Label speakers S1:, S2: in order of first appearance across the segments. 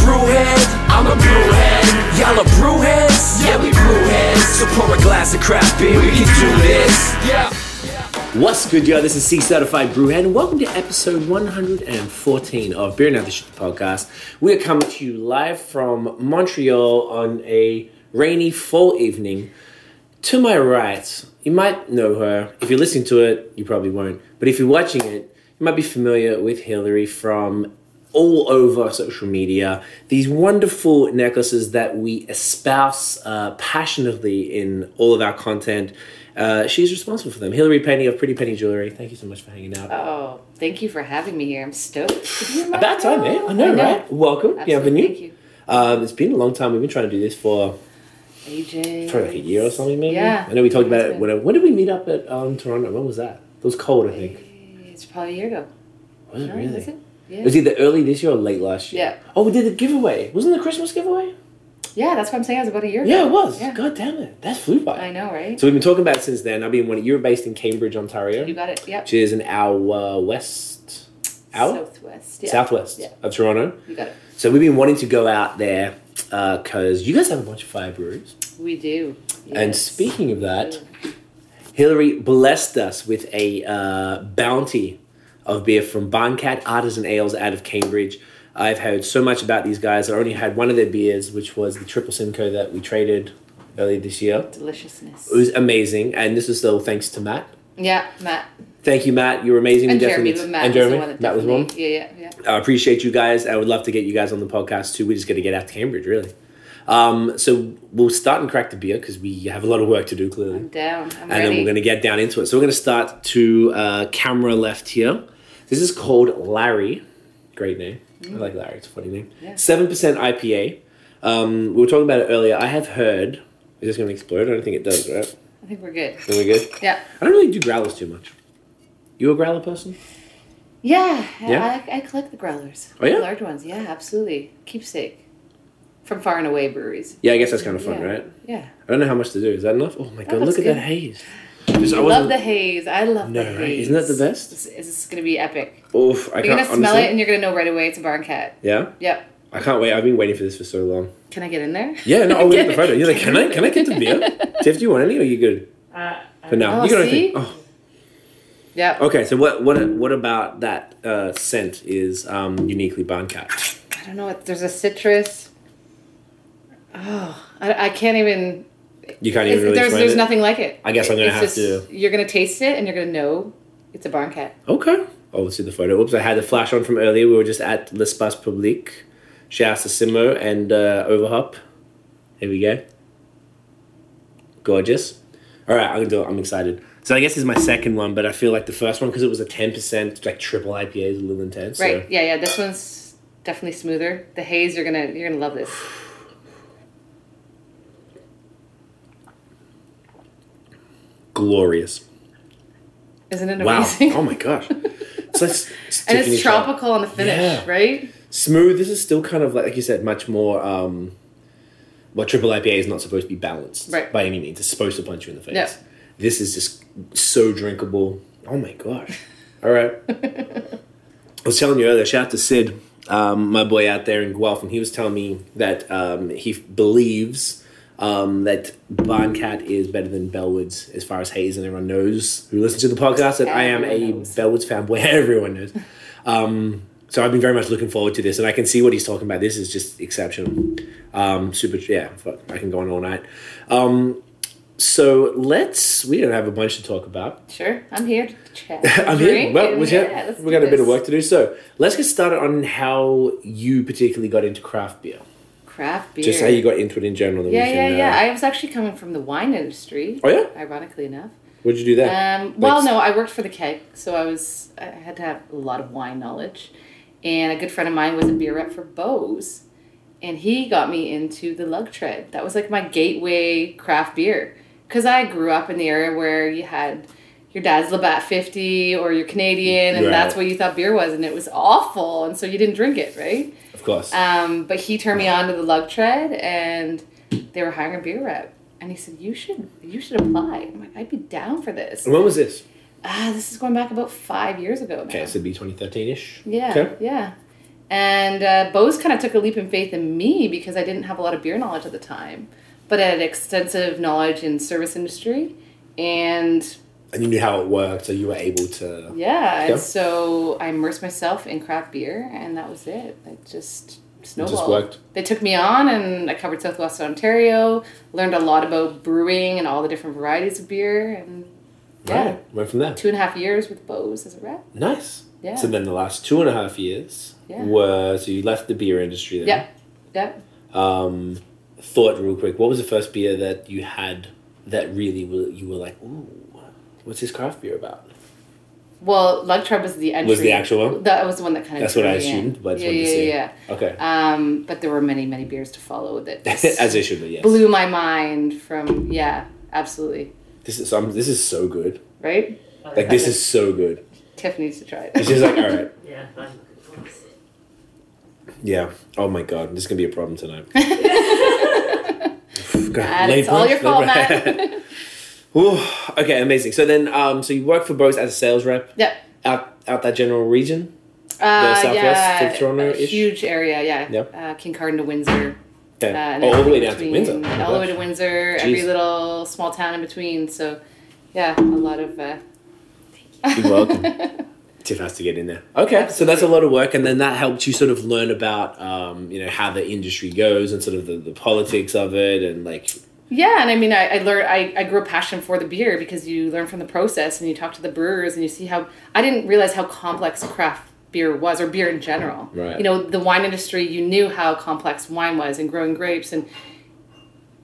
S1: brew head? I'm a brew head. Y'all are brew heads? Yeah, we brew heads. So pour a glass of craft beer, we can do this. Yeah.
S2: What's good, y'all? This is C Certified Brewhead, and welcome to episode 114 of Beer and Other Shit the podcast. We are coming to you live from Montreal on a rainy fall evening. To my right, you might know her. If you're listening to it, you probably won't. But if you're watching it, you might be familiar with Hillary from all over social media. These wonderful necklaces that we espouse uh, passionately in all of our content. Uh, she's responsible for them. Hillary Penny of Pretty Penny Jewelry. Thank you so much for hanging out.
S3: Oh, thank you for having me here. I'm stoked. to be in my
S2: About time, eh?
S3: home.
S2: I know, right? Welcome.
S3: Absolutely.
S2: Bienvenue.
S3: Thank you.
S2: Um, it's been a long time. We've been trying to do this for
S3: AJ.
S2: probably like a year or something, maybe.
S3: Yeah.
S2: I know we talked about it.
S3: It's
S2: When, when did we meet up at um, Toronto? When was that? It was cold, I think.
S3: been- It's probably a year ago.
S2: Was it
S3: No,
S2: Oh, really?
S3: was it? Yeah.
S2: It was either early this year or late last year.
S3: Yeah.
S2: Oh, we did the giveaway. Wasn't the Christmas giveaway?
S3: yeah, that's what I'm saying. It was about a year
S2: Yeah,
S3: ago.
S2: it was.
S3: Yeah.
S2: God damn it. That's flew by.
S3: I know, right?
S2: So we've been talking about it since then. I've been wanting. You're based in Cambridge, Ontario,
S3: you got it. Yep.
S2: which is an hour west, hour
S3: Southwest. Yeah.
S2: southwest
S3: Yeah.
S2: of Toronto.
S3: You got it.
S2: So we've been wanting to go out there because you guys have a bunch of fire breweries.
S3: We do.
S2: And
S3: Yes.
S2: speaking of that, Hillary blessed us with a uh, bounty of beer from Barncat Artisan Ales out of Cambridge. I've heard so much about these guys. I only had one of their beers, which was the Triple Simcoe that we traded earlier this year.
S3: deliciousness.
S2: It was amazing, and this is still thanks to Matt.
S3: Yeah, Matt
S2: Thank you, Matt. You're amazing.
S3: and
S2: We
S3: Jeremy,
S2: definitely-
S3: but Matt
S2: and
S3: was
S2: Jeremy.
S3: the one that
S2: Matt was one.
S3: definitely- Yeah, yeah, yeah.
S2: I appreciate you guys. I would love to get you guys on the podcast too. We just got to get out to Cambridge, really. Um, so we'll start and crack the beer because we have a lot of work to do, clearly.
S3: I'm down. I'm
S2: and
S3: ready.
S2: then we're going to get down into it. So we're going to start to uh, camera left here. This is called Larry. Great name. I like Larry. It's a funny name.
S3: Yeah.
S2: Seven percent IPA. Um, we were talking about it earlier. I have heard. Is this going to explode? I don't think it does. Right?
S3: I think we're good.
S2: Are we good?
S3: Yeah.
S2: I don't really do growlers too much. You a growler person?
S3: Yeah,
S2: Yeah?
S3: I, I collect the growlers.
S2: Oh, yeah?
S3: The large ones. Yeah, absolutely. Keepsake from far and away breweries.
S2: Yeah, I guess that's kind of fun,
S3: yeah.
S2: right?
S3: Yeah.
S2: I don't know how much to do. Is that enough? Oh my god! Look
S3: looks
S2: at
S3: good.
S2: that haze. Just- I
S3: I love
S2: wasn't-
S3: the haze. I love
S2: No,
S3: the
S2: right?
S3: haze.
S2: Isn't that the best?
S3: This, this is going to be epic.
S2: Oof! I can't
S3: You're going to smell
S2: honestly-
S3: it and you're going to know right away it's a barn cat.
S2: Yeah,
S3: Yep.
S2: I can't wait. I've been waiting for this for so long.
S3: Can I get in there?
S2: Yeah, no, I'll wait for the photo. You're like, can I? Can I get the beer? Tiff, do you want any? Or are you good? Uh, for now,
S3: Oh,
S2: you got
S3: see?
S2: anything? Oh,
S3: Yep.
S2: okay. So what? What? What about that uh, scent is um, uniquely barn cat?
S3: I don't know. What, there's a citrus. Oh, I, I can't even.
S2: You can't
S3: it's-
S2: even really
S3: there's
S2: explain
S3: there's
S2: it.
S3: nothing like it.
S2: I guess I'm gonna
S3: It's
S2: have to-
S3: You're going to taste it and you're going to know it's a barn cat.
S2: Okay. Oh, let's see the photo. Oops, I had the flash on from earlier. We were just at L'Espace Public. Shouts to Simo and uh, Overhop. Here we go. Gorgeous. All right, I'm gonna do it. I'm excited. So I guess this is my second one, but I feel like the first one because it was a 10% like triple IPA is a little intense. so-
S3: Right. Yeah, yeah. This one's definitely smoother. The haze, you're going to you're going to love this.
S2: Glorious.
S3: Isn't it
S2: Wow.
S3: amazing?
S2: Oh my gosh. It's like s-
S3: and
S2: Tiffany
S3: it's
S2: Sharp.
S3: tropical on the finish,
S2: Yeah.
S3: right?
S2: Smooth. This is still kind of like like you said, much more. um Well, triple IPA is not supposed to be balanced
S3: Right.
S2: by any means. It's supposed to punch you in the face.
S3: No.
S2: This is just so drinkable. Oh my gosh! All right. I was telling you earlier. Shout out to Sid, um, my boy out there in Guelph, and he was telling me that um, he f- believes. Um, that Barncat is better than Bellwoods as far as haze, and everyone knows who listens to the podcast that I am a
S3: Everyone knows.
S2: Bellwoods fanboy. Everyone knows. Um, So I've been very much looking forward to this, and I can see what he's talking about. This is just exceptional. Um, super, yeah, fuck, I can go on all night. Um, so let's. We don't have a bunch to talk about.
S3: Sure, I'm here to chat.
S2: I mean,
S3: Drink
S2: well,
S3: and-
S2: we
S3: yeah,
S2: got
S3: let's
S2: we
S3: do
S2: got a bit of
S3: this.
S2: work to do. So let's get started on how you particularly got into craft beer.
S3: Craft beer.
S2: Just how you got into it in general. then we
S3: yeah, yeah,
S2: can, uh,
S3: yeah. I was actually coming from the wine industry.
S2: Oh, yeah?
S3: Ironically enough.
S2: What'd you do there?
S3: Um,
S2: Like,
S3: well, no, I worked for the keg, so I was I had to have a lot of wine knowledge, and a good friend of mine was a beer rep for Bose, and he got me into the lug tread. That was like my gateway craft beer. Because I grew up in the area where you had your dad's Labatt 50 or your Canadian, and
S1: Right.
S3: that's what you thought beer was, and it was awful, and so you didn't drink it, right?
S1: Of course.
S3: Um, but he turned me on to the lug tread, and they were hiring a beer rep. And he said, "You should, you should apply." I'm like, "I'd be down for this."
S1: when was this?
S3: Ah, this is going back about five years ago now.
S1: Okay, so it'd be 2013 ish.
S3: Yeah,
S1: Okay.
S3: yeah. And uh, Bose kind of took a leap in faith in me because I didn't have a lot of beer knowledge at the time, but I had extensive knowledge in service industry, and
S1: And you knew how it worked, so you were able to.
S3: yeah,
S1: Okay.
S3: and so I immersed myself in craft beer, and that was it. It just snowballed.
S1: worked.
S3: They took me on, and I covered Southwestern Ontario, learned a lot about brewing and all the different varieties of beer, and yeah,
S1: Right, Went from there.
S3: two and a half years with Bose as a rep.
S1: Nice.
S3: Yeah.
S1: So then the last two and a half years
S3: Yeah.
S1: were so you left the beer industry then.
S3: Yep, yep.
S1: Um, thought real quick. What was the first beer that you had that really were, you were like, ooh, what's this craft beer about?
S3: Well, Lug Trub was the entry.
S1: Was the actual one?
S3: That was the one that kind of.
S1: That's what I
S3: drew me in.
S1: assumed, but it's
S3: yeah,
S1: what you
S3: yeah,
S1: see.
S3: yeah.
S1: Okay.
S3: Um, but there were many, many beers to follow that just
S1: As they should be. Yes.
S3: blew my mind. From yeah, absolutely
S1: This is um, this is so good.
S3: right.
S1: Like this is so good.
S3: Tiff needs to try
S1: It's
S3: it.
S1: just like all right.
S4: Yeah, I'm looking for it.
S1: Yeah. Oh my god, this is gonna be a problem tonight.
S3: Matt, it's all your fault, Matt.
S1: Ooh, okay, amazing. So then, um, so you work for Bose as a sales rep
S3: yep.
S1: out out that general region.
S3: Uh,
S1: Southwest
S3: yeah,
S1: of Toronto-ish?
S3: a huge area. Yeah.
S1: Yep.
S3: Uh, Kincardine to Windsor.
S1: Okay.
S3: Uh, and
S1: oh, all the way
S3: everything
S1: down to
S3: between-
S1: Windsor.
S3: All the way to Windsor. Every
S1: Jeez.
S3: little small town in between. So, yeah, a lot of. Uh,
S1: You're welcome. Tiff has to get in there. Okay, so that's a lot of work, and then that helped you sort of learn about, um, you know, how the industry goes and sort of the, the politics of it, and like,
S3: Yeah, and I mean, I, I learned, I, I grew a passion for the beer because you learn from the process and you talk to the brewers and you see how, I didn't realize how complex craft beer was or beer in general.
S1: Right.
S3: You know, the wine industry, you knew how complex wine was and growing grapes. And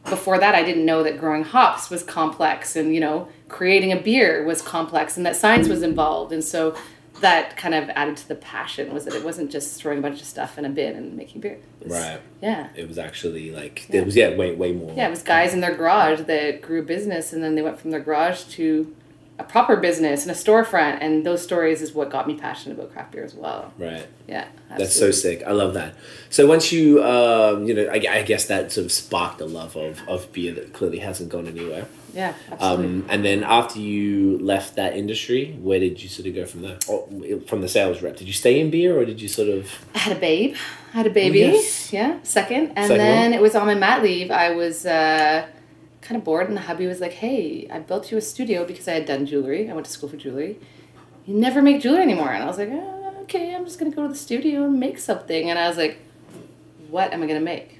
S3: before that, I didn't know that growing hops was complex and, you know, creating a beer was complex and that science was involved. And so that kind of added to the passion was that it wasn't just throwing a bunch of stuff in a bin and making beer. It was-
S1: right?
S3: Yeah.
S1: It was actually like it was yeah, way way more.
S3: Yeah, it was guys in their garage that grew a business, and then they went from their garage to a proper business and a storefront. And those stories is what got me passionate about craft beer as well.
S1: right.
S3: Yeah,
S1: That's so sick. I love that. So once you, um, you know, I, I guess that sort of sparked the love of, of beer that clearly hasn't gone anywhere.
S3: so. Yeah, absolutely.
S1: Um, and then after you left that industry, where did you sort of go from there? Or, from the sales rep, did you stay in beer or did you sort of?
S3: I had a babe. I had a baby.
S1: Oh, yes.
S3: Yeah, second. And
S1: Second
S3: then
S1: one.
S3: it was on my mat leave. I was uh, kind of bored, and the hubby was like, Hey, I built you a studio because I had done jewelry. I went to school for jewelry. You never make jewelry anymore. And I was like, "Ah, Okay, I'm just going to go to the studio and make something. And I was like, What am I going to make?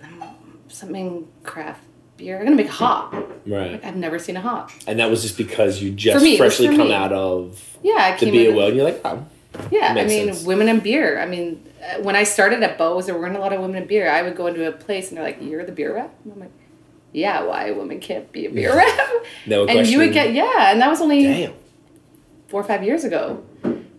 S3: Like, um, something craft beer. I'm going to make a hop.
S1: Right.
S3: I've never seen a hop.
S1: And that was just because you just
S3: For me, it was
S1: freshly
S3: for
S1: come
S3: me.
S1: out of
S3: Yeah, I
S1: the
S3: came
S1: beer
S3: with-
S1: world, and you're like, oh,
S3: Yeah, I
S1: Makes
S3: mean,
S1: sense.
S3: women in beer. I mean, uh, when I started at Bose, there weren't a lot of women in beer. I would go into a place and they're like, "You're the beer rep." And I'm like, "Yeah, why a woman can't be a beer rep?"
S1: They were
S3: and you would get
S1: questioning-
S3: yeah, and that was only
S1: damn.
S3: four or five years ago.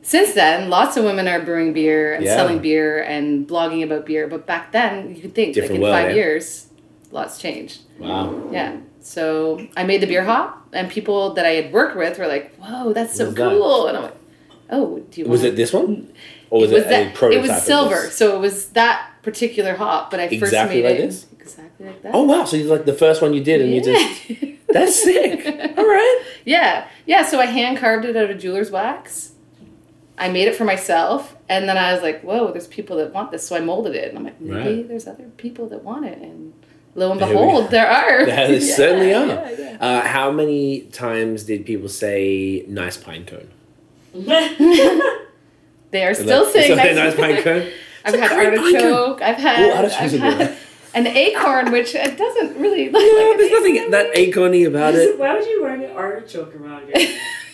S3: Since then, lots of women are brewing beer and
S1: Yeah.
S3: selling beer and blogging about beer. But back then, you could think
S1: Different
S3: like in
S1: world,
S3: five
S1: eh?
S3: years, lots changed.
S1: Wow.
S3: Yeah. So I made the beer hop, and people that I had worked with were like, "Whoa, that's so
S1: What was that?
S3: cool!" And I'm like, "Oh, do you
S1: Was
S3: want
S1: it this one? Or was it,
S3: was
S1: a
S3: that,
S1: prototype?
S3: it was
S1: of
S3: silver,
S1: this?
S3: so it was that particular hop. But I first
S1: Exactly
S3: made
S1: like
S3: it
S1: this?
S3: exactly like that.
S1: Oh, wow. So you like the first one you did, and you just,
S3: yeah.
S1: that's sick. All right.
S3: yeah, yeah. So I hand carved it out of jeweler's wax. I made it for myself, and then I was like, "Whoa, there's people that want this," so I molded it, and I'm like, "Maybe
S1: Right.
S3: there's other people that want it." And lo and
S1: There we
S3: behold,
S1: are.
S3: there are.
S1: There they
S3: Yeah,
S1: certainly are.
S3: yeah, yeah.
S1: Uh, how many times did people say nice pine cone?
S3: They are still
S1: Like,
S3: saying
S1: so they're nice
S3: nice-
S1: pine cone. It's
S3: I've
S1: a
S3: had
S1: great pine cone.
S3: artichoke. I've had,
S1: Oh, artichoke's
S3: I've
S1: a good
S3: had
S1: one.
S3: an acorn, which it doesn't really look
S1: Yeah,
S3: like.
S1: there's
S3: an
S1: nothing
S3: acorn.
S1: that acorny about it.
S4: Why would you wearing an artichoke around your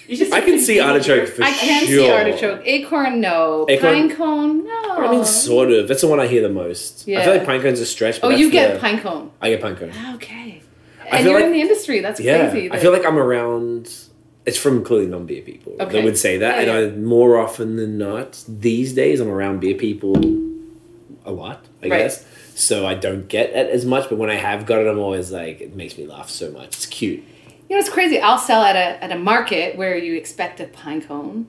S4: you just
S1: I can see artichoke for
S3: I can
S1: sure.
S3: see artichoke. Acorn, no.
S1: Acorn-
S3: Pine cone, no.
S1: I mean, sort of. That's the one I hear the most. I
S3: Yeah.
S1: feel like pine cone's a stretch. But
S3: oh,
S1: that's
S3: you get
S1: the-
S3: pine cone.
S1: I get pine cone.
S3: Okay.
S1: feel
S3: And you're in
S1: like-
S3: the industry. That's
S1: Yeah,
S3: crazy.
S1: I
S3: that-
S1: feel like I'm around. It's from clearly non-beer people
S3: Okay.
S1: that would say that,
S3: Yeah,
S1: and I more often than not these days I'm around beer people a lot, I
S3: Right.
S1: guess. So I don't get it as much, but when I have got it, I'm always like, it makes me laugh so much. It's cute.
S3: You know, it's crazy. I'll sell at a at a market where you expect a pine cone,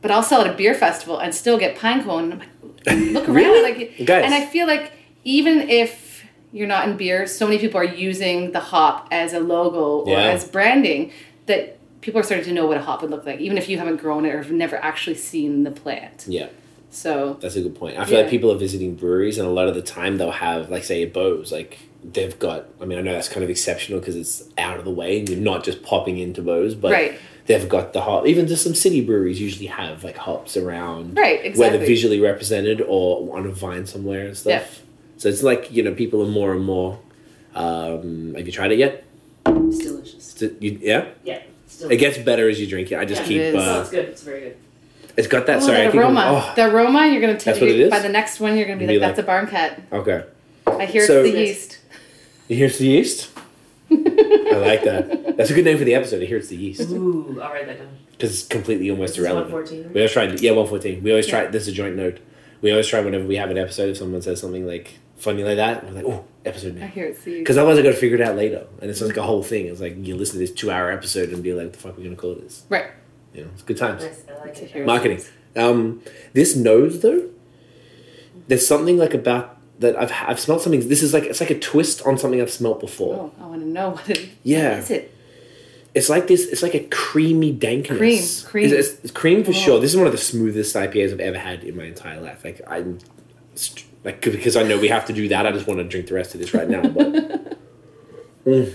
S3: but I'll sell at a beer festival and still get pine cone. And I'm like, look around,
S1: Really?
S3: like,
S1: Guys.
S3: and I feel like even if you're not in beer, so many people are using the hop as a logo or
S1: Yeah.
S3: as branding that people are starting to know what a hop would look like, even if you haven't grown it or have never actually seen the plant.
S1: Yeah,
S3: So
S1: that's a good point. I feel like
S3: Yeah.
S1: people are visiting breweries, and a lot of the time they'll have, like, say, a Bose. Like, they've got, I mean, I know that's kind of exceptional because it's out of the way and you're not just popping into Bose, but
S3: Right.
S1: they've got the hop. Even just some city breweries usually have, like, hops around.
S3: right,
S1: Whether
S3: exactly.
S1: visually represented or on a vine somewhere and stuff. So it's like, you know, people are more and more. Um, have you tried it yet?
S4: It's delicious.
S1: Is it- you- yeah?
S4: Yeah. It's
S1: It
S4: delicious.
S1: gets better as you drink it. I just
S4: Yeah,
S3: it
S1: keep.
S3: is.
S4: No,
S1: Uh,
S4: it's good. It's very good.
S1: it's got that.
S3: Oh,
S1: sorry, I
S3: that
S1: keep.
S3: aroma.
S1: Oh,
S3: the aroma you're gonna
S1: That's what it
S3: take
S1: is?
S3: by the next one you're gonna be
S1: Be
S3: like,
S1: like-
S3: that's a barn cat.
S1: oh, okay.
S3: I hear
S1: So-
S3: it's the yeast.
S1: Here's the yeast. I like that. That's a good name for the episode. Here's the yeast
S4: Ooh, I'll write that down.
S1: because it's completely almost
S4: This is
S1: irrelevant.
S4: 114.
S1: We always try. Yeah, one fourteen. We always try.
S3: Yeah.
S1: This is a joint note. We always try whenever we have an episode. If someone says something like funny like that, we're like, oh, episode
S3: I
S1: name.
S3: hear it's the yeast.
S1: Because otherwise, I got to figure it out later, and it's like a whole thing. It's like you listen to this two-hour episode and be like, "What the fuck are we gonna call this?"
S3: Right.
S1: You know, it's good times.
S4: Nice. I like
S3: To
S4: it.
S3: hear.
S1: Marketing. Um, this nose though, there's something like about that I've I've smelled something. This is like it's like a twist on something I've smelled before.
S3: Oh, I want to know what it
S1: Yeah.
S3: What is it?
S1: It's like this. It's like a creamy dankness.
S3: Cream, cream.
S1: It's, it's- it's cream for
S3: Oh.
S1: sure. This is one of the smoothest IPAs I've ever had in my entire life. Like I'm, st- like because I know we have to do that. I just want to drink the rest of this right now. But Mm.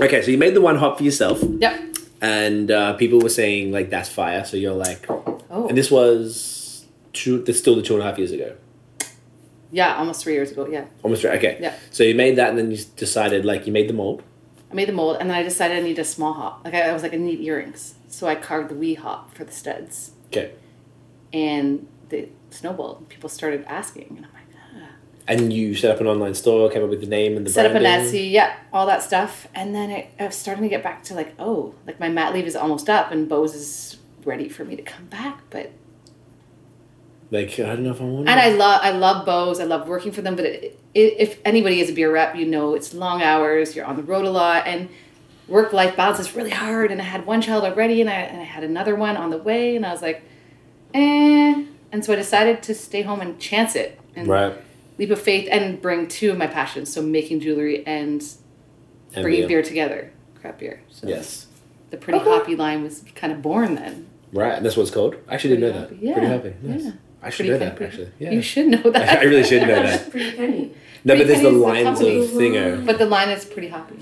S1: okay, so you made the one hop for yourself,
S3: Yep.
S1: and uh, people were saying like that's fire. So you're like,
S3: Oh,
S1: and this was two. This still the two and a half years ago.
S3: yeah, almost three years ago. Yeah,
S1: Almost right. Okay.
S3: Yeah.
S1: So you made that, and then you decided like you made the mold.
S3: I made the mold, and then I decided I needed a small hop. Like I, I was like, I need earrings, so I carved the wee hop for the studs,
S1: Okay.
S3: and the snowballed. People started asking, and I'm like, ah.
S1: And you set up an online store, came up with the name and the
S3: set up an
S1: branding.
S3: Etsy, yeah, all that stuff, and then it, I was starting to get back to like, oh, like my mat leave is almost up, and Bose is ready for me to come back, but
S1: Like I don't know if I want.
S3: And
S1: it.
S3: I love I love Bose. I love working for them. But it, it, if anybody is a beer rep, you know it's long hours. You're on the road a lot, and work life balance is really hard. And I had one child already, and I and I had another one on the way, and I was like, eh. And so I decided to stay home and chance it and
S1: right.
S3: leap of faith and bring two of my passions, so making jewelry and
S1: And
S3: bringing
S1: beer.
S3: beer together, crap beer. So
S1: Yes.
S3: the pretty hoppy line was kind of born then.
S1: Right. That's what it's called. I actually didn't know that.
S3: Pretty happy,
S1: Pretty
S3: yeah,
S1: happy. Nice.
S3: yeah.
S1: I should know
S3: Pretty Pen-
S1: that actually. Yeah.
S3: You should know that.
S1: I really should know that.
S4: Pretty penny.
S1: No,
S3: Pretty
S1: but there's the
S3: Penny's the
S1: lines of
S3: company.
S1: thingo.
S3: But the line is pretty hoppy.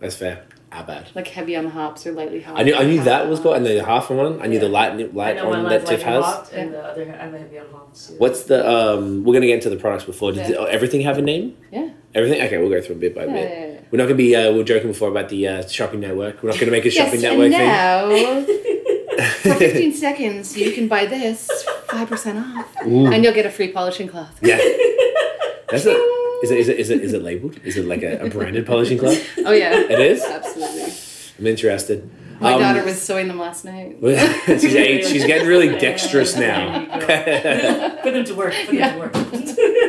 S1: That's fair. Ah, bad.
S3: like heavy on the hops or lightly hopped.
S1: I knew. I knew that was called, and the half one. I knew the
S4: Yeah.
S1: light light
S4: I know my
S1: one
S4: line's
S1: that Tiff
S4: like
S1: has.
S4: hopped, and the other I have a heavy on hops too.
S1: What's the um? We're gonna get into the products before. Does
S3: Yeah.
S1: oh, everything have a name?
S3: Yeah.
S1: Everything. Okay, we'll go through bit by
S3: Yeah,
S1: bit.
S3: yeah, yeah.
S1: We're not gonna be. Uh, we were joking before about the uh, shopping network. We're not gonna make a shopping
S3: yes,
S1: network
S3: and now
S1: thing.
S3: for 15 seconds you can buy this 5% off
S1: Ooh.
S3: and you'll get a free polishing cloth.
S1: Yeah. That's it. Is it, is it, is it, is it labeled? Is it like a, a branded polishing club?
S3: Oh yeah.
S1: It is?
S3: Absolutely.
S1: I'm interested.
S3: My
S1: Um,
S3: daughter was sewing them last night.
S1: she's, eight, she's getting really dexterous now. Do
S4: Put them to work. Put them
S3: Yeah.
S4: to work.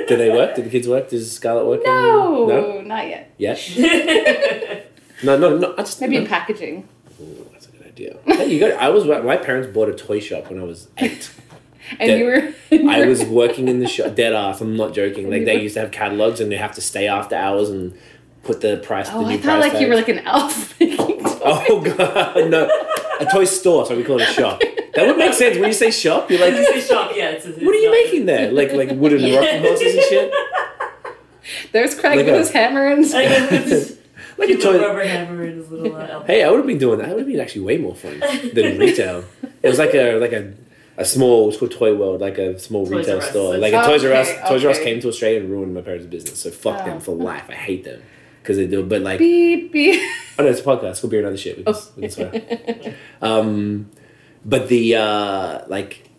S1: they work? Do the kids work? Does Scarlett work? in-
S3: No,
S1: No?
S3: not yet.
S1: Yes? No, no, no. I just,
S3: Maybe in
S1: no.
S3: packaging.
S1: Ooh, that's a good idea. Hey, you go. I was, my parents bought a toy shop when I was eight.
S3: And
S1: Dead.
S3: you were and
S1: I
S3: you were-
S1: was working in the shop, dead ass. I'm not joking. Like they used to have catalogs, and they have to stay after hours and put the price.
S3: Oh,
S1: the new
S3: I thought
S1: price
S3: like you were
S1: tags.
S3: like an elf making toys.
S1: Oh god, no! A toy store, so we call it a shop. That would make sense when you say shop. You're like,
S4: It's a shop, yeah. It's a,
S1: what are you making there? Like like wooden rocking horses and shit.
S3: There's Craig
S1: Like
S3: with
S1: a-
S3: his hammer and stuff.
S1: Like a toy.
S4: rubber hammer and his little uh, elbow.
S1: Hey, I would have been doing that. That would have been actually way more fun than retail. It was like a like a. A small, it's called Toy World, like a small
S4: Toys
S1: retail
S4: R Us.
S1: store. Like a Toys R Us.
S3: Oh, Okay,
S1: Toys R Us
S3: okay.
S1: came to Australia and ruined my parents' business. So fuck them
S3: Oh.
S1: for life. I hate them because they do. But like,
S3: beep beep.
S1: Oh no, it's a podcast. It's called Beer and Other Shit. We can,
S3: Oh.
S1: we can swear. um, but the uh, like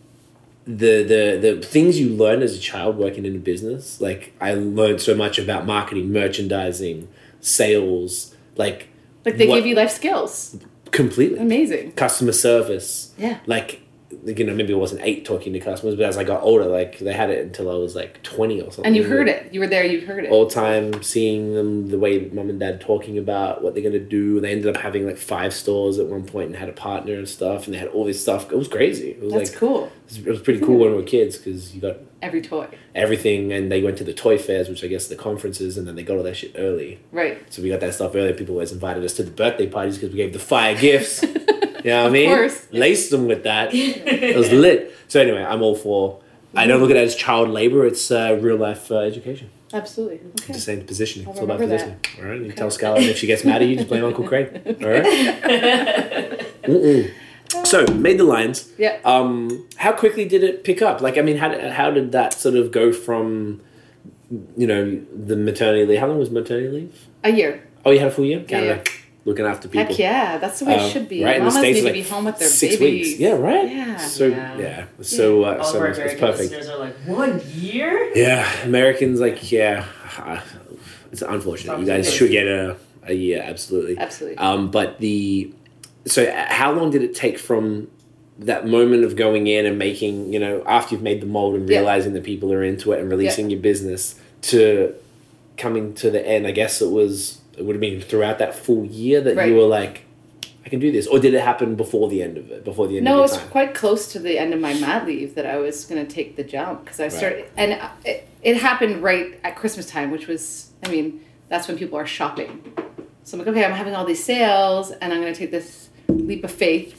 S1: the the the things you learn as a child working in a business, like I learned so much about marketing, merchandising, sales, like
S3: Like they
S1: What-
S3: give you life skills.
S1: completely
S3: Amazing.
S1: customer service,
S3: Yeah.
S1: like like, you know, maybe it wasn't eight talking to customers, but as I got older, like they had it until I was like twenty or something.
S3: And you heard it. You were there. You heard it.
S1: All time seeing them the way mum and dad talking about what they're gonna do. They ended up having like five stores at one point and had a partner and stuff, and they had all this stuff. It was crazy. It was
S3: That's
S1: like
S3: cool.
S1: It was, it was pretty cool when we were kids because you got
S3: Every toy.
S1: everything, and they went to the toy fairs, which I guess are the conferences, and then they got all that shit early.
S3: Right.
S1: So we got that stuff earlier. People always invited us to the birthday parties because we gave the fire gifts. you know what I mean?
S3: course.
S1: Laced them with that. It was lit. So anyway, I'm all for. I don't look at it as child labor. It's uh, real life uh, education.
S3: Absolutely. Okay.
S1: Just saying positioning.
S3: I'll
S1: It's all about
S3: remember
S1: positioning. All right. You tell Scarlett if she gets mad at you, just blame Uncle Craig. All right. Mm-mm. So made the lines.
S3: Yeah.
S1: Um, how quickly did it pick up? Like, I mean, how did, how did that sort of go from, you know, the maternity leave? How long was maternity leave?
S3: A year.
S1: Oh, you had a full year?
S3: Yeah,
S1: Canada. Looking after people.
S3: Heck yeah, that's the way
S1: Uh,
S3: it should be.
S1: Right in the
S3: Mamas
S1: States,
S3: need
S1: like
S3: to be home with their
S1: six
S3: babies.
S1: weeks. Yeah, right?
S3: Yeah.
S1: So, yeah.
S4: Yeah.
S1: So, uh,
S4: All
S1: so
S4: of our
S1: it's, it's
S4: American
S1: perfect.
S4: listeners are like, one year?
S1: Yeah, Americans, like, yeah. It's unfortunate. You guys should get a, a year, absolutely.
S3: Absolutely.
S1: Um, but the. So, uh, how long did it take from that moment of going in and making, you know, after you've made the mold and
S3: Yeah.
S1: realizing that people are into it and releasing your business to coming to the end? I guess it was, it would have been throughout that full year that
S3: Right.
S1: you were like, I can do this. Or did it happen before the end of it? Before the end
S3: No, it
S1: of the
S3: was
S1: time?
S3: quite close to the end of my mat leave that I was going to take the jump because I started, and I- it, it happened right at Christmas time, which was, I mean, that's when people are shopping. So I'm like, okay, I'm having all these sales, and I'm going to take this leap of faith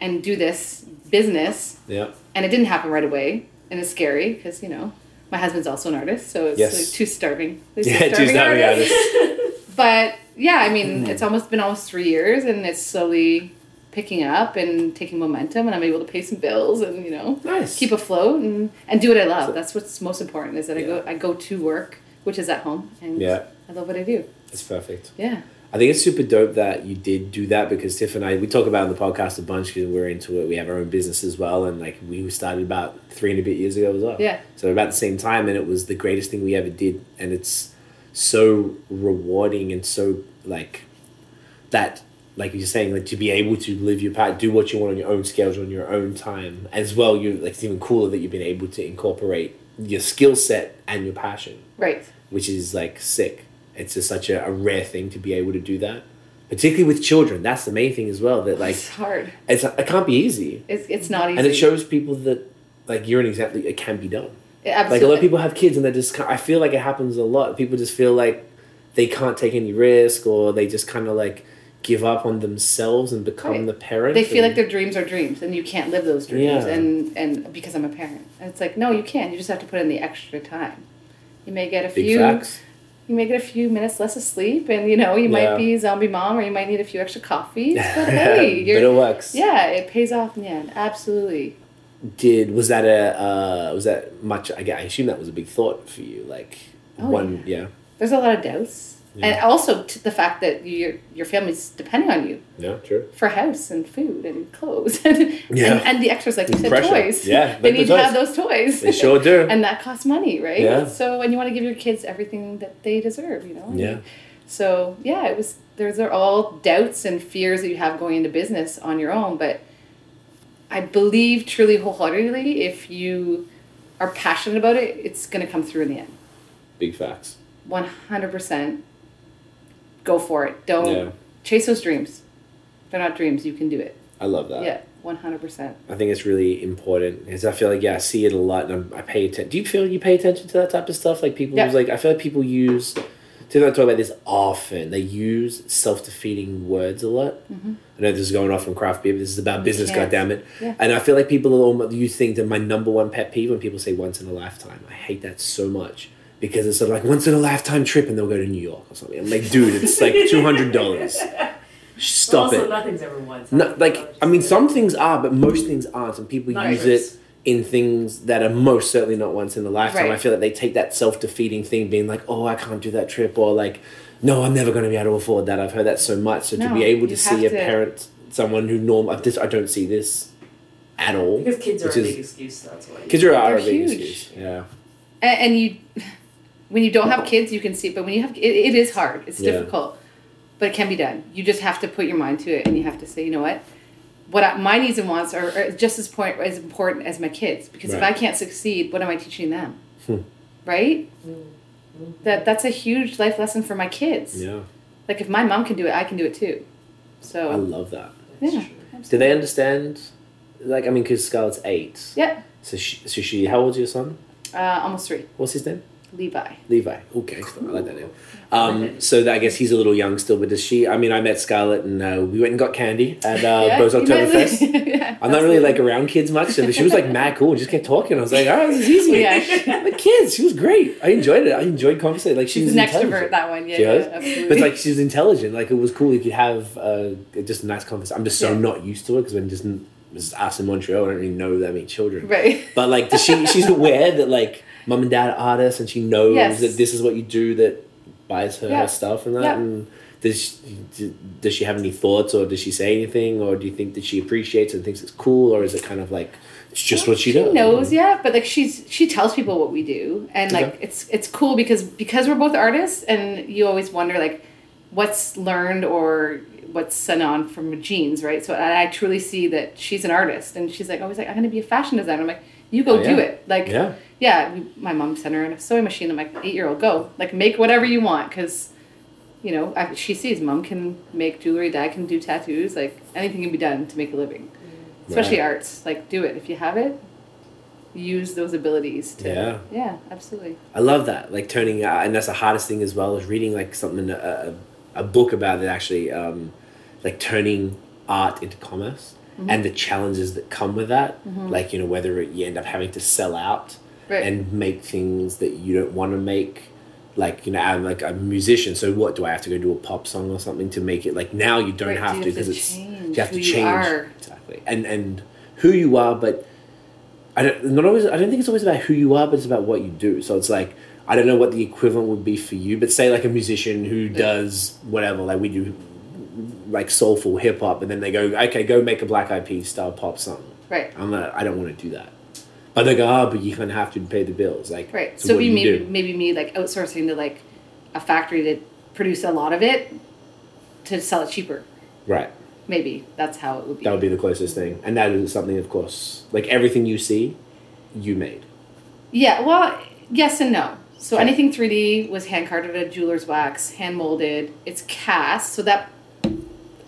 S3: and do this business.
S1: yeah.
S3: And it didn't happen right away, and it's scary because you know my husband's also an artist, so it's
S1: Yes.
S3: like two starving, these two
S1: Yeah,
S3: starving
S1: just having
S3: artists.
S1: artists.
S3: but yeah, I
S1: Mm-hmm.
S3: mean, it's almost been almost three years, and it's slowly picking up and taking momentum, and I'm able to pay some bills, and you know,
S1: Nice.
S3: keep afloat and, and do what I love. That's what's most important is that I go I go to work, which is at home, and
S1: Yeah.
S3: I love what I do.
S1: It's perfect.
S3: Yeah,
S1: I think it's super dope that you did do that because Tiff and I we talk about it on the podcast a bunch because we're into it. We have our own business as well, and like we started about three and a bit years ago as well.
S3: Yeah.
S1: So about the same time, and it was the greatest thing we ever did, and it's so rewarding and so like that. Like you're saying, like to be able to live your part, do what you want on your own schedule, on your own time, as well. You like it's even cooler that you've been able to incorporate your skill set and your passion
S3: right.
S1: which is like sick. It's just such a, a rare thing to be able to do that, particularly with children. That's the main thing as well. That like
S3: it's hard.
S1: it's it can't be easy,
S3: It's it's not easy.
S1: and it shows people that like you're an example. It can be done.
S3: It
S1: Like a
S3: absolutely.
S1: lot of people have kids and they just can't, I feel like it happens a lot. People just feel like they can't take any risk or they just kind of like give up on themselves and become
S3: Right.
S1: the parent.
S3: They feel like
S1: and-
S3: their dreams are dreams, and you can't live those dreams.
S1: Yeah.
S3: And and because I'm a parent, And it's like no, you can. You just have to put in the extra time. You may get a
S1: big
S3: few.
S1: facts.
S3: you may get a few minutes less of sleep and you know you
S1: Yeah.
S3: might be zombie mom or you might need a few extra coffees but hey
S1: but it
S3: you're,
S1: works.
S3: yeah it pays off in the end absolutely
S1: did was that a uh, was that much I, gue- I assume that was a big thought for you like
S3: Oh,
S2: Oh,
S1: one yeah
S3: there's a lot of doubts and
S1: Yeah.
S3: also t- the fact that your your family's depending on you
S1: yeah true
S3: for house and food and clothes and,
S1: Yeah.
S3: and, and the extras like you said
S1: Pressure.
S3: toys
S1: Yeah,
S3: they
S1: like the
S3: need to
S1: toys.
S3: have those toys
S1: They sure do.
S3: and that costs money right
S1: Yeah.
S3: so and you want to give your kids everything that they deserve you know
S1: Yeah.
S3: so yeah it was those are all doubts and fears that you have going into business on your own but i believe truly wholeheartedly if you are passionate about it it's going to come through in the end
S1: big facts
S3: 100% go for it don't
S1: Yeah.
S3: chase those dreams they're not dreams you can do it
S1: I love that
S3: yeah 100%
S1: I think it's really important because I feel like yeah I see it a lot and I'm, I pay attention do you feel you pay attention to that type of stuff like people
S3: Yeah.
S1: use like I feel like people use Tim and I talk about this often they use self defeating words a lot I know this is going off from craft beer but this is about business
S3: Mm-hmm. can't.
S1: goddammit
S3: Yeah.
S1: and I feel like people are almost you think that my number one pet peeve when people say once in a lifetime I hate that so much because it's sort of like once in a lifetime trip and they'll go to New York or something I'm like dude it's like two hundred dollars stop
S4: also,
S1: it
S4: nothing's ever once.
S1: no, like I mean, some things are, but most things aren't, and people
S4: Not
S1: use
S4: yours.
S1: it in things that are most certainly not once in a lifetime.
S3: Right.
S1: I feel like they take that self defeating thing, being like, "Oh, I can't do that trip," or like, "No, I'm never going to be able to afford that." I've heard that so much. So to
S3: No,
S1: be able to
S3: you
S1: see a
S3: have to-
S1: parent, someone who norm, I just I don't see this at all.
S4: Because kids are
S1: which
S4: a
S1: is-
S4: big excuse, that's why.
S1: Kids are our
S3: They're
S1: big
S3: huge.
S1: excuse. Yeah,
S3: and, and you when you don't have kids you can see it, but when you have it, it is hard it's
S1: Yeah.
S3: difficult but it can be done you just have to put your mind to it and you have to say you know what what I, my needs and wants are, are just as point as important as my kids because if
S1: Right. Hmm.
S3: I can't succeed, what am I teaching them? Right? That that's a huge life lesson for my kids.
S1: Yeah.
S3: Like if my mom can do it, I can do it too. So
S1: I love that.
S4: That's
S3: yeah,
S4: true.
S1: Do they understand? Like, I mean, because Scarlett's eight.
S3: Yep.
S1: So she, so she, how old's your son?
S3: Uh, almost three.
S1: What's his name?
S3: Levi.
S1: Levi. Okay, I like that name. Um, so that, I guess he's a little young still, but does she? I mean, I met Scarlett and uh, we went and got candy at uh,
S3: Yeah,
S1: Bo's
S3: you might as well-
S1: Oktoberfest.
S3: yeah,
S1: I'm not really like around kids much, and she was like mad cool and just kept talking. I was like, oh, this is easy.
S3: Yeah.
S1: the kids, she was great. I enjoyed it. I enjoyed conversation. Like she
S3: She's
S1: was
S3: an
S1: intelligent.
S3: extrovert. That one. Yeah.
S1: She
S3: yeah
S1: was?
S3: absolutely.
S1: But like she was intelligent. Like it was cool. You could have uh, just a nice conversation. I'm just so
S3: Yeah.
S1: not used to it because when just this is us in Montreal, I don't really know that many children.
S3: right.
S1: But like does she, she's aware that like mum and dad are artists, and she knows
S3: Yes.
S1: that this is what you do that buys her,
S3: Yeah.
S1: her stuff and that.
S3: Yeah.
S1: And does she, does she have any thoughts, or does she say anything, or do you think that she appreciates and thinks it's cool, or is it kind of like it's just what she,
S3: she
S1: does?
S3: knows yeah but like she's she tells people what we do and like
S1: Okay.
S3: it's it's cool because because we're both artists and you always wonder like what's learned or what's sent on from genes right so i, I truly see that she's an artist and she's like always like i'm gonna be a fashion designer i'm like you go
S1: Oh, yeah.
S3: do it like
S1: Yeah.
S3: yeah we, my mom sent her a sewing machine i'm like eight year old go like make whatever you want because you know I, she sees mom can make jewelry dad can do tattoos like anything can be done to make a living
S1: Mm.
S3: especially
S1: Right.
S3: arts like do it if you have it use those abilities to
S1: Yeah.
S3: yeah absolutely
S1: I love that. Like turning, uh, and that's the hardest thing as well is reading like something a, a, a book about it actually, um, like turning art into commerce
S3: Mm-hmm.
S1: and the challenges that come with that. Like you know whether it, you end up having to sell out
S3: Right.
S1: and make things that you don't want to make. Like you know, I'm like a musician, so what do I have to go do a pop song or something to make it? Like now you don't
S3: Right,
S1: have
S3: you
S1: to
S3: have to
S1: because it's
S3: change
S1: you have
S3: who
S1: to
S3: you
S1: change
S3: are.
S1: exactly and and who you are, but I don't not always I don't think it's always about who you are, but it's about what you do. So it's like I don't know what the equivalent would be for you, but say like a musician who does whatever, like we do like soulful hip hop and then they go, Okay, go make a black eyed peas style pop song.
S3: right
S1: I'm not I don't want to do that. But they go, Oh, but you're gonna have to pay the bills. Like
S3: right so,
S1: what
S3: we
S1: do you
S3: maybe
S1: do?
S3: maybe me like outsourcing to like a factory to produce a lot of it to sell it cheaper
S1: Right.
S3: maybe that's how it would be
S1: That would be the closest thing. And that is something of course like everything you see, you made.
S3: yeah well yes and no so
S1: Okay.
S3: anything 3d was hand carved at jeweler's wax hand molded it's cast so that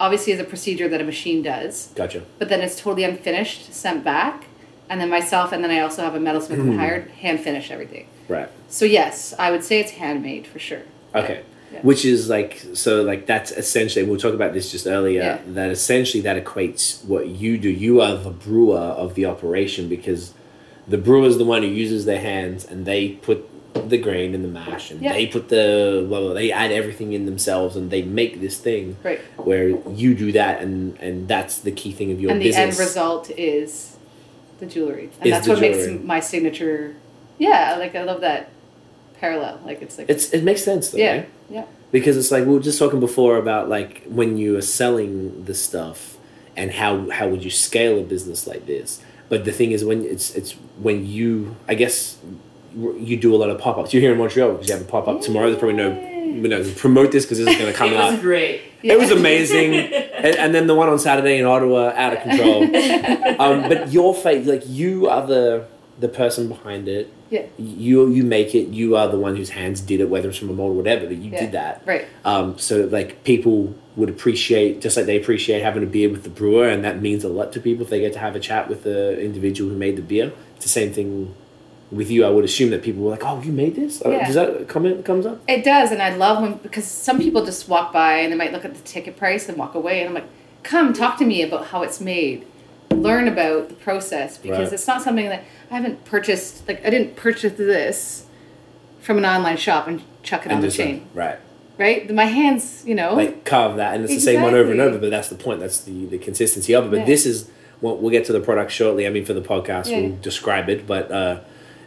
S3: obviously is a procedure that a machine does
S1: Gotcha.
S3: but then it's totally unfinished, sent back, and then myself, and then I also have a metalsmith who hired hand finish everything.
S1: Mm. Right.
S3: So yes, I would say it's handmade for sure.
S1: Okay.
S3: Yeah.
S1: Which is like so like that's essentially and we'll talk about this just earlier
S3: Yeah.
S1: that essentially that equates what you do you are the brewer of the operation because the brewer is the one who uses their hands and they put the grain in the mash and
S3: Yeah.
S1: they put the blah, blah, they add everything in themselves and they make this thing
S3: Right.
S1: where you do that and and that's the key thing of your
S3: and the
S1: business
S3: end result is the jewelry, and
S1: Is
S3: that's
S1: the
S3: what
S1: jewelry.
S3: makes my signature. Yeah, like I love that parallel. Like it's like
S1: it's it makes sense though
S3: yeah,
S1: right?
S3: yeah,
S1: because it's like we were just talking before about like when you are selling the stuff and how how would you scale a business like this but the thing is when it's it's when you i guess you do a lot of pop-ups you're here in montreal because you have a pop-up tomorrow there's probably no we know promote this because this is going to come
S4: It
S1: out
S4: was great.
S3: yeah.
S1: it was amazing and, and then the one on saturday in ottawa out of control um, but your face like you are the the person behind it
S3: yeah,
S1: you you make it you are the one whose hands did it whether it's from a mold or whatever but you
S3: Yeah.
S1: did that
S3: right.
S1: um, so like people would appreciate just like they appreciate having a beer with the brewer and that means a lot to people if they get to have a chat with the individual who made the beer it's the same thing with you i would assume that people were like oh you made this Uh,
S3: Yeah.
S1: does that a comment that comes up
S3: It does, and I love when because some people just walk by and they might look at the ticket price and walk away, and I'm like, "Come talk to me about how it's made, learn about the process because
S1: Right.
S3: it's not something that I haven't purchased. Like I didn't purchase this from an online shop and chuck it on the
S1: just like-
S3: chain,
S1: right
S3: right? My hands, you know,
S1: like carve that and it's the same one over and
S3: Exactly.
S1: over but that's the point that's the, the consistency of it but
S3: Yeah.
S1: this is well, we'll get to the product shortly i mean for the podcast
S3: Yeah.
S1: we'll describe it but uh,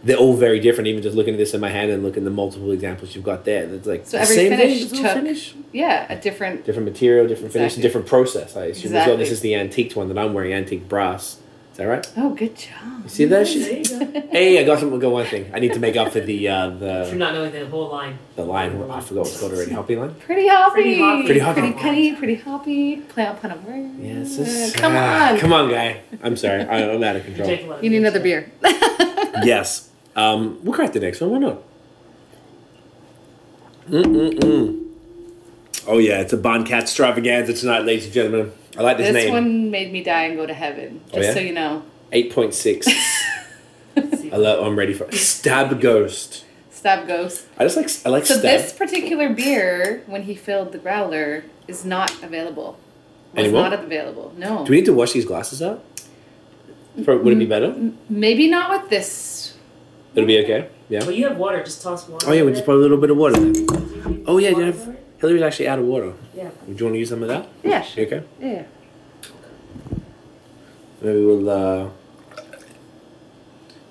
S1: they're all very different even just looking at this in my hand and looking at the multiple examples you've got there it's like
S3: So
S1: the
S3: every
S1: same thing,
S3: finish
S1: it's all
S3: took-
S1: finish.
S3: yeah, a different
S1: different material, different finish,
S3: Exactly.
S1: different process. I assume as well. This
S3: Exactly.
S1: is the antiqued one that I'm wearing, antique brass. that right?
S3: Oh, good job.
S1: See that
S4: There
S1: shit?
S4: you go.
S1: Hey, I got something. Go one thing. I need to make up for the uh,
S4: For
S1: the
S4: not knowing the whole line.
S1: the line. I forgot what's called already. Helpy line.
S3: Pretty hoppy.
S4: Pretty hoppy.
S1: Pretty hoppy.
S3: Pretty penny. Pretty hoppy. Play on pun of words.
S1: Yes. ah,
S3: Uh, come on.
S1: Come on, guy. I'm sorry. I, I'm out of
S4: You
S1: control.
S4: take a lot of
S3: You need
S4: notes.
S3: another beer.
S1: Yes. Um, we'll crack the next one. Why not? Mm-mm-mm. Oh, yeah. It's a Bon Cat extravaganza tonight, ladies and gentlemen. I like this,
S3: this
S1: name.
S3: one made me die and go to heaven. Just
S1: Oh, yeah?
S3: so you know.
S1: 8.6. I love, I'm ready for Stab Ghost.
S3: Stab ghost.
S1: I just like, I like
S3: So
S1: stab.
S3: this particular beer, when he filled the growler, is not available. Was
S1: Anymore?
S3: not available. No.
S1: Do we need to wash these glasses up? For, would it be better?
S3: Maybe not with this.
S1: It'll be okay. Yeah.
S4: Well, you have water. Just toss water.
S1: Oh, yeah.
S4: in
S1: We
S4: it.
S1: just put a little bit of water in there.
S4: You need
S1: Oh, yeah. You
S4: water
S1: have,
S4: for it?
S1: Hillary's actually out of water.
S4: Yeah.
S1: Would you want to use some of that?
S3: Yeah.
S1: You
S3: Sure.
S1: okay?
S3: Yeah.
S1: Maybe we'll uh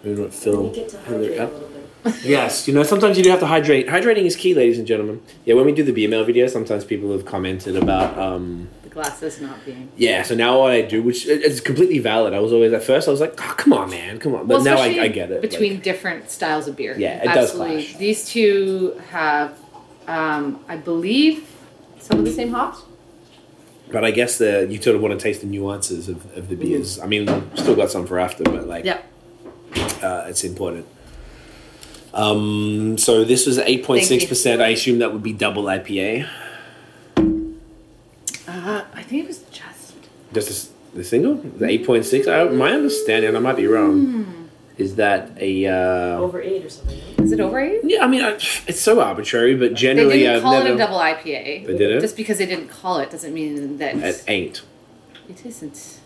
S1: maybe we'll
S4: You
S1: fill
S4: need to get to
S1: Hillary
S4: hydrate a
S1: up.
S4: little bit.
S1: Yes, you know sometimes you do have to hydrate. Hydrating is key, ladies and gentlemen. Yeah, when we do the B mail video, sometimes people have commented about um
S3: The glasses not being.
S1: yeah. So now what I do, which it- it's completely valid. I was always at first I was like, oh, come on, man, come on. But
S3: Well,
S1: now I,
S3: especially
S1: I get it.
S3: Between
S1: like-
S3: different styles of beer.
S1: Yeah, it does clash.
S3: These two have, um, I believe, some of the same hops.
S1: but I guess the you sort of want to taste the nuances of, of
S3: Mm-hmm.
S1: the beers. I mean, we've still got some for after, but like
S3: Yep.
S1: uh, it's important. Um, so this was eight point six percent. I assume that would be double IPA.
S3: Uh, I think it was just.
S1: Just this, the single, the eight point six. My understanding, I might be wrong,
S3: Hmm.
S1: is that a. Uh,
S4: Over eight or something. right?
S3: Is it over eight?
S1: yeah, I mean, I, it's so arbitrary, but
S3: They
S1: generally,
S3: didn't
S1: I've
S3: call it a
S1: never.
S3: double IPA.
S1: They didn't?
S3: Just because they didn't call it doesn't mean that
S1: It ain't.
S3: it isn't.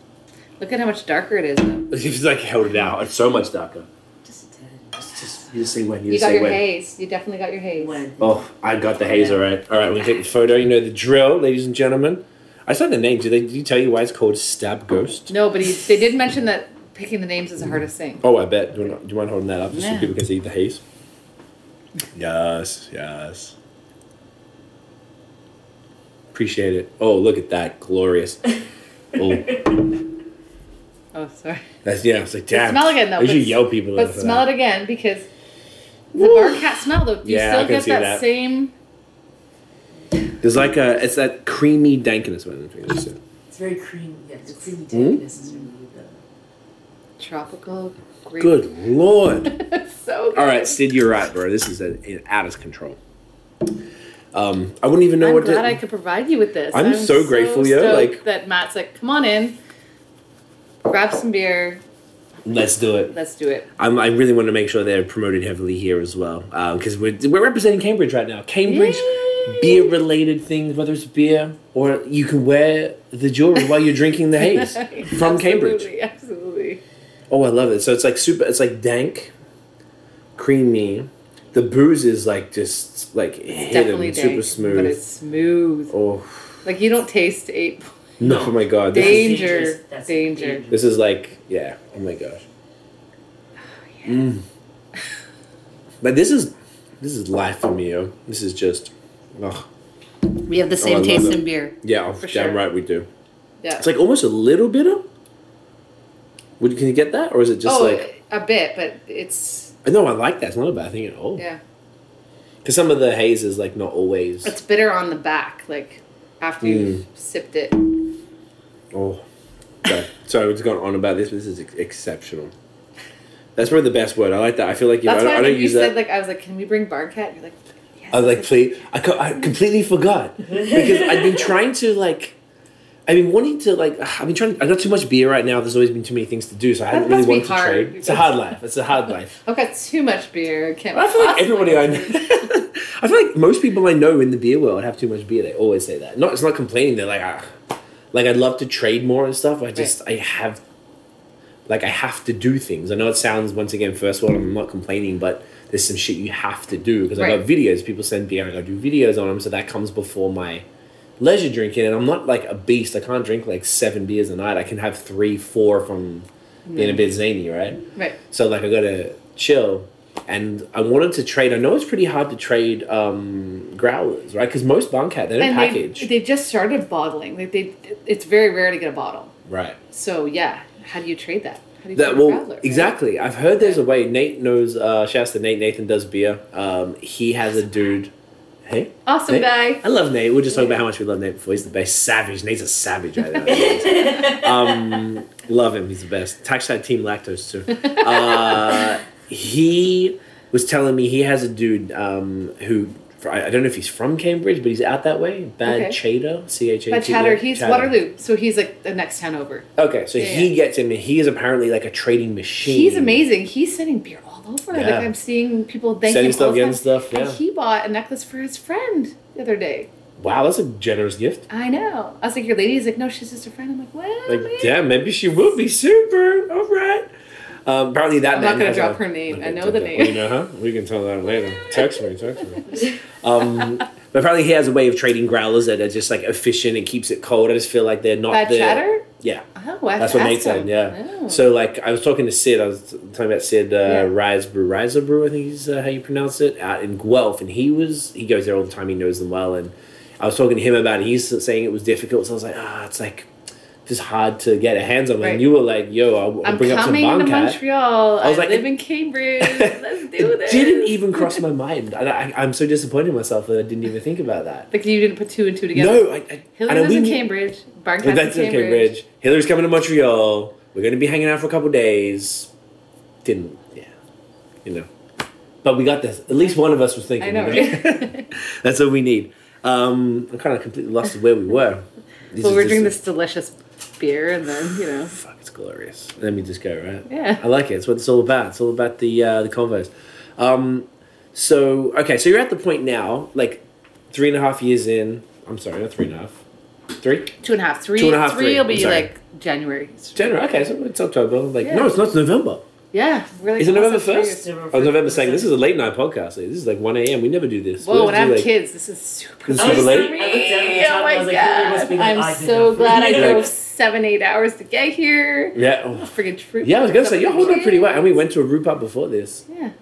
S3: Look at how much darker it is. Though.
S1: It's like held it out. It's so much darker.
S3: Just a
S1: It's just you just say when
S3: You,
S1: just
S3: got
S1: say
S3: your
S1: when.
S3: haze. You definitely got your haze.
S4: When?
S1: Oh, I got the haze. All right, all right. We're gonna take the photo. You know the drill, ladies and gentlemen. I said the name. Did they? Did you tell you why it's called Stab Ghost?
S3: No, but he, they did mention that picking the names is the hardest thing.
S1: Oh, I bet. Do you, want, do you mind holding that up just so
S3: Yeah.
S1: people can see the haze? Yes, yes. Appreciate it. Oh, look at that. Glorious. Oh,
S3: Oh, sorry.
S1: that's, yeah, it's like,
S3: But
S1: damn.
S3: smell again, though.
S1: I
S3: but
S1: usually
S3: s-
S1: yell people
S3: But smell it again because the
S1: Woo.
S3: bar cat smell, though. You
S1: Yeah, I
S3: still
S1: can
S3: get
S1: see
S3: that,
S1: that.
S3: same.
S1: again. There's like a, it's that creamy dankness when it is.
S4: It's very creamy. Yeah, it's creamy
S1: Mm.
S4: dankness is really good.
S3: Tropical grape.
S1: Good lord.
S3: so good.
S1: All right, Sid, you're right, bro. This is a, an out of control. Um, I wouldn't even know
S3: I'm
S1: what
S3: glad
S1: to.
S3: I could provide you with this.
S1: I'm so grateful, yo,
S3: stoked
S1: like-
S3: that Matt's like, come on in, grab some beer,
S1: Let's do it.
S3: let's do it.
S1: I'm, I really want to make sure they're promoted heavily here as well because we're, we're representing Cambridge right now. Cambridge
S3: Yay!
S1: beer related things, whether it's beer or you can wear the jewelry while you're drinking the haze from Cambridge.
S3: Absolutely, absolutely.
S1: Oh, I love it. So it's like super. It's like dank, creamy. The booze is like just like hidden,
S3: Definitely
S1: super
S3: dank,
S1: smooth.
S3: but it's smooth.
S1: oh
S3: Like you don't taste eight.
S1: no! Oh my god! This is,
S3: Dank.
S4: That's dangerous.
S3: Danger, danger.
S1: this is like yeah. Oh my gosh.
S3: Oh,
S1: Mm. But this is this is life for me. Yo. This is just. Oh,
S3: We have the
S1: same Oh, I love taste it. in
S3: beer.
S1: yeah, oh,
S3: For
S1: damn
S3: sure.
S1: right we do.
S3: Yeah.
S1: It's like almost a little bitter. Would can you get that, or is it just
S3: oh,
S1: like?
S3: a bit, but it's
S1: No, I like that. It's not a bad thing at all.
S3: yeah.
S1: Because some of the haze is like not always.
S3: It's bitter on the back, like after you've
S1: Mm.
S3: sipped it.
S1: Oh, okay. so it's gone on about this, but this is ex- exceptional. That's probably the best word. I like that. I feel like you.
S3: That's
S1: I don't,
S3: why
S1: I don't
S3: when you
S1: use
S3: said
S1: that.
S3: like I was like, can we bring Barcat? You're like, yes.
S1: I was like,
S3: it's
S1: please. I, co- I completely forgot because I've been trying to like. I've been wanting to like. I've been trying. I got too much beer right now. There's always been too many things to do, so I haven't
S3: That
S1: really
S3: must be
S1: wanted to
S3: hard.
S1: trade. It's a hard life. It's a hard life.
S3: I've got too much beer. Can't
S1: I feel like
S3: possibly-"
S1: everybody I know. I feel like most people I know in the beer world have too much beer. They always say that. Not it's not complaining. They're like, ah, like I'd love to trade more and stuff. I just I have, like I have to do things. I know it sounds once again first world. I'm not complaining, but there's some shit you have to do because I
S3: Right.
S1: got videos. People send beer and I do videos on them, so that comes before my leisure drinking. And I'm not like a beast. I can't drink like seven beers a night. I can have three, four from being a bit zany, right?
S3: Right.
S1: So like I gotta chill, and I wanted to trade. I know it's pretty hard to trade um, growlers, right? Because most bunkat they don't
S3: And they,
S1: package,
S3: they just started bottling. Like they, it's very rare to get a bottle.
S1: right?
S3: So yeah, how do you trade that? How do you
S1: That
S3: feel
S1: well,
S3: about Rattler, right?
S1: exactly. I've heard there's a way. Nate knows. Uh, shouts to Nate. Nathan does beer. Um, he has a dude. Hey,
S3: Awesome
S1: Nate?
S3: guy.
S1: I love Nate. We We're just talking about how much we love Nate before. He's the best. Savage. Nate's a savage right now. um, love him. He's the best. Hashtag Team Lactose too. Uh, he was telling me he has a dude um, who I I don't know if he's from Cambridge, but he's out that way. Bad
S3: Okay.
S1: Chater, C H A T. E
S3: But Chatter, he's Waterloo, so he's like the next town over.
S1: Okay, so
S3: Yeah,
S1: he
S3: yeah.
S1: gets in, and he is apparently like a trading machine.
S3: He's amazing. He's sending beer all over.
S1: Yeah.
S3: Like I'm seeing people thank
S1: Sending
S3: him
S1: stuff,
S3: all the
S1: getting
S3: time.
S1: stuff,
S3: And
S1: yeah.
S3: he bought a necklace for his friend the other day.
S1: Wow, that's a generous gift.
S3: I know. I was like, your lady is like, no, she's just a friend. I'm like, well,
S1: Like,
S3: man.
S1: damn, maybe she will be super. All right. Um, apparently that
S3: I'm
S1: man
S3: not gonna
S1: has
S3: drop
S1: a-
S3: her name.
S1: Okay,
S3: I know the
S1: okay.
S3: name.
S1: Well, you know, huh? We can tell that later. Text me, text me. Um, but apparently he has a way of trading growlers that are just like efficient and keeps it cold. I just feel like they're not
S3: Bad
S1: the-
S3: chatter?
S1: Yeah.
S3: Oh, I have
S1: That's
S3: to
S1: what Nate
S3: ask
S1: said,
S3: him.
S1: yeah.
S3: Oh.
S1: So, like, I was talking to Sid. I was talking about Sid uh,
S3: Yeah.
S1: Rise Brew, Riser Brew, I think is uh, how you pronounce it, out in Guelph. And he was, he goes there all the time. He knows them well. And I was talking to him about it. He's saying it was difficult. So I was like, ah, it's like just hard to get a hands on.
S3: Right.
S1: And you were like, yo, I'll, I'll
S3: I'm
S1: bring up some
S3: coming to
S1: Boncat.
S3: Montreal. I,
S1: was like,
S3: live
S1: it-
S3: in Cambridge. Let's do
S1: It
S3: this.
S1: didn't even cross my mind. And I, I, I'm so disappointed in myself that I didn't even think about that.
S3: Like you didn't put two and two together.
S1: No, I, I,
S3: Hillary
S1: I know
S3: lives
S1: we
S3: in
S1: knew-
S3: Cambridge. Barn
S1: But
S3: Cats
S1: that's
S3: in
S1: okay,
S3: Cambridge.
S1: Ridge. Hillary's coming to Montreal. We're gonna be hanging out for a couple days. Didn't yeah, you know. But we got this. At least one of us was thinking.
S3: I know,
S1: you that's what we need. Um, I'm kind of completely lost of where we were. This
S3: Well,
S1: is-
S3: we're drinking
S1: is-
S3: this delicious beer, and then you know,
S1: Fuck, it's glorious. Let me just go right.
S3: Yeah.
S1: I like it. It's what it's all about. It's all about the uh, the convos. Um, so okay, so you're at the point now, like three and a half years in. I'm sorry, not three and a half. Three.
S3: two and a half, three,
S1: Two and a half,
S3: three,
S1: three.
S3: will
S1: I'm
S3: be
S1: sorry.
S3: like January.
S1: January. Okay, so it's October. Like
S3: Yeah.
S1: no, it's not it's November.
S3: Yeah, we're like
S1: Is it
S3: almost
S1: November
S3: at three years.
S1: first?
S4: November
S1: Oh, November
S4: 1st.
S1: second. This is a late night podcast. Like, This is like one a.m. We never do this.
S3: Whoa,
S1: We
S3: when I
S1: always
S3: have
S1: do, like-
S3: kids, this is super.
S1: This is super late.
S4: I looked down at the
S3: Oh
S4: time and I was
S3: my
S4: like, Hillary must
S3: god!
S4: be like,
S3: I'm
S4: I did
S3: so
S4: that.
S3: glad I
S4: Yeah.
S3: drove seven, eight hours to get here.
S1: Yeah. oh.
S3: Friggin' troop.
S1: Yeah, I was gonna say you're holding up pretty well, and
S3: Yeah,
S1: we went to a root pub before this.
S3: I got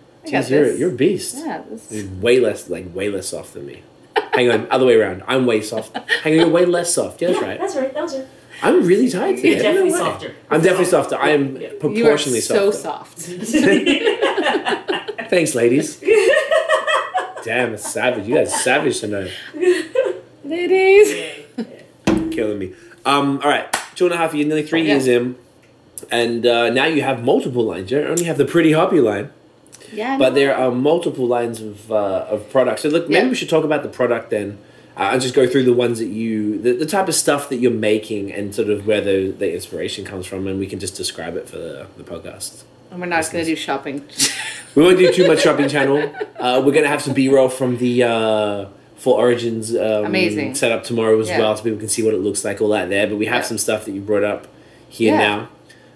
S1: Jeez, you're
S3: this.
S1: you're a beast.
S3: Yeah, this
S1: You're way less like way less soft than me. Hang on, other way around. I'm way soft. Hang on, you're way less soft. Yeah, that's right.
S4: That's right. That was right.
S1: I'm really tired today.
S4: You're definitely
S1: No way.
S4: softer.
S1: I'm definitely softer. I am
S4: Yeah.
S1: proportionally
S3: you are so
S1: softer.
S3: soft.
S1: Thanks, ladies. Damn, it's savage. You guys are savage tonight.
S3: Ladies.
S1: killing me. Um, all right, two and a half years, nearly three
S3: Yeah.
S1: years in, and uh, now you have multiple lines. You don't only have the pretty hoppy line,
S3: Yeah.
S1: but there are multiple lines of uh, of products. So look, maybe
S3: Yeah.
S1: we should talk about the product then. Uh, I'll just go through the ones that you, the, the type of stuff that you're making, and sort of where the, the inspiration comes from, and we can just describe it for the, the podcast.
S3: And we're not going to do shopping.
S1: We won't do too much shopping channel. Uh, we're gonna have some B roll from the uh, Full Origins um,
S3: Amazing.
S1: setup tomorrow as
S3: Yeah.
S1: well, so people can see what it looks like, all that there. But we have
S3: Yeah.
S1: some stuff that you brought up here
S3: Yeah.
S1: now.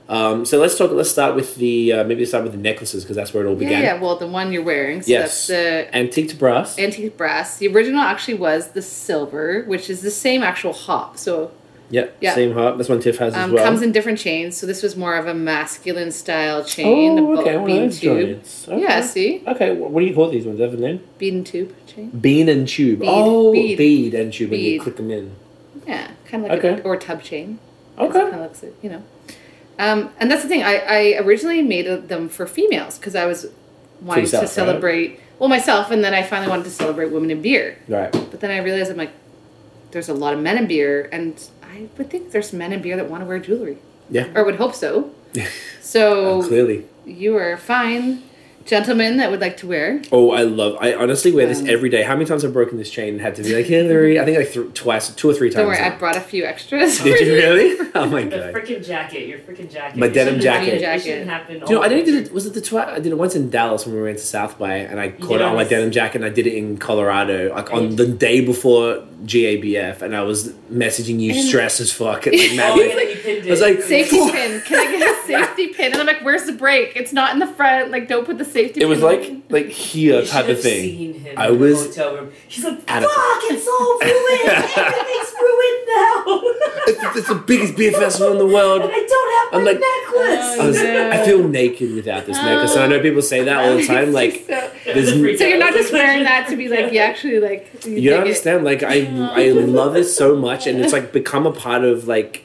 S1: Um, so let's talk. Let's start with the uh, maybe start with the necklaces because that's where it all
S3: yeah,
S1: began.
S3: yeah. Well, the one you're wearing. So
S1: Yes,
S3: That's the
S1: antique to brass.
S3: antique brass. The original actually was the silver, which is the same actual hop. So
S1: yep,
S3: yeah.
S1: same heart. That's one Tiff has as
S3: um,
S1: well.
S3: comes in different chains. So this was more of a masculine style chain.
S1: oh,
S3: a
S1: okay, one of
S3: bean
S1: those
S3: tube.
S1: joints. Okay.
S3: Yeah. See,
S1: Okay, wh- what do you call these ones? Do you have a name?
S3: bean tube chain.
S1: Bean and tube.
S3: Bead.
S1: Oh,
S3: Bead.
S1: bead. and tube. When you
S3: Bead.
S1: click them in.
S3: Yeah. Kind of like
S1: Okay.
S3: a, or tub chain. kind
S1: Okay.
S3: of looks like, you know. Um, and that's the thing. I, I originally made them for females because I was wanting
S1: yourself,
S3: to
S1: right?
S3: celebrate well myself, and then I finally wanted to celebrate women in beer.
S1: Right.
S3: But then I realized I'm like, there's a lot of men in beer, and I would think there's men in beer that want to wear jewelry,
S1: Yeah.
S3: or would hope so. So
S1: Clearly.
S3: you are fine, gentlemen that would like to wear.
S1: Oh, I love. I honestly wear this
S3: Um,
S1: every day. How many times I've broken this chain and had to be like Hillary? I think like th- twice, two or three times.
S3: Don't worry,
S1: now.
S3: I brought a few extras. for
S1: Did you really? Oh my
S4: The
S1: god.
S4: freaking jacket. Your freaking jacket.
S1: My
S4: It
S1: denim
S4: shouldn't
S1: jacket.
S4: happen-
S3: Jacket.
S4: It shouldn't happen.
S1: Do you know,
S4: all
S1: I didn't
S4: over.
S1: did it. Was it the twi- I did it once in Dallas when we went to South by, and I caught
S4: did
S1: it on my
S4: once.
S1: denim jacket. and I did it in Colorado, like on the day before GABF, and I was messaging you
S3: And-
S1: stress as fuck. and, like, mad,
S4: Oh,
S1: like,
S4: and then you pinned it.
S1: I was like,
S3: Safety
S1: "Phew."
S3: pin. Can I get a safety pin? And I'm like, where's the break? It's not in the front. Like, don't put the
S1: It
S3: safety pin.
S1: was like like
S4: You
S1: here
S4: should
S1: type of
S4: have
S1: thing.
S4: Seen him
S1: I
S4: in the
S1: was-
S4: hotel room. He's like,
S1: Out
S4: fuck,
S1: of-
S4: it's all ruined. Everything's ruined now.
S1: It's, it's the biggest beer festival in the world.
S4: and I don't have
S1: I'm
S4: my
S1: like-
S4: necklace.
S1: I, was,
S3: no.
S1: I feel naked without this necklace, and I know people say that all the time. Like
S3: so,
S1: There's n-
S3: so you're not just wearing that to be like you actually like you,
S1: you don't
S3: dig it.
S1: understand like i i love this so much and it's like become a part of like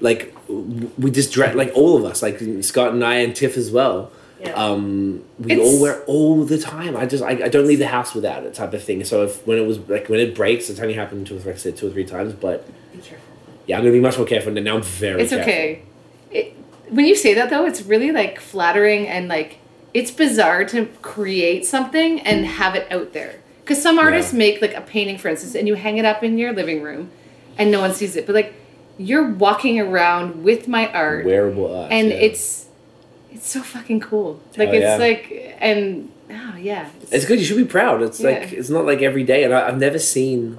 S1: like we just dress like all of us, like Scott and I and Tiff as well.
S4: Yeah.
S1: Um, we
S3: It's-
S1: all wear all the time. I just I, I don't leave the house without it type of thing. So if when it was like when it breaks, it's only happened to us like I said two or three times. But
S4: Be careful.
S1: yeah, I'm gonna be much more careful now. I'm very.
S3: It's
S1: careful.
S3: okay. It, when you say that though, it's really like flattering and like it's bizarre to create something and
S1: Mm.
S3: have it out there. Because some artists make like a painting, for instance, and you hang it up in your living room, and no one sees it. But like you're walking around with my art,
S1: Wearable art.
S3: and
S1: yeah.
S3: it's it's so fucking cool. Like
S1: Oh,
S3: it's
S1: yeah.
S3: like and oh yeah,
S1: It's good. You should be proud. It's like
S3: Yeah.
S1: it's not like every day, and I, I've never seen.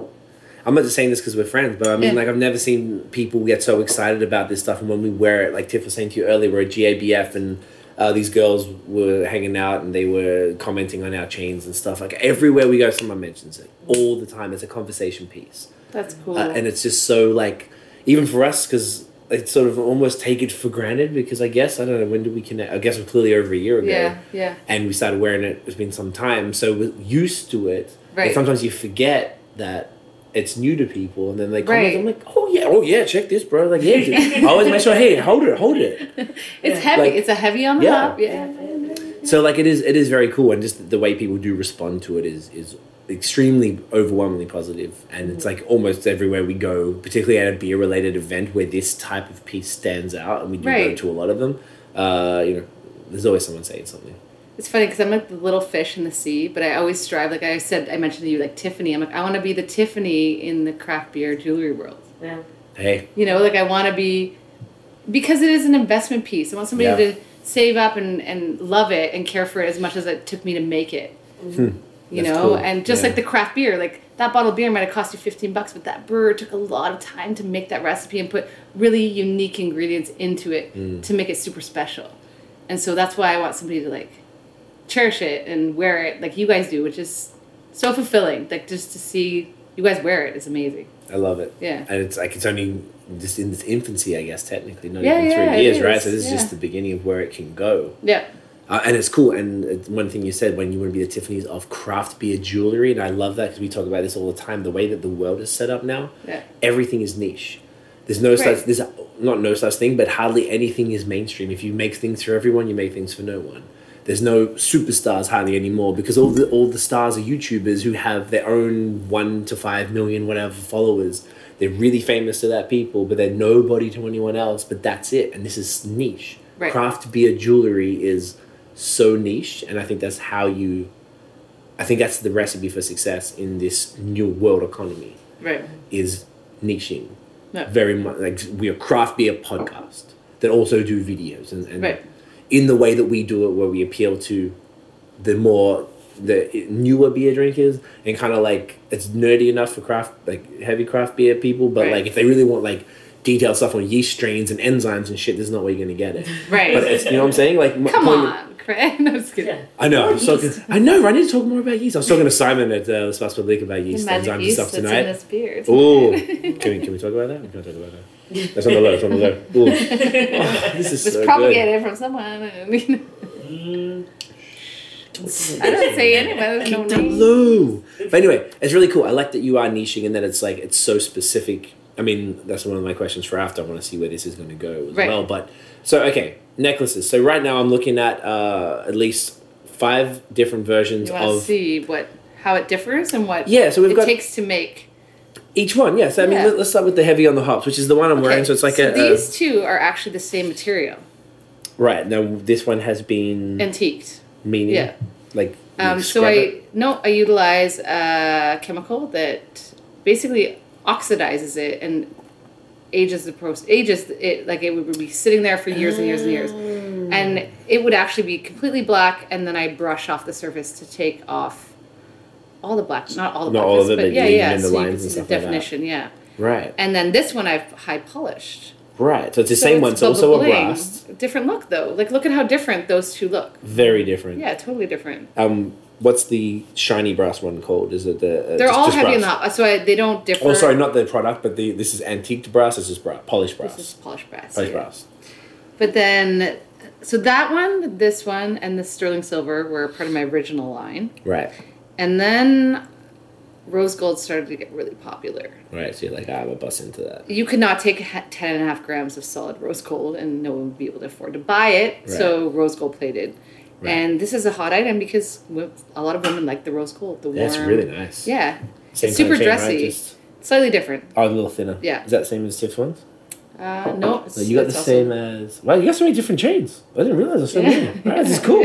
S1: I'm not just saying this because we're friends, but I mean,
S3: Yeah.
S1: like, I've never seen people get so excited about this stuff. And when we wear it, like Tiff was saying to you earlier, we're at GABF, and uh, these girls were hanging out and they were commenting on our chains and stuff. Like everywhere we go, someone mentions it all the time. It's a conversation piece,
S3: that's cool.
S1: uh, and it's just so like, even for us, because it's sort of almost take it for granted. Because I guess I don't know when did we connect? I guess we're clearly over a year ago
S3: yeah, yeah.
S1: and we started wearing it. It's been some time, so we're used to it.
S3: Right.
S1: And sometimes you forget that it's new to people, and then they comment.
S3: Right.
S1: I'm like, oh yeah, oh yeah, check this, bro. Like yeah, dude. I always make sure, hey, hold it, hold it.
S3: It's heavy.
S1: Like-
S3: it's a heavy on the
S1: Yeah.
S3: top. Yeah.
S1: So like it is, it is very cool, and just the way people do respond to it is is extremely overwhelmingly positive and it's like almost everywhere we go particularly at a beer related event where this type of piece stands out and we do go
S3: Right.
S1: to a lot of them uh you know there's always someone saying something
S3: It's funny because I'm like the little fish in the sea, but I always strive. Like I said, I mentioned to you, like Tiffany. I'm like, I want to be the Tiffany in the craft beer jewelry world.
S4: Yeah.
S1: hey
S3: You know, like I want to be because it is an investment piece. I want somebody
S1: Yeah.
S3: to save up and and love it and care for it as much as it took me to make it. You
S1: Hmm. That's
S3: know,
S1: cool.
S3: and just
S1: Yeah.
S3: like the craft beer, like that bottle of beer might have cost you 15 bucks, but that brewer took a lot of time to make that recipe and put really unique ingredients into it
S1: Hmm.
S3: to make it super special. And so that's why I want somebody to like cherish it and wear it like you guys do, which is so fulfilling. Like just to see you guys wear it is amazing.
S1: I love it.
S3: Yeah.
S1: And it's like it's only just in its infancy, I guess, technically, not
S3: Yeah,
S1: even
S3: yeah,
S1: three
S3: it
S1: years, right?
S3: is.
S1: So this is
S3: Yeah.
S1: just the beginning of where it can go.
S3: Yeah.
S1: Uh, and it's cool. And it's one thing you said when you want to be the Tiffany's of craft beer jewelry, and I love that because we talk about this all the time. The way that the world is set up now,
S3: Yeah.
S1: everything is niche. There's no
S3: Right.
S1: such there's not no such thing, but hardly anything is mainstream. If you make things for everyone, you make things for no one. There's no superstars hardly anymore because all the all the stars are YouTubers who have their own one to five million whatever followers. They're really famous to that people, but they're nobody to anyone else. But that's it, and this is niche.
S3: Right.
S1: Craft beer jewelry is so niche, and I think that's how you. I think that's the recipe for success in this new world economy
S3: Right.
S1: is niching
S3: Yeah.
S1: very much like we are craft beer podcast that also do videos and, and
S3: Right.
S1: in the way that we do it where we appeal to the more the newer beer drinkers and kind of like it's nerdy enough for craft like heavy craft beer people but
S3: Right.
S1: like if they really want like detailed stuff on yeast strains and enzymes and shit there's not where you're gonna get it
S3: Right.
S1: but it's, you know what i'm saying like my
S3: Come
S1: point-
S3: on, Craig. No, I'm just kidding.
S4: Yeah.
S1: I know. I, was
S4: More
S1: talking, I know. I need to talk more about yeast. I was talking to Simon at uh, the Spas Public about yeast
S3: The magic
S1: enzymes and
S3: yeast
S1: stuff
S3: that's in
S1: tonight.
S3: this beer. It's
S1: Ooh, can we can we talk about that? We can't talk about that. That's on the low. It's on the low. Ooh. Oh, this is
S3: It was
S1: so good.
S3: propagated from someone. And, you know, I don't say anyone. There's no
S1: The
S3: name.
S1: low. But anyway, it's really cool. I like that you are niching and that it's like it's so specific. I mean, that's one of my questions for after. I want to see where this is going to go as
S3: Right.
S1: well. But so okay, necklaces. So right now I'm looking at uh, at least five different versions
S3: You want to
S1: of
S3: see what how it differs and what
S1: Yeah, so we've
S3: it
S1: got-
S3: takes to make.
S1: each one. Yes, I mean
S3: Yeah.
S1: let, us start with the heavy on the hops, which is the one I'm wearing. So it's like a, uh, a
S3: these two are actually the same material,
S1: right now. This one has been
S3: antiqued.
S1: meaning
S3: yeah.
S1: like Mm. you
S3: Um, so
S1: scrub it?
S3: I no, I utilize a chemical that basically oxidizes it and ages the process. Ages it like it would be sitting there for years and years and years, and it would actually be completely black. And then I brush off the surface to take off all the black, not all the
S1: Not
S3: blackness,
S1: all of it,
S3: but
S1: but
S3: yeah,
S1: leaving
S3: yeah.
S1: in the
S3: so you
S1: lines
S3: can
S1: and
S3: see
S1: stuff
S3: the
S1: like that.
S3: definition, yeah.
S1: right.
S3: And then this one I've high polished.
S1: Right. So it's the
S3: So
S1: same one.
S3: it's
S1: So also a
S3: bubble bling.
S1: blast.
S3: Different look though. Like look at how different those two look.
S1: Very different.
S3: Yeah, totally different.
S1: Um, what's the shiny brass one called? Is it the? Uh,
S3: They're
S1: just-
S3: all
S1: just
S3: heavy
S1: brass?
S3: enough, so I, they don't differ.
S1: Oh, sorry, not the product, but the this is antiqued brass. This is brass, polished brass.
S3: This is polished brass.
S1: polished
S3: yeah.
S1: brass.
S3: But then, so that one, this one, and the sterling silver were part of my original line.
S1: Right.
S3: And then rose gold started to get really popular.
S1: Right, so you're like, "Ah, I'm a bust into that.
S3: You could not take ha- 10 and a half grams of solid rose gold, and no one would be able to afford to buy it, so rose gold plated.
S1: Right.
S3: And this is a hot item because wo- a lot of women like the rose gold. The warm,
S1: That's really nice.
S3: Yeah.
S1: Same
S3: it's
S1: kind
S3: super
S1: of chain, right?
S3: dressy.
S1: Just-
S3: Slightly different.
S1: oh, a little thinner.
S3: Yeah.
S1: Is that the same as Tiff's ones?
S3: Uh, no, it's,
S1: So you got the
S3: it's also-
S1: same as. Wow, you got so many different chains. I didn't realize there's so
S3: Yeah.
S1: many. Wow, this is cool.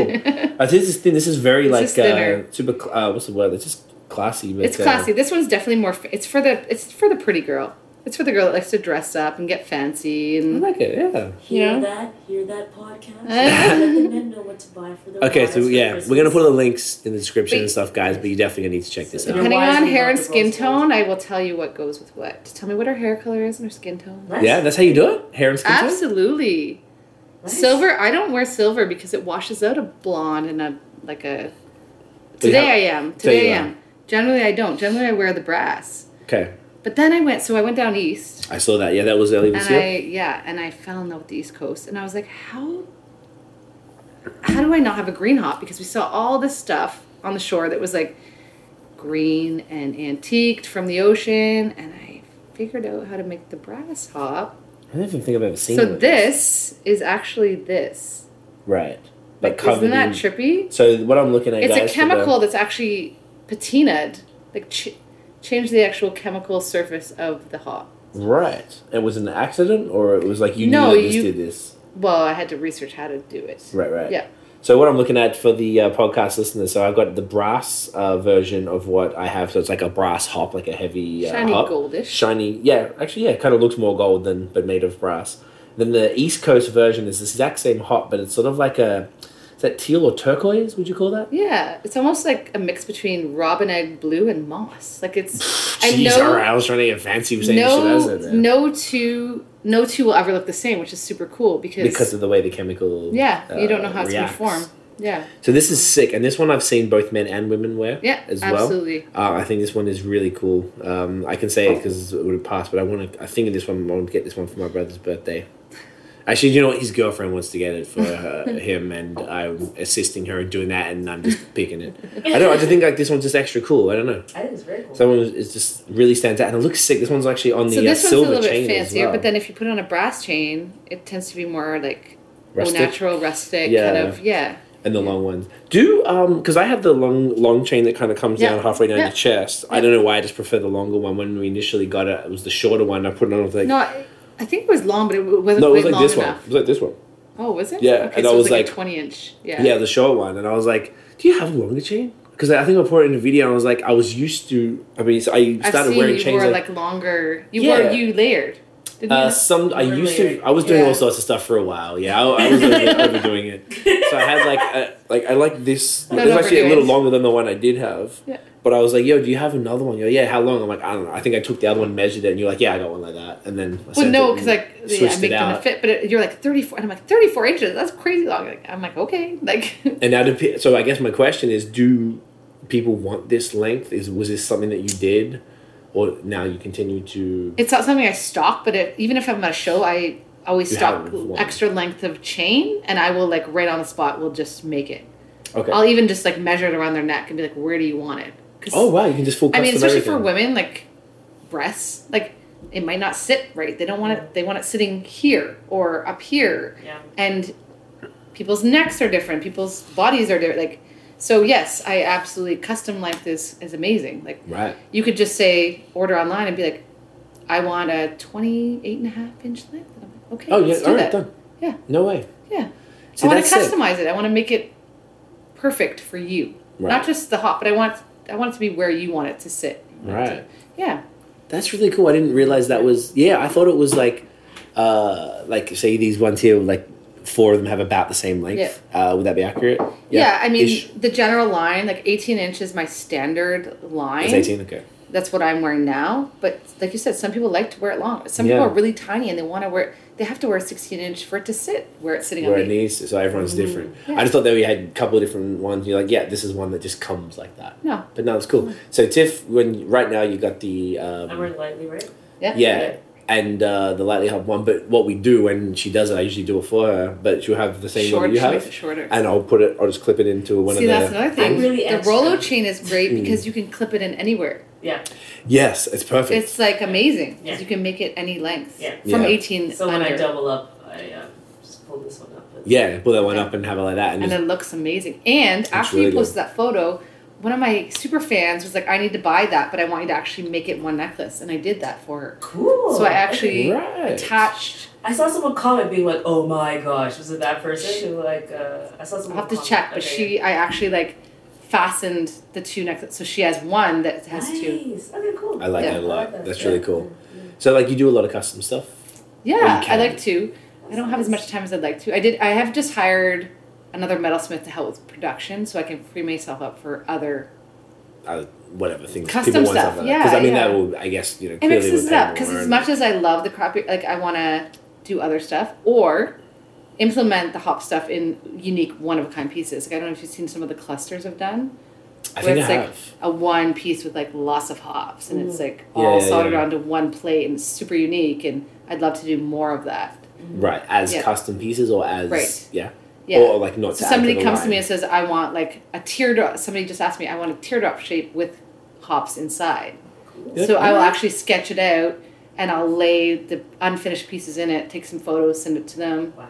S1: Uh, this is thin. This is very
S3: This
S1: like
S3: is thinner.
S1: uh, super. cl- Uh, what's the word? It's just classy. But,
S3: It's
S1: uh,
S3: classy. This one's definitely more. f- It's for the. It's for the pretty girl. It's for the girl that likes to dress up and get fancy
S1: I
S3: and.
S1: like it. Yeah.
S4: Hear
S3: Yeah.
S4: that? Hear that
S3: Uh.
S4: podcast? Let the men know what to buy for their
S3: Oh,
S1: Okay, so
S4: wives for
S1: yeah,
S4: Christmas.
S1: we're gonna put the links in the description
S3: But-
S1: and stuff, guys. But you definitely gonna need to check this
S4: So-
S1: out.
S3: Depending
S4: Why is
S3: on
S4: it
S3: hair
S4: not
S3: and
S4: the
S3: skin
S4: rose
S3: tone, I will tell you what goes with what. Tell me what her hair color is and her skin tone.
S4: Nice.
S1: Yeah, that's how you do it. Hair and skin tone?
S3: Absolutely.
S4: Nice.
S3: Silver. I don't wear silver because it washes out a blonde and a like a.
S1: you
S3: Today
S1: have-
S3: I am.
S1: so you
S3: Today I
S1: are.
S3: am. Generally I don't. Generally I wear the brass.
S1: Okay,
S3: But then I went. So I went down east.
S1: I saw that. Yeah, that was early this
S3: and I
S1: year.
S3: yeah, and I fell in love with the East Coast, and I was like, how how do I not have a green hop? Because we saw all this stuff on the shore that was like green and antiqued from the ocean, and I figured out how to make the brass hop.
S1: I don't even think I've ever seen
S3: So
S1: one of these.
S3: this is actually this.
S1: Right. But
S3: Like,
S1: covered
S3: isn't that
S1: in-
S3: trippy?
S1: So what I'm looking at,
S3: It's
S1: guys,
S3: a
S1: for the-
S3: chemical that's actually patinaed, like ch- change the actual chemical surface of the hop.
S1: Right. It was an accident, or it was like you
S3: No,
S1: knew that this
S3: you-
S1: did this.
S3: Well, I had to research how to do it.
S1: Right, right.
S3: Yeah.
S1: So what I'm looking at for the uh, podcast listeners, so I've got the brass uh, version of what I have. So it's like a brass hop, like a heavy uh,
S3: Shiny
S1: hop.
S3: goldish.
S1: shiny. Yeah, actually, yeah, kind of looks more gold than but made of brass. Then the East Coast version is this exact same hop, but it's sort of like a is that teal or turquoise? Would you call that?
S3: Yeah, it's almost like a mix between robin egg blue and moss. Like it's I
S1: Jeez, alright, I
S3: know
S1: was trying to get fancy with saying this
S3: no
S1: shit, isn't it?
S3: no two no two will ever look the same, which is super cool because,
S1: because of the way the chemical
S3: yeah, you don't know
S1: uh,
S3: how it's going to
S1: reacts.
S3: form. Yeah,
S1: So this is sick, and this one I've seen both men and women wear.
S3: Yeah,
S1: as
S3: absolutely.
S1: well. Uh, I think this one is really cool. Um, I can
S3: Oh.
S1: say it because it would have passed, but I want to. I think of this one. I want to get this one for my brother's birthday. Actually, you know what? His girlfriend wants to get it for her, him, and I'm assisting her in doing that, and I'm just picking it. I don't. I just think like this one's just extra cool. I don't know.
S4: I think it's very cool.
S1: Someone is just really stands out, and it looks sick. This one's actually on the
S3: so this
S1: uh,
S3: one's a
S1: silver
S3: little bit
S1: chain
S3: fancier,
S1: as well.
S3: but then if you put on a brass chain, it tends to be more like
S1: Rustic?
S3: au natural, rustic
S1: Yeah.
S3: kind of yeah.
S1: and the long ones. Do um because I have the long long chain that kind of comes
S3: Yeah.
S1: down halfway down
S3: Yeah.
S1: the chest. I don't know why I just prefer the longer one. When we initially got it, it was the shorter one. I put it on I was like
S3: No, I- I think it was long, but it w- wasn't
S1: no, it was
S3: quite
S1: like
S3: long
S1: this
S3: enough.
S1: one. It was like this one.
S3: Oh, was it?
S1: Yeah,
S3: okay,
S1: and
S3: so
S1: I
S3: it
S1: was
S3: was like,
S1: like-
S3: a twenty inch.
S1: Yeah.
S3: Yeah,
S1: the short one. And I was like, do you have a longer chain? Because I think I put it in a video. and I was like, I was used to. I mean, so I
S3: I've
S1: started
S3: seen
S1: wearing
S3: you
S1: chains
S3: wore
S1: like.
S3: like, longer. You
S1: Yeah.
S3: wore you layered. Didn't
S1: uh,
S3: you?
S1: some I
S4: Really?
S1: used to. I was doing
S3: Yeah.
S1: all sorts of stuff for a while. Yeah, I, I was over- overdoing it. So I had like, a, like I like this.
S3: Not
S1: It was actually a
S3: overdoing
S1: little
S3: it.
S1: longer than the one I did have.
S3: Yeah.
S1: But I was like, "Yo, do you have another one?" You're like, "Yeah, how long?" I'm like, "I don't know." I think I took the other one, measured it, and you're like, "Yeah, I got one like that." And then I
S3: Well,
S1: sent
S3: no,
S1: it
S3: because
S1: and
S3: like yeah, I
S1: switched
S3: make
S1: it
S3: them a
S1: out.
S3: fit, but it, you're like 34, and I'm like 34 inches. That's crazy long. Like, I'm like okay, like
S1: And now, dep- so I guess my question is, do people want this length? Is was this something that you did, or now you continue to?
S3: it's not something I stock, but it, even if I'm at a show, I always
S1: You
S3: stock
S1: have one.
S3: extra length of chain, and I will like right on the spot. will just make it.
S1: Okay.
S3: I'll even just like measure it around their neck and be like, where do you want it? 'Cause-
S1: oh wow, you can just full.
S3: I mean,
S1: custom
S3: especially for
S1: everything.
S3: women, like breasts, like it might not sit right. They don't want it. They want it sitting here or up here.
S4: Yeah.
S3: And people's necks are different. People's bodies are different. Like, so yes, I absolutely custom length is is amazing. Like,
S1: Right.
S3: you could just say order online and be like, I want a 28 and a half inch length. And I'm like, okay.
S1: Oh yeah.
S3: let's do
S1: All right.
S3: that.
S1: Done.
S3: Yeah.
S1: No way.
S3: Yeah.
S1: See,
S3: I want
S1: that's
S3: to
S1: sick.
S3: customize it. I want to make it perfect for you.
S1: Right.
S3: Not just the hop, but I want I want it to be where you want it to sit.
S1: Right.
S3: Yeah.
S1: That's really cool. I didn't realize that was yeah. I thought it was like, uh, like say these ones here, like four of them have about the same length. Uh, would that be accurate?
S3: Yeah, I mean
S1: Ish.
S3: the general line, like 18 inch is my standard line.
S1: it's eighteen. Okay.
S3: That's what I'm wearing now. But like you said, some people like to wear it long. Some
S1: Yeah.
S3: people are really tiny and they want to wear. They have to wear 16 inch for it to sit where it's sitting
S1: Where
S3: on
S1: it
S3: me.
S1: needs, so everyone's different.
S3: Mm-hmm. Yeah.
S1: I just thought that we had a couple of different ones. You're like, yeah, this is one that just comes like that.
S3: No.
S1: But no, it's cool. So Tiff, when right now you got the
S4: I'm
S1: um,
S4: wearing lightly, right?
S3: Yeah.
S1: yeah, and uh, the lightly hub one. But what we do when she does it, I usually do it for her. But she'll have the same
S3: Short-
S1: one you have,
S3: shorter.
S1: and I'll put it. I'll just clip it into one
S3: See,
S1: of the. Hmm.
S3: that's another thing.
S4: I'm really
S3: the
S4: extra.
S3: Rolo chain is great because you can clip it in anywhere.
S4: Yeah.
S1: Yes, it's perfect.
S3: It's like amazing because
S4: Yeah.
S3: you can make it any length
S4: Yeah.
S3: from
S1: Yeah.
S3: 18
S4: So when
S3: under,
S4: I double up, I um, just pull this one up. and-
S1: yeah, pull that one up and have it like that, and,
S3: and
S1: just-
S3: it looks amazing. And after
S1: really
S3: you
S1: good.
S3: posted that photo, one of my super fans was like, "I need to buy that, but I want you to actually make it one necklace," and I did that for her.
S4: Cool.
S3: So I actually
S1: Right.
S3: attached.
S4: I saw someone comment being like, "Oh my gosh," was it that person who like? Uh, I saw
S3: I'll
S4: someone.
S3: have to
S4: comment-
S3: check, but
S4: okay,
S3: she, I actually like fastened the two necklaces. So she has one that has
S4: nice.
S3: two.
S4: Okay, cool.
S1: I like
S3: Yeah.
S1: that a lot.
S4: that.
S1: That's
S4: Yeah.
S1: really cool. So like you do a lot of custom stuff.
S3: Yeah, I
S1: can.
S3: like to. I don't have as much time as I'd like to. I did. I have just hired another metalsmith to help with production, so I can free myself up for other.
S1: uh, whatever things
S3: Custom
S1: people want
S3: stuff,
S1: stuff like that. Because
S3: yeah,
S1: I mean,
S3: yeah.
S1: that will, I guess, you know,
S3: It
S1: clearly
S3: mixes
S1: would
S3: it
S1: pay
S3: up
S1: more
S3: because as
S1: and-
S3: much as I love the crappy, like I want to do other stuff or implement the hop stuff in unique one of a kind pieces. Like I don't know if you've seen some of the clusters I've done.
S1: I
S3: where
S1: think I
S3: it's like
S1: have.
S3: a one piece with like lots of hops and it's like
S1: Yeah,
S3: all
S1: yeah,
S3: soldered
S1: yeah.
S3: onto one plate and it's super unique and I'd love to do more of that.
S1: right. As
S3: Yeah.
S1: custom pieces or as.
S3: Right.
S1: Yeah.
S3: Yeah.
S1: Or like not uh, to
S3: So
S1: add to
S3: somebody
S1: the
S3: comes to
S1: line.
S3: me and says, I want like a teardrop. Somebody just asked me, I want a teardrop shape with hops inside. So I will actually sketch it out and I'll lay the unfinished pieces in it, take some photos, send it to them,
S4: Wow.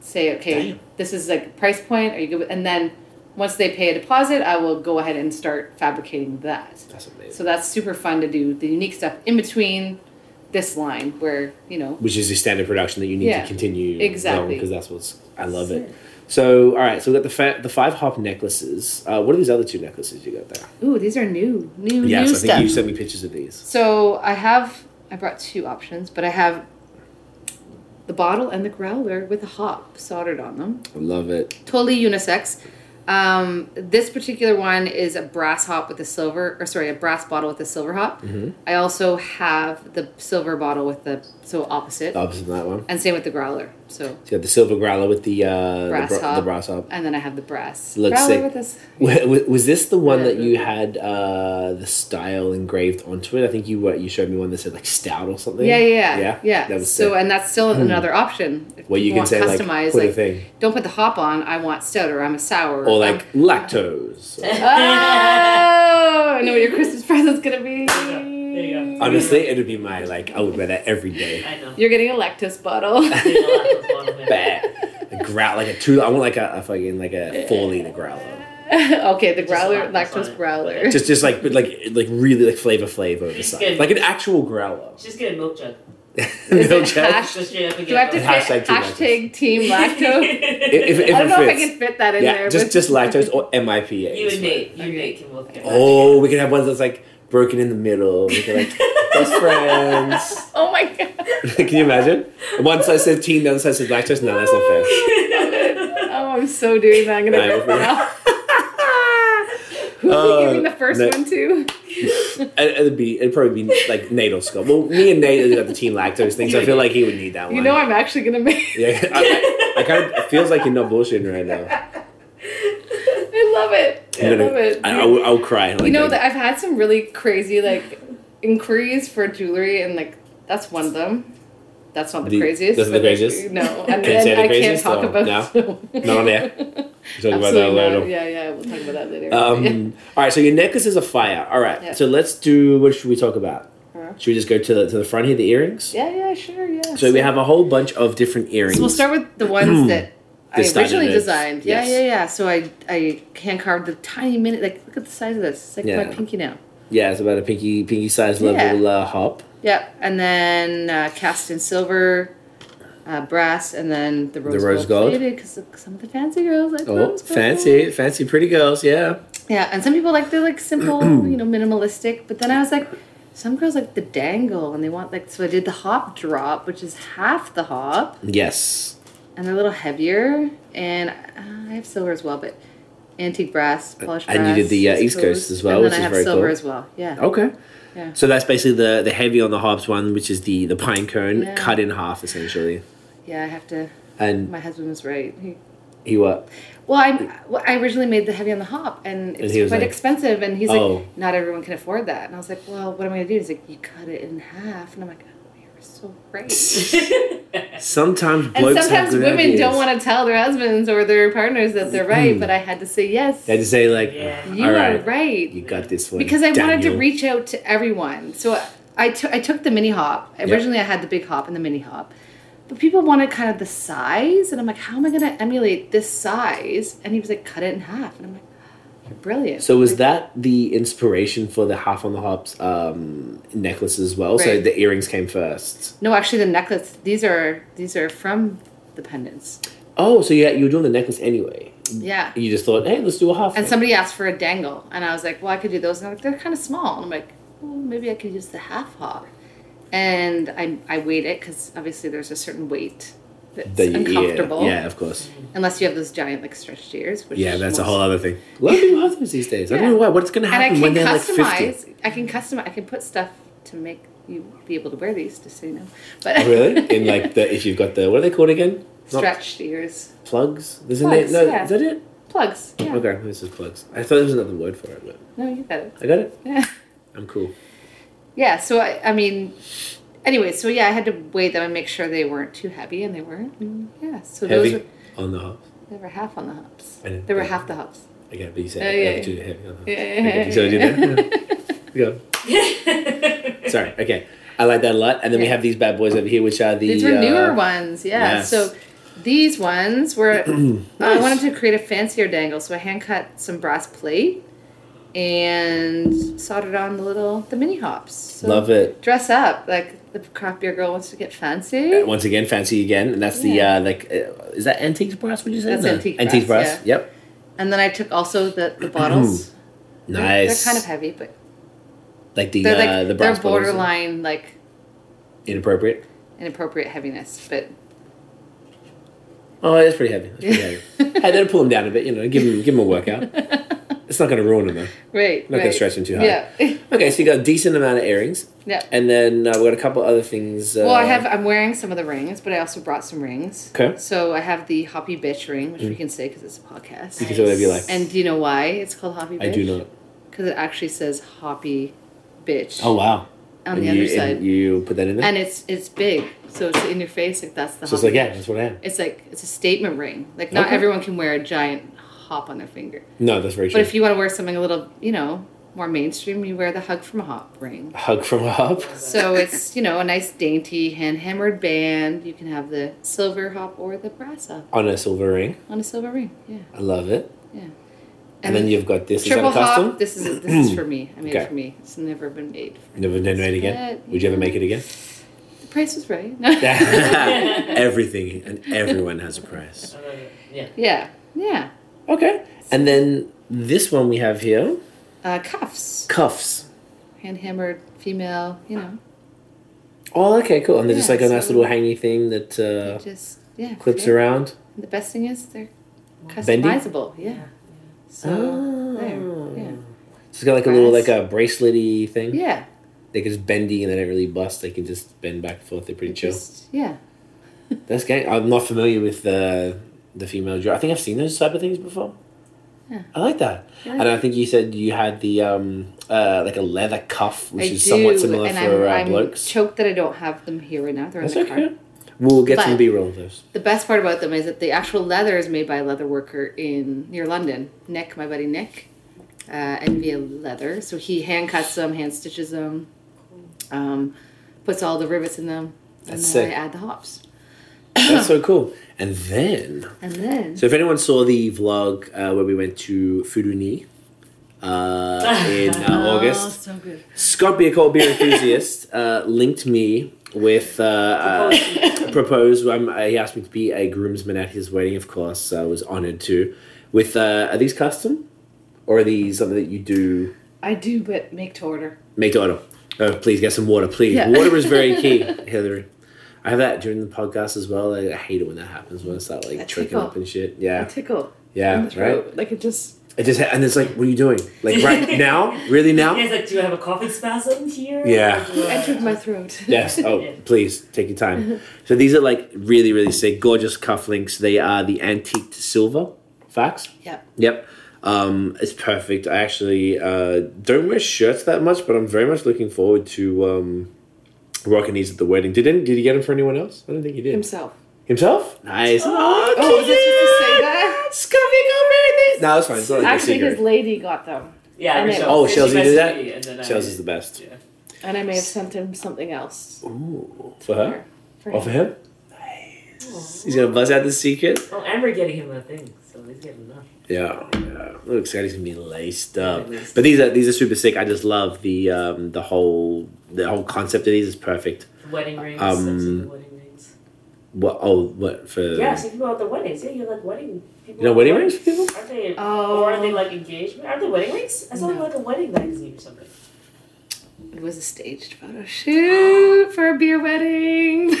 S3: say, okay,
S1: Damn.
S3: this is like price point. Are you good? With, and then once they pay a deposit, I will go ahead and start fabricating that.
S1: That's amazing.
S3: So that's super fun to do the unique stuff in between this line where, you know,
S1: Which is the standard production that you need
S3: Yeah.
S1: to continue
S3: Exactly.
S1: because that's what's. I love
S4: Sick.
S1: it. So, all right. So we got the fa- the five hop necklaces. Uh, what are these other two necklaces you got there?
S3: ooh, these are new, new,
S1: yes,
S3: new
S1: I think
S3: stuff.
S1: you sent me pictures of these.
S3: So I have I brought two options, but I have the bottle and the growler with a hop soldered on them.
S1: I love it.
S3: Totally unisex. Um, this particular one is a brass hop with a silver, or sorry, a brass bottle with a silver hop.
S1: Mm-hmm.
S3: I also have the silver bottle with the so opposite,
S1: Opposite that one.
S3: and same with the growler. So
S1: So you got the silver growler with the uh,
S3: brass
S1: the, bra-
S3: hop,
S1: the brass hop.
S3: and then I have the brass
S1: Looks
S3: growler
S1: sick.
S3: with this.
S1: Wa- wa- Was this the one
S3: Yeah,
S1: that
S3: the-
S1: you had uh, the style engraved onto it? I think you uh, you showed me one that said like stout or something.
S3: Yeah, yeah, yeah,
S1: yeah.
S3: yeah.
S1: That was
S3: so,
S1: sick.
S3: and that's still another option. If
S1: Well, you
S3: people
S1: can say
S3: want
S1: like
S3: customized,
S1: put a thing
S3: don't put the hop on. I want stout or I'm a sour.
S1: or
S3: I'm-
S1: like lactose.
S3: oh, I know what your Christmas present's gonna be.
S4: There you go.
S1: Honestly, it would be my like I would wear that every day.
S4: I know.
S3: You're getting a lactose bottle.
S4: Being a lack of bottom end.
S1: Bad. A growl like a two. I want like a, a fucking like a four liter growler.
S3: okay, the
S4: Just
S3: growler,
S4: lactose on
S3: lactose
S4: it.
S3: growler.
S1: Just just like but like like really like flavor flavor
S4: Good.
S1: oversized. Like an actual growler.
S4: She's getting milk jug.
S3: Is
S1: No
S3: it
S1: joke.
S3: hash-
S4: Just straight up and
S3: Do I have to
S1: And
S3: hashtag,
S1: hashtag team
S3: hashtag team lactose?
S1: If, if, if
S3: I don't
S1: it
S3: know if I
S1: fits.
S3: can fit that in
S1: yeah,
S3: there.
S1: just
S3: with-
S1: just lactose or MIPA.
S4: you
S1: is
S4: and
S1: fine.
S4: Nate, you and Nate can both get
S1: Oh, we could have ones that's like broken in the middle. We could like best friends.
S3: Oh my god!
S1: Can you imagine? One side says teen, the other side says lactose. No, that's not fair.
S3: Oh, I'm so doing that. I'm gonna
S1: Nah,
S3: rip
S1: we're-
S3: that off. Who are we
S1: Uh,
S3: giving the first
S1: Nick.
S3: one to?
S1: It, it'd be it'd probably be like Nate or Scott. Well, me and Nate have got the teen lactose thing, so I feel like he would need that one.
S3: You know, I'm actually gonna make.
S1: yeah, I, I kind of it feels like you're not bullshitting right now.
S3: I love it. I
S1: I'm gonna,
S3: love it.
S1: I, will I'll cry. Like,
S3: you know
S1: like,
S3: that I've had some really crazy like inquiries for jewelry, and like that's one of them. That's not the,
S1: The-
S3: craziest.
S1: that's the
S3: but, like,
S1: craziest?
S3: No,
S1: Can't
S3: and,
S1: say
S3: and
S1: the
S3: I can't
S1: craziest,
S3: talk
S1: or-
S3: about.
S1: Not on air. we talk about that
S3: Absolutely not.
S1: later.
S3: Yeah, yeah, we'll talk about that later.
S1: Um, all right, so your necklaces are fire. All right,
S3: Yeah.
S1: so let's do. What should we talk about?
S3: Alright.
S1: Should we just go to the to the front here, the earrings?
S3: yeah, yeah, sure, yeah.
S1: So we have a whole bunch of different earrings.
S3: So we'll start with the ones that I
S1: Decided
S3: originally
S1: it.
S3: designed. Yeah,
S1: Yes.
S3: yeah, yeah. So I I hand carved the tiny minute. Like, look at the size of this. It's like
S1: Yeah.
S3: my pinky now.
S1: Yeah, it's about a pinky pinky size level uh, hop.
S3: Yep. And then uh, cast in silver, uh, brass, and then the rose,
S1: rose
S3: gold.
S1: gold.
S3: Because some of the fancy girls like
S1: Oh,
S3: rose gold.
S1: fancy, fancy pretty girls. Yeah,
S3: Yeah, and some people like they're like simple, you know, minimalistic. But then I was like, some girls like the dangle, and they want like. So I did the hop drop, which is half the hop.
S1: yes,
S3: and they're a little heavier. And uh, I have silver as well, but antique brass, polished brass.
S1: And you did the, uh,
S3: I
S1: East Coast
S3: suppose.
S1: as well,
S3: and
S1: which is
S3: then I have
S1: very
S3: silver
S1: cool. Oh.
S3: as well. Yeah.
S1: okay.
S3: Yeah.
S1: So that's basically the the heavy on the hops one, which is the the pine cone
S3: Yeah.
S1: cut in half essentially,
S3: Yeah, I have to.
S1: and
S3: My husband was right. He,
S1: he what?
S3: well, I well, I originally made the heavy on the hop, and it
S1: And
S3: was,
S1: he was
S3: quite
S1: like,
S3: expensive. And he's
S1: "Oh."
S3: like, "Not everyone can afford that." And I was like, "Well, what am I gonna do?" He's like, "You cut it in half," and I'm like, "Oh, you're are so great.
S1: Sometimes
S3: and
S1: blokes have
S3: sometimes
S1: good
S3: women
S1: ideas.
S3: don't want to tell their husbands or their partners that they're right, but I had to say yes.
S1: They just say like,
S4: Yeah.
S1: "All
S3: you are
S1: right,
S3: right.
S1: you got this one."
S3: because I wanted to
S1: Daniel."
S3: reach out to everyone. So I- I took- I took the mini hop. Originally, I had the big hop and the mini hop, but people wanted kind of the size, and I'm like, how am I going to emulate this size? And he was like, cut it in half, and I'm like, you're brilliant.
S1: So was that the inspiration for the half on the hops um, necklace as well? So
S3: Right.
S1: the earrings came first.
S3: no, actually, the necklace. These are these are from the pendants.
S1: Oh, so you you were doing the necklace anyway.
S3: Yeah.
S1: You just thought, hey, let's do a half.
S3: And
S1: thing."
S3: somebody asked for a dangle, and I was like, well, I could do those. And they're like, they're kind of small. And I'm like, well, maybe I could use the half hop. And I, I weighed it because obviously there's a certain weight that's
S1: That you-
S3: uncomfortable.
S1: Yeah, yeah, of course.
S3: Unless you have those giant like stretched ears. Which
S1: Yeah, that's a
S3: most-
S1: whole other thing. A lot of people have those these days. I don't know why. What's going to
S3: And I
S1: happen
S3: can
S1: when they're like fifty?
S3: customize. I can customize. I can put stuff to make you be able to wear these. Just so you know. But
S1: Oh, Really? In like the if you've got the what are they called again? Not
S3: stretched ears,
S1: plugs. There's a name.
S3: Plugs,
S1: No,
S3: yeah.
S1: is that it?
S3: plugs. Yeah.
S1: Okay, this is plugs. I thought there was another word for it, but
S3: No, you got it.
S1: I got it.
S3: Yeah.
S1: I'm cool.
S3: Yeah, so I, I mean, anyway, so yeah, I had to weigh them and make sure they weren't too heavy, and they weren't. And yeah, so
S1: Heavy
S3: those were
S1: on the hops.
S3: they were half on the hops.
S1: I didn't-
S3: They were half the hops.
S1: Again, but you said
S3: Oh, yeah,
S1: uh,
S3: yeah.
S1: too heavy on the hops.
S3: Yeah, yeah,
S1: Okay,
S3: yeah,
S1: so I did that. Yeah. Go.
S4: yeah.
S1: Sorry. Okay. I like that a lot. And then we
S3: Yeah.
S1: have these bad boys over here, which are the
S3: These were
S1: uh,
S3: newer ones, yeah.
S1: yes.
S3: So these ones were. Oh, I
S1: Hmm. Nice.
S3: wanted to create a fancier dangle, so I hand cut some brass plate and soldered on the little the mini hops. So
S1: Love it.
S3: Dress up like the craft beer girl wants to get fancy.
S1: Uh, Once again, fancy again, and that's
S3: Yeah.
S1: the uh, like, uh, is that antiques brass? Would you say
S3: That's
S1: No.
S3: antique
S1: antique brass?
S3: brass,
S1: Yep.
S3: and then I took also the the bottles. They're-
S1: Nice.
S3: They're kind of heavy, but
S1: like the
S3: they're like
S1: uh, the
S3: they're
S1: brass bottles are
S3: borderline like
S1: inappropriate.
S3: inappropriate heaviness, but
S1: Oh, that's pretty heavy. That's pretty heavy. hey, then pull them down a bit. You know, give them give them a workout. it's not going to ruin them though.
S3: right.
S1: Not gonna
S3: right.
S1: stretch them too hard.
S3: Yeah,
S1: Okay, so you got a decent amount of earrings,
S3: yeah.
S1: and then uh, we got a couple other things. Uh,
S3: well, I have. I'm wearing some of the rings, but I also brought some rings.
S1: Okay. Mm.
S3: So I have the Hoppy Bitch ring, which we can say because it's a podcast.
S1: You can say whatever you like.
S3: And do you know why it's called Hoppy Bitch?
S1: I do not.
S3: Because it actually says Hoppy Bitch
S1: Oh wow.
S3: on
S1: and
S3: the
S1: you,
S3: underside,
S1: And you put that in there.
S3: and it's it's big, so it's in your face. Like that's the.
S1: so it's
S3: Hoppy
S1: like yeah,
S3: Bitch.
S1: that's what I am.
S3: It's like it's a statement ring. Like not
S1: Okay.
S3: everyone can wear a giant hop on their finger.
S1: No, that's very true.
S3: But if you want to wear something a little, you know, more mainstream, you wear the hug from a hop ring.
S1: hug from a hub.
S3: So it's, you know, a nice dainty hand hammered band. You can have the silver hop or the brass hop
S1: on a silver ring.
S3: on a silver ring. Yeah.
S1: I love it.
S3: Yeah.
S1: And,
S3: And,
S1: then you've got this. Is that
S3: triple
S1: a custom?
S3: hop. This is this is for me. I made
S1: Okay.
S3: it for me. It's never been made. for-
S1: Never done it again.
S3: But-
S1: Would you ever make it again?
S3: The price was right. No.
S1: Everything and everyone has a price.
S4: yeah.
S3: yeah. Yeah.
S1: Okay. And then this one we have here
S3: Uh, cuffs.
S1: cuffs.
S3: Hand hammered female, you know,
S1: Oh, okay, cool. And they're just
S3: Yeah,
S1: like a nice
S3: so-
S1: little hangy thing that uh,
S3: just yeah.
S1: clips
S3: yeah.
S1: around.
S3: The best thing is they're
S1: Bendy?
S3: customizable. Yeah. So there. Yeah.
S1: Oh. So it's got like a little
S3: Brass.
S1: like a bracelety thing.
S3: Yeah.
S1: They can just bendy and they don't really bust. They can just bend back and forth. They're pretty chill.
S3: Just, yeah.
S1: That's gang. I'm not familiar with the the female drawer. I think I've seen those type of things before.
S3: Yeah.
S1: I like that.
S3: Yeah.
S1: And I think you said you had the um uh like a leather cuff, which
S3: I
S1: is somewhat
S3: do,
S1: similar
S3: and
S1: for
S3: I'm,
S1: uh,
S3: I'm
S1: blokes.
S3: choked that I don't have them here right now. They're
S1: That's
S3: in the
S1: okay.
S3: car.
S1: We'll get some
S3: But-
S1: B roll of those.
S3: The best part about them is that the actual leather is made by a leather worker in near London. Nick, my buddy Nick, uh, NVA leather. So he hand cuts them, hand stitches them, um, puts all the rivets in them,
S1: That's
S3: and
S1: sick.
S3: then I add the hops.
S1: That's so cool. And then,
S3: And then
S1: so if anyone saw the vlog uh, where we went to Furuni uh, in uh, August,
S4: Oh, so good.
S1: Scott, be a cold beer enthusiast, uh, linked me with uh, uh, proposed. Um, uh, he asked me to be a groomsman at his wedding. Of course, I was honored to. With uh, are these custom, or are these something that you do
S3: I do, but make to order.
S1: make to order? Oh, please get some water, please.
S3: Yeah.
S1: Water is very key, Hillary. I have that during the podcast as well. I, I hate it when that happens when I start like
S3: That
S1: tricking
S3: tickle.
S1: up and shit. Yeah,
S3: Tickle.
S1: yeah, right.
S3: Like it just.
S1: It just and it's like, what are you doing? Like right now, really now?
S4: It's like, do I have a coffee spasm here?
S1: Yeah.
S4: Or do I-
S3: entered my throat.
S1: Yes. Oh, please take your time. So these are like really, really sick, gorgeous cufflinks. They are the antiqued silver. Facts.
S3: Yep.
S1: Yep. Um, it's perfect. I actually uh, don't wear shirts that much, but I'm very much looking forward to um, Rockin' these at the wedding. Did any, did he get them for anyone else? I don't think he did.
S3: himself.
S1: Himself? Nice. Oh,
S3: Oh, was I supposed to say that?
S1: Scummy, go marry this. No, it's fine. It's not like a
S3: Actually, his
S1: secret.
S3: lady got them,
S4: Yeah,
S3: And
S4: Michelle.
S3: then-
S1: Oh,
S4: She
S1: Chelsea did
S4: messaged
S1: that?
S4: me and then I-
S1: Chelsea's the best.
S4: Yeah.
S3: and I may have sent him something else.
S1: Ooh, for her?
S3: For
S1: Or for
S3: him.
S1: him? Nice. He's gonna buzz out the secret.
S4: Oh, and we're getting him a thing, so he's getting enough.
S1: Yeah, yeah. I'm excited. He's gonna be laced up.
S4: Laced.
S1: But these are these are super sick. I just love the um the whole the whole concept of these is perfect.
S4: Wedding rings.
S1: Um,
S4: absolutely wedding rings.
S1: What? Oh, what for?
S4: Yeah, so people at the weddings. Yeah, you're like wedding people.
S1: You know,
S4: at
S1: wedding
S4: weddings.
S1: rings for people.
S4: Aren't they?
S3: Oh.
S4: Or are they like engagement? Are they wedding rings? I saw
S3: No.
S4: them like a wedding magazine or something.
S3: It was a staged photo shoot for a beer wedding.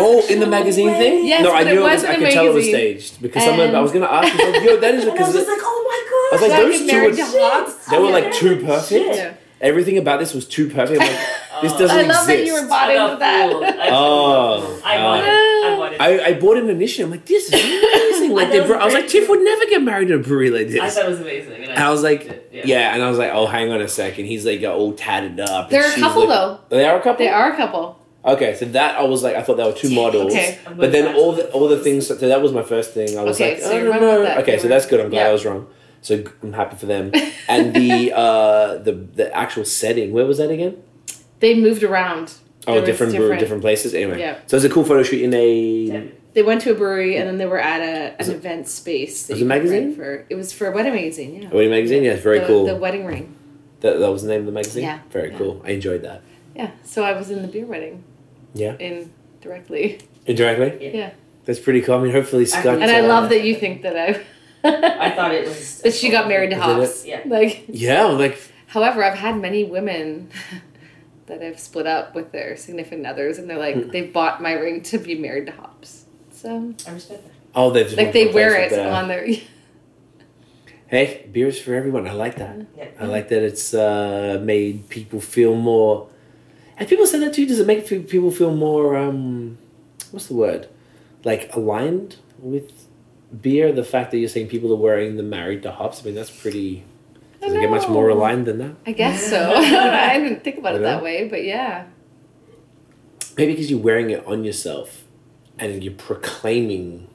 S1: Oh, in the magazine thing?
S3: Yes,
S1: no, I
S3: but it
S1: knew it
S3: was
S1: was.
S3: in
S1: I
S3: the
S1: could tell it was
S3: magazine.
S1: staged because someone I was gonna ask. I was like, Yo, that is
S4: And I
S1: because
S4: was just like, oh
S1: I was
S4: my
S1: like,
S4: god.
S3: Gotta
S1: those
S3: get
S1: two
S3: married
S1: were
S3: to Hobbs.
S1: they were like too
S4: Shit.
S1: perfect.
S3: Yeah.
S1: Everything about this was too perfect. I'm like, this
S4: Oh.
S1: doesn't
S3: I love that
S1: exist.
S3: you were
S4: I
S3: bought into
S4: got fooled.
S3: that.
S4: I
S1: Oh,
S4: totally got fooled. I bought it. I bought it.
S1: I, I bought an initiative. I'm like, this is amazing. Like,
S4: I
S1: they
S4: know,
S1: bro- I was like,
S4: right?
S1: Tiff would never get married in a brewery like
S4: I
S1: this.
S4: thought it was amazing. And
S1: And I was like,
S4: it,
S1: yeah. and I was like, oh, hang on a second. He's like all tatted up. and
S3: There are a
S1: she's,
S3: couple,
S1: like-
S3: though.
S1: They are a couple.
S3: They are a couple.
S1: Okay, so that I was like, I thought there were two models.
S3: Okay.
S4: I'm
S1: But
S4: going
S1: then
S4: back
S1: all
S4: to
S1: the
S4: the
S1: all the
S4: photos.
S1: things. So that was my first thing. I was
S3: Okay,
S1: like, "Oh,
S3: so
S1: I
S3: you
S1: don't
S3: remember
S1: know.
S3: that you
S1: Okay, so
S3: were-
S1: that's good. I'm glad
S3: Yeah.
S1: I was wrong. So g- I'm happy for them. And the uh the the actual setting. Where was that again?
S3: They moved around. There
S1: Oh,
S3: was
S1: different brew- different places. Anyway,
S3: Yeah.
S1: so it was a cool photo shoot in
S4: Yeah.
S1: a.
S3: They went to a brewery and then they were at a,
S1: Was
S3: an
S1: it-
S3: event space. that
S1: was
S3: you
S1: it
S3: could
S1: magazine?
S3: rent For it was for a wedding magazine. Yeah.
S1: a wedding magazine? Yeah, it's very
S3: the,
S1: cool.
S3: The wedding ring.
S1: That, that was the name of the magazine?
S3: Yeah.
S1: Very
S3: Yeah.
S1: cool. I enjoyed that.
S3: Yeah. So I was in the beer wedding
S1: Yeah.
S3: in directly.
S1: Indirectly?
S4: Yeah.
S3: Yeah.
S1: That's pretty cool. I mean, hopefully Scott. uh,
S4: think
S3: And I
S4: Yeah.
S3: love that you think that I.
S4: I thought it was.
S3: that she got married to
S1: Is it
S3: Hobbs.
S4: it? Yeah.
S3: Like.
S1: Yeah, I'm like,
S3: However, I've had many women that I've split up with their significant others, and they're
S1: Hmm.
S3: like, they bought my ring to be married to Hobbs. So,
S4: I respect that.
S1: oh, they've just
S3: like,
S1: went
S3: they
S1: from
S3: wear
S1: place
S3: it
S1: to there.
S3: on their.
S1: Hey, beer's for everyone. I like that.
S4: Yeah.
S1: I like that it's uh, made people feel more. Have people said that to you? Does it make fe- people feel more, um, what's the word? Like aligned with beer? The fact that you're saying people are wearing the married to hops, I mean, that's pretty. Does it get much more aligned than that?
S3: I guess so. I didn't think about it
S1: Yeah.
S3: that way, but yeah.
S1: Maybe because you're wearing it on yourself and you're proclaiming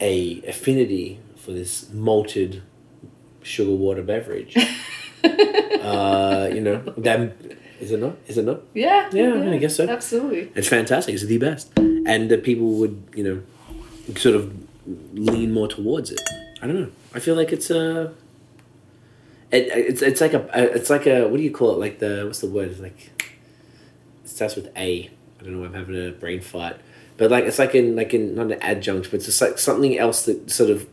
S1: a affinity for this malted sugar water beverage. uh, you know, that is it not? Is it not?
S3: yeah.
S1: Yeah, I guess so.
S3: Absolutely.
S1: It's fantastic. It's the best. And the people would, you know, sort of lean more towards it. I don't know. I feel like it's a it, it's it's like a it's like a what do you call it? Like the what's the word? It's like it starts with A. I don't know. I'm having a brain fight, but like it's like in like in not an adjunct, but it's just like something else that sort of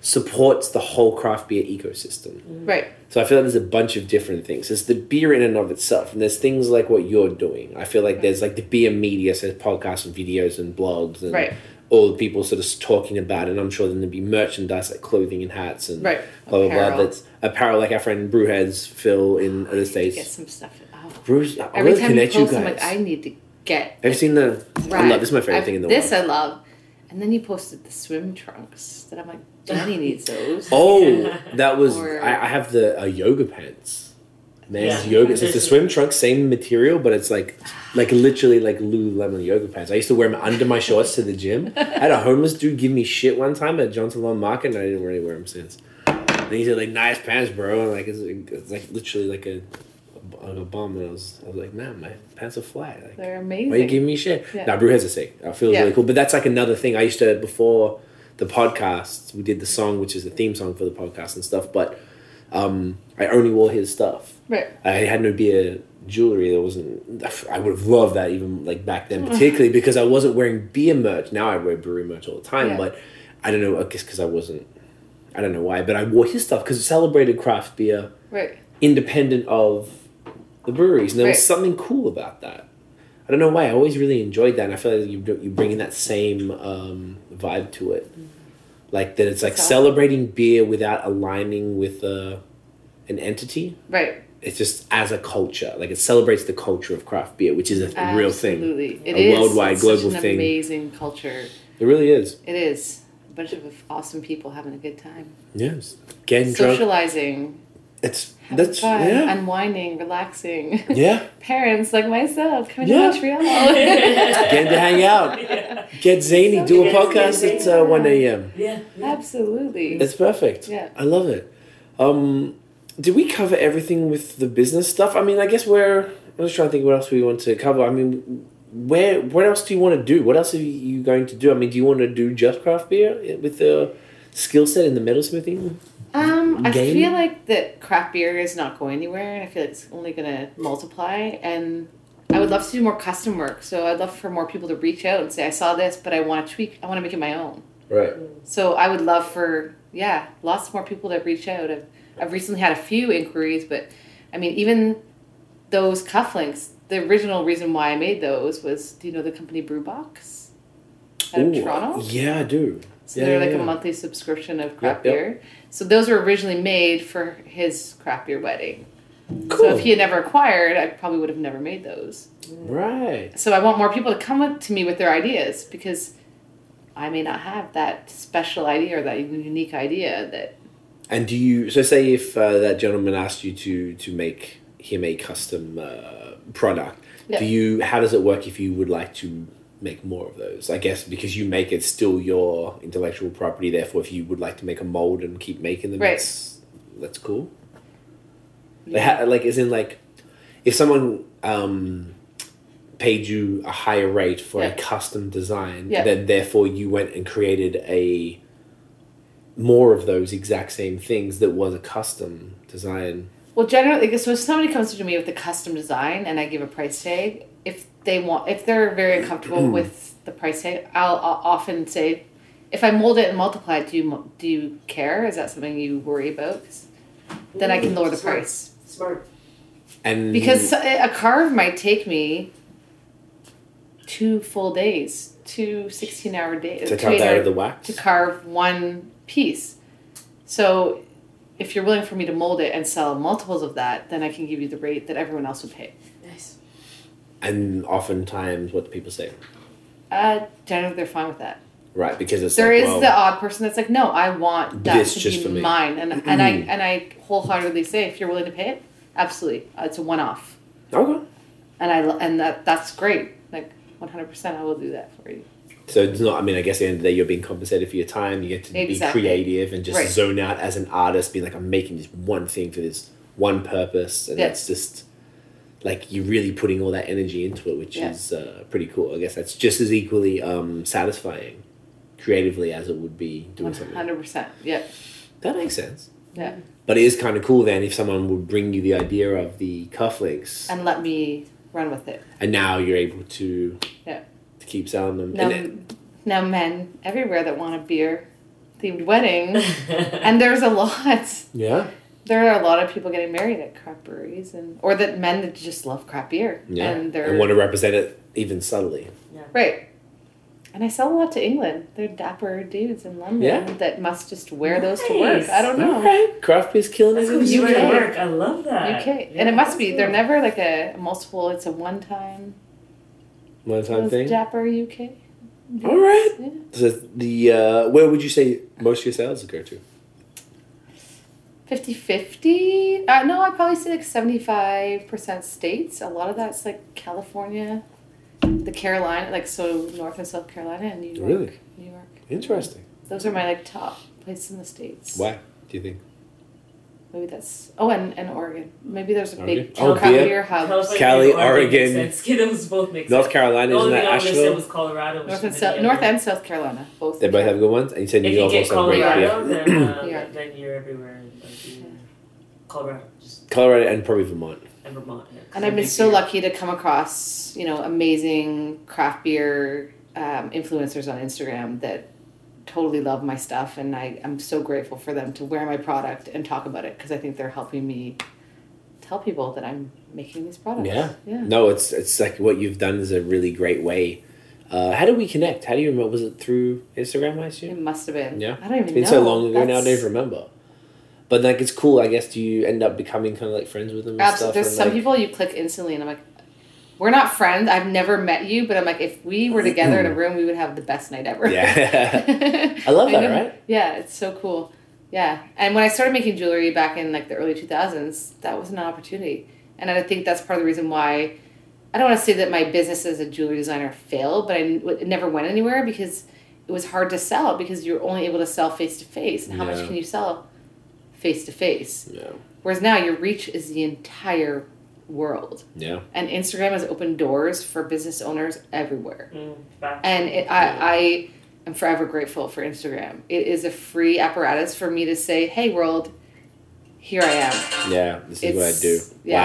S1: supports the whole craft beer ecosystem.
S3: Right.
S1: So I feel like there's a bunch of different things. There's the beer in and of itself, and there's things like what you're doing. I feel like there's like the beer media, so there's podcasts and videos and blogs and
S3: Right.
S1: all the people sort of talking about it. And I'm sure then there'll be merchandise like clothing and hats and
S3: Right.
S1: blah blah blah.
S3: Apparel. Oh,
S1: That's apparel like our friend Brewheads Phil in other
S3: Get
S1: states.
S3: some stuff. Oh.
S1: Brews, I
S3: Every
S1: really
S3: time you
S1: connect you
S3: post,
S1: guys.
S3: I'm like, I need to get.
S1: Have you seen the? I love this. Is my favorite
S3: I've-
S1: thing in the
S3: This
S1: world.
S3: I love. And then you posted the swim trunks that I'm like, Danny needs those.
S1: oh, that was.
S3: Or-
S1: I, I have the uh, yoga pants. Man's
S4: Yeah.
S1: yoga. So it's a swim trunk, same material, but it's like, like literally like Lululemon yoga pants. I used to wear them under my shorts to the gym. I had a homeless dude give me shit one time at Johnson Lawn Market, and I didn't really wear them since. And he said like, "Nice pants, bro," and like it's, it's like literally like a, a, a bum. And I was, I was like, "Man, my pants are flat." Like,
S3: They're amazing.
S1: why are you giving me shit?
S3: Yeah.
S1: Nah, Brewheads are sick. I feel
S3: Yeah.
S1: really cool. But that's like another thing. I used to before the podcast, we did the song, which is the theme song for the podcast and stuff. But um, I only wore his stuff.
S3: right.
S1: I had no beer jewelry. There wasn't. I would have loved that even like back then,
S3: Mm.
S1: particularly because I wasn't wearing beer merch. Now I wear brewery merch all the time,
S3: Yeah.
S1: but I don't know. I guess because I wasn't. I don't know why, but I wore his stuff because it celebrated craft beer
S3: Right.
S1: independent of the breweries. And there was
S3: Right.
S1: something cool about that. I don't know why. I always really enjoyed that. And I feel like you, you bring in that same um, vibe to it. Like that it's like
S3: Mm-hmm. So-
S1: celebrating beer without aligning with uh, an entity.
S3: Right.
S1: It's just as a culture. Like it celebrates the culture of craft beer, which is a th- real thing.
S3: Absolutely. It
S1: A
S3: is.
S1: worldwide,
S3: It's such
S1: global
S3: an
S1: thing.
S3: Amazing culture.
S1: It really is.
S3: It is. A bunch of awesome people having a good time.
S1: Yes. Getting drunk.
S3: Socializing.
S1: It's that's
S3: Fun,
S1: yeah,
S3: unwinding, relaxing.
S1: yeah.
S3: Parents like myself coming
S1: Yeah.
S3: to Montreal.
S1: Get to hang out,
S4: yeah.
S1: get zany,
S3: So
S1: do a
S4: good.
S1: podcast at uh, one a.m.
S4: Yeah.
S3: Absolutely.
S1: It's perfect.
S3: Yeah.
S1: I love it. Um, did we cover everything with the business stuff? I mean, I guess we're. I'm just trying to think what else we want to cover. I mean, where what else do you want to do? What else are you going to do? I mean, do you want to do just craft beer with the skill set in the metalsmithing?
S3: Um, I
S1: Game?
S3: feel like that craft beer is not going anywhere, and I feel like it's only going to multiply. And I would love to do more custom work. So I'd love for more people to reach out and say, "I saw this, but I want to tweak. I want to make it my own."
S1: Right.
S3: So I would love for yeah, lots more people to reach out. I've, I've recently had a few inquiries, but I mean, even those cufflinks. The original reason why I made those was, do you know the company Brewbox out of
S1: Ooh,
S3: Toronto?
S1: Yeah, I do.
S3: So
S1: Yeah,
S3: they're
S1: yeah,
S3: like
S1: yeah.
S3: a monthly subscription of craft
S1: yep.
S3: beer. So those were originally made for his craft beer wedding.
S1: Cool.
S3: So if he had never acquired, I probably would have never made those.
S1: right.
S3: So I want more people to come up to me with their ideas because I may not have that special idea or that unique idea that
S1: And do you so say if uh, that gentleman asked you to to make him a custom uh, product?
S3: Yeah.
S1: Do you how does it work if you would like to make more of those? I guess because you make it still your intellectual property. Therefore, if you would like to make a mold and keep making them,
S3: Right.
S1: that's that's cool. Like, ha- like as in like if someone um, paid you a higher rate for
S3: Yeah.
S1: a custom design,
S3: Yeah.
S1: then therefore you went and created a more of those exact same things that was a custom design.
S3: Well, generally, so if somebody comes to me with a custom design and I give a price tag, if they want, if they're very uncomfortable with the price tag, I'll, I'll often say, if I mold it and multiply it, do you mo- do you care? Is that something you worry about? 'Cause then I can lower the
S4: Smart.
S3: price
S4: Smart.
S1: And
S3: because
S1: Mm.
S3: a a carve might take me two full days, two 16 hour days
S1: to cut that out of the wax,
S3: to carve one piece. So if you're willing for me to mold it and sell multiples of that, then I can give you the rate that everyone else would pay.
S4: Nice.
S1: and oftentimes what do people say,
S3: Uh, generally, they're fine with that.
S1: right? Because it's
S3: There
S1: like,
S3: is
S1: well,
S3: the odd person that's like, "No, I want that
S1: This
S3: to
S1: just
S3: be
S1: for me." Mm-hmm.
S3: mine," and and I and I wholeheartedly say, if you're willing to pay it, absolutely, Uh, it's a one-off,
S1: okay.
S3: and I lo- and that that's great. Like 100, percent I will do that for you.
S1: So it's not. I mean, I guess at the end of the day, you're being compensated for your time. You get to
S3: Exactly.
S1: be creative and just
S3: Right.
S1: zone out as an artist, being like, I'm making this one thing for this one purpose, and
S3: Yeah.
S1: it's just like you're really putting all that energy into it, which
S3: Yeah.
S1: is uh, pretty cool. I guess that's just as equally um, satisfying creatively as it would be doing something.
S3: 100, percent Yeah,
S1: That makes sense.
S3: yeah,
S1: But it is kind of cool then if someone would bring you the idea of the cufflinks, and,
S3: and let me run with it.
S1: now you're able to
S3: Yeah.
S1: to keep selling them.
S3: Now,
S1: And it-
S3: now men everywhere that want a beer themed wedding, and there's a lot.
S1: yeah,
S3: There are a lot of people getting married at crap breweries, and or that men that just love crap beer,
S1: yeah,
S3: and
S1: and,
S3: they're
S1: want to represent it even subtly.
S3: right. And I sell a lot to England. They're dapper dudes in London
S1: Yeah.
S3: that must just wear those to work.
S4: Nice.
S3: I don't know.
S1: Alright, Craft beer's killing it
S4: That's
S1: in
S4: cool.
S1: the
S4: You
S1: UK.
S4: went to work. I love that.
S3: UK, and it must
S4: that's
S3: be
S4: cool.
S3: they're never like a multiple. It's a one time.
S1: One time
S3: Those
S1: thing.
S3: dapper UK.
S1: All right.
S3: Yeah.
S1: So the uh, where would you say most of your sales go to?
S3: 50 50 uh, no i'd probably say like 75% states a lot of that's like california the carolina like so north and south carolina and new york
S1: Really?
S3: new york
S1: Interesting.
S3: those are my like top places in the states
S1: Why do you think?
S3: maybe that's oh and, and oregon maybe there's a
S1: Oregon?
S3: big
S1: Oh,
S3: craft
S1: beer?
S3: beer hub
S4: California,
S1: Cali, Oregon.
S4: Makes sense. Skittles both make
S1: North
S4: sense.
S1: Carolina
S4: The
S1: isn't
S4: only
S1: that
S4: thing I would've said
S1: Asheville?
S4: was Colorado. which
S3: north and
S4: is
S3: south
S4: the
S3: north
S4: other.
S3: and south carolina both
S1: They both have good ones. And you said New
S4: If you
S1: York
S4: get
S1: also has great
S4: Colorado,
S1: beer.
S4: then, uh,
S3: Yeah.
S4: then you're everywhere. Like, you- Colorado, just
S1: Colorado and probably Vermont.
S4: and Vermont. yeah, 'cause
S3: And
S4: they
S3: I've been
S4: make
S3: so
S4: beer.
S3: lucky to come across, you know, amazing craft beer um, influencers on Instagram that totally love my stuff, and I, I'm so grateful for them to wear my product and talk about it because I think they're helping me tell people that I'm making these products.
S1: Yeah.
S3: yeah.
S1: No, it's it's like what you've done is a really great way. Uh, how do we connect? How do you remember? Was it through Instagram? I assume.
S3: It must have been.
S1: Yeah.
S3: I don't even
S1: It's
S3: know.
S1: been so long ago now, I
S3: That's-
S1: don't even remember. But like, it's cool. I guess. Do you end up becoming kind of like friends with them? And
S3: Absolutely.
S1: Stuff?
S3: There's
S1: and,
S3: some
S1: like-
S3: people you click instantly, and I'm like, we're not friends. I've never met you, but I'm like, if we were together in a room, we would have the best night ever.
S1: Mm. Yeah.
S3: I
S1: I love that,
S3: know.
S1: right?
S3: Yeah, it's so cool. Yeah, and when I started making jewelry back in like the early two thousands, that was an opportunity, and I think that's part of the reason why. I don't want to say that my business as a jewelry designer failed, but I it never went anywhere because it was hard to sell because you're only able to sell face to face, and how
S1: Yeah.
S3: much can you sell face to face?
S1: Yeah.
S3: Whereas now your reach is the entire world,
S1: Yeah.
S3: and Instagram has opened doors for business owners everywhere
S4: Mm, Back.
S3: and it, I, I am forever grateful for Instagram. It is a free apparatus for me to say, "Hey world, here I am."
S1: Yeah. This is what I
S3: It's-
S1: do.
S3: yeah.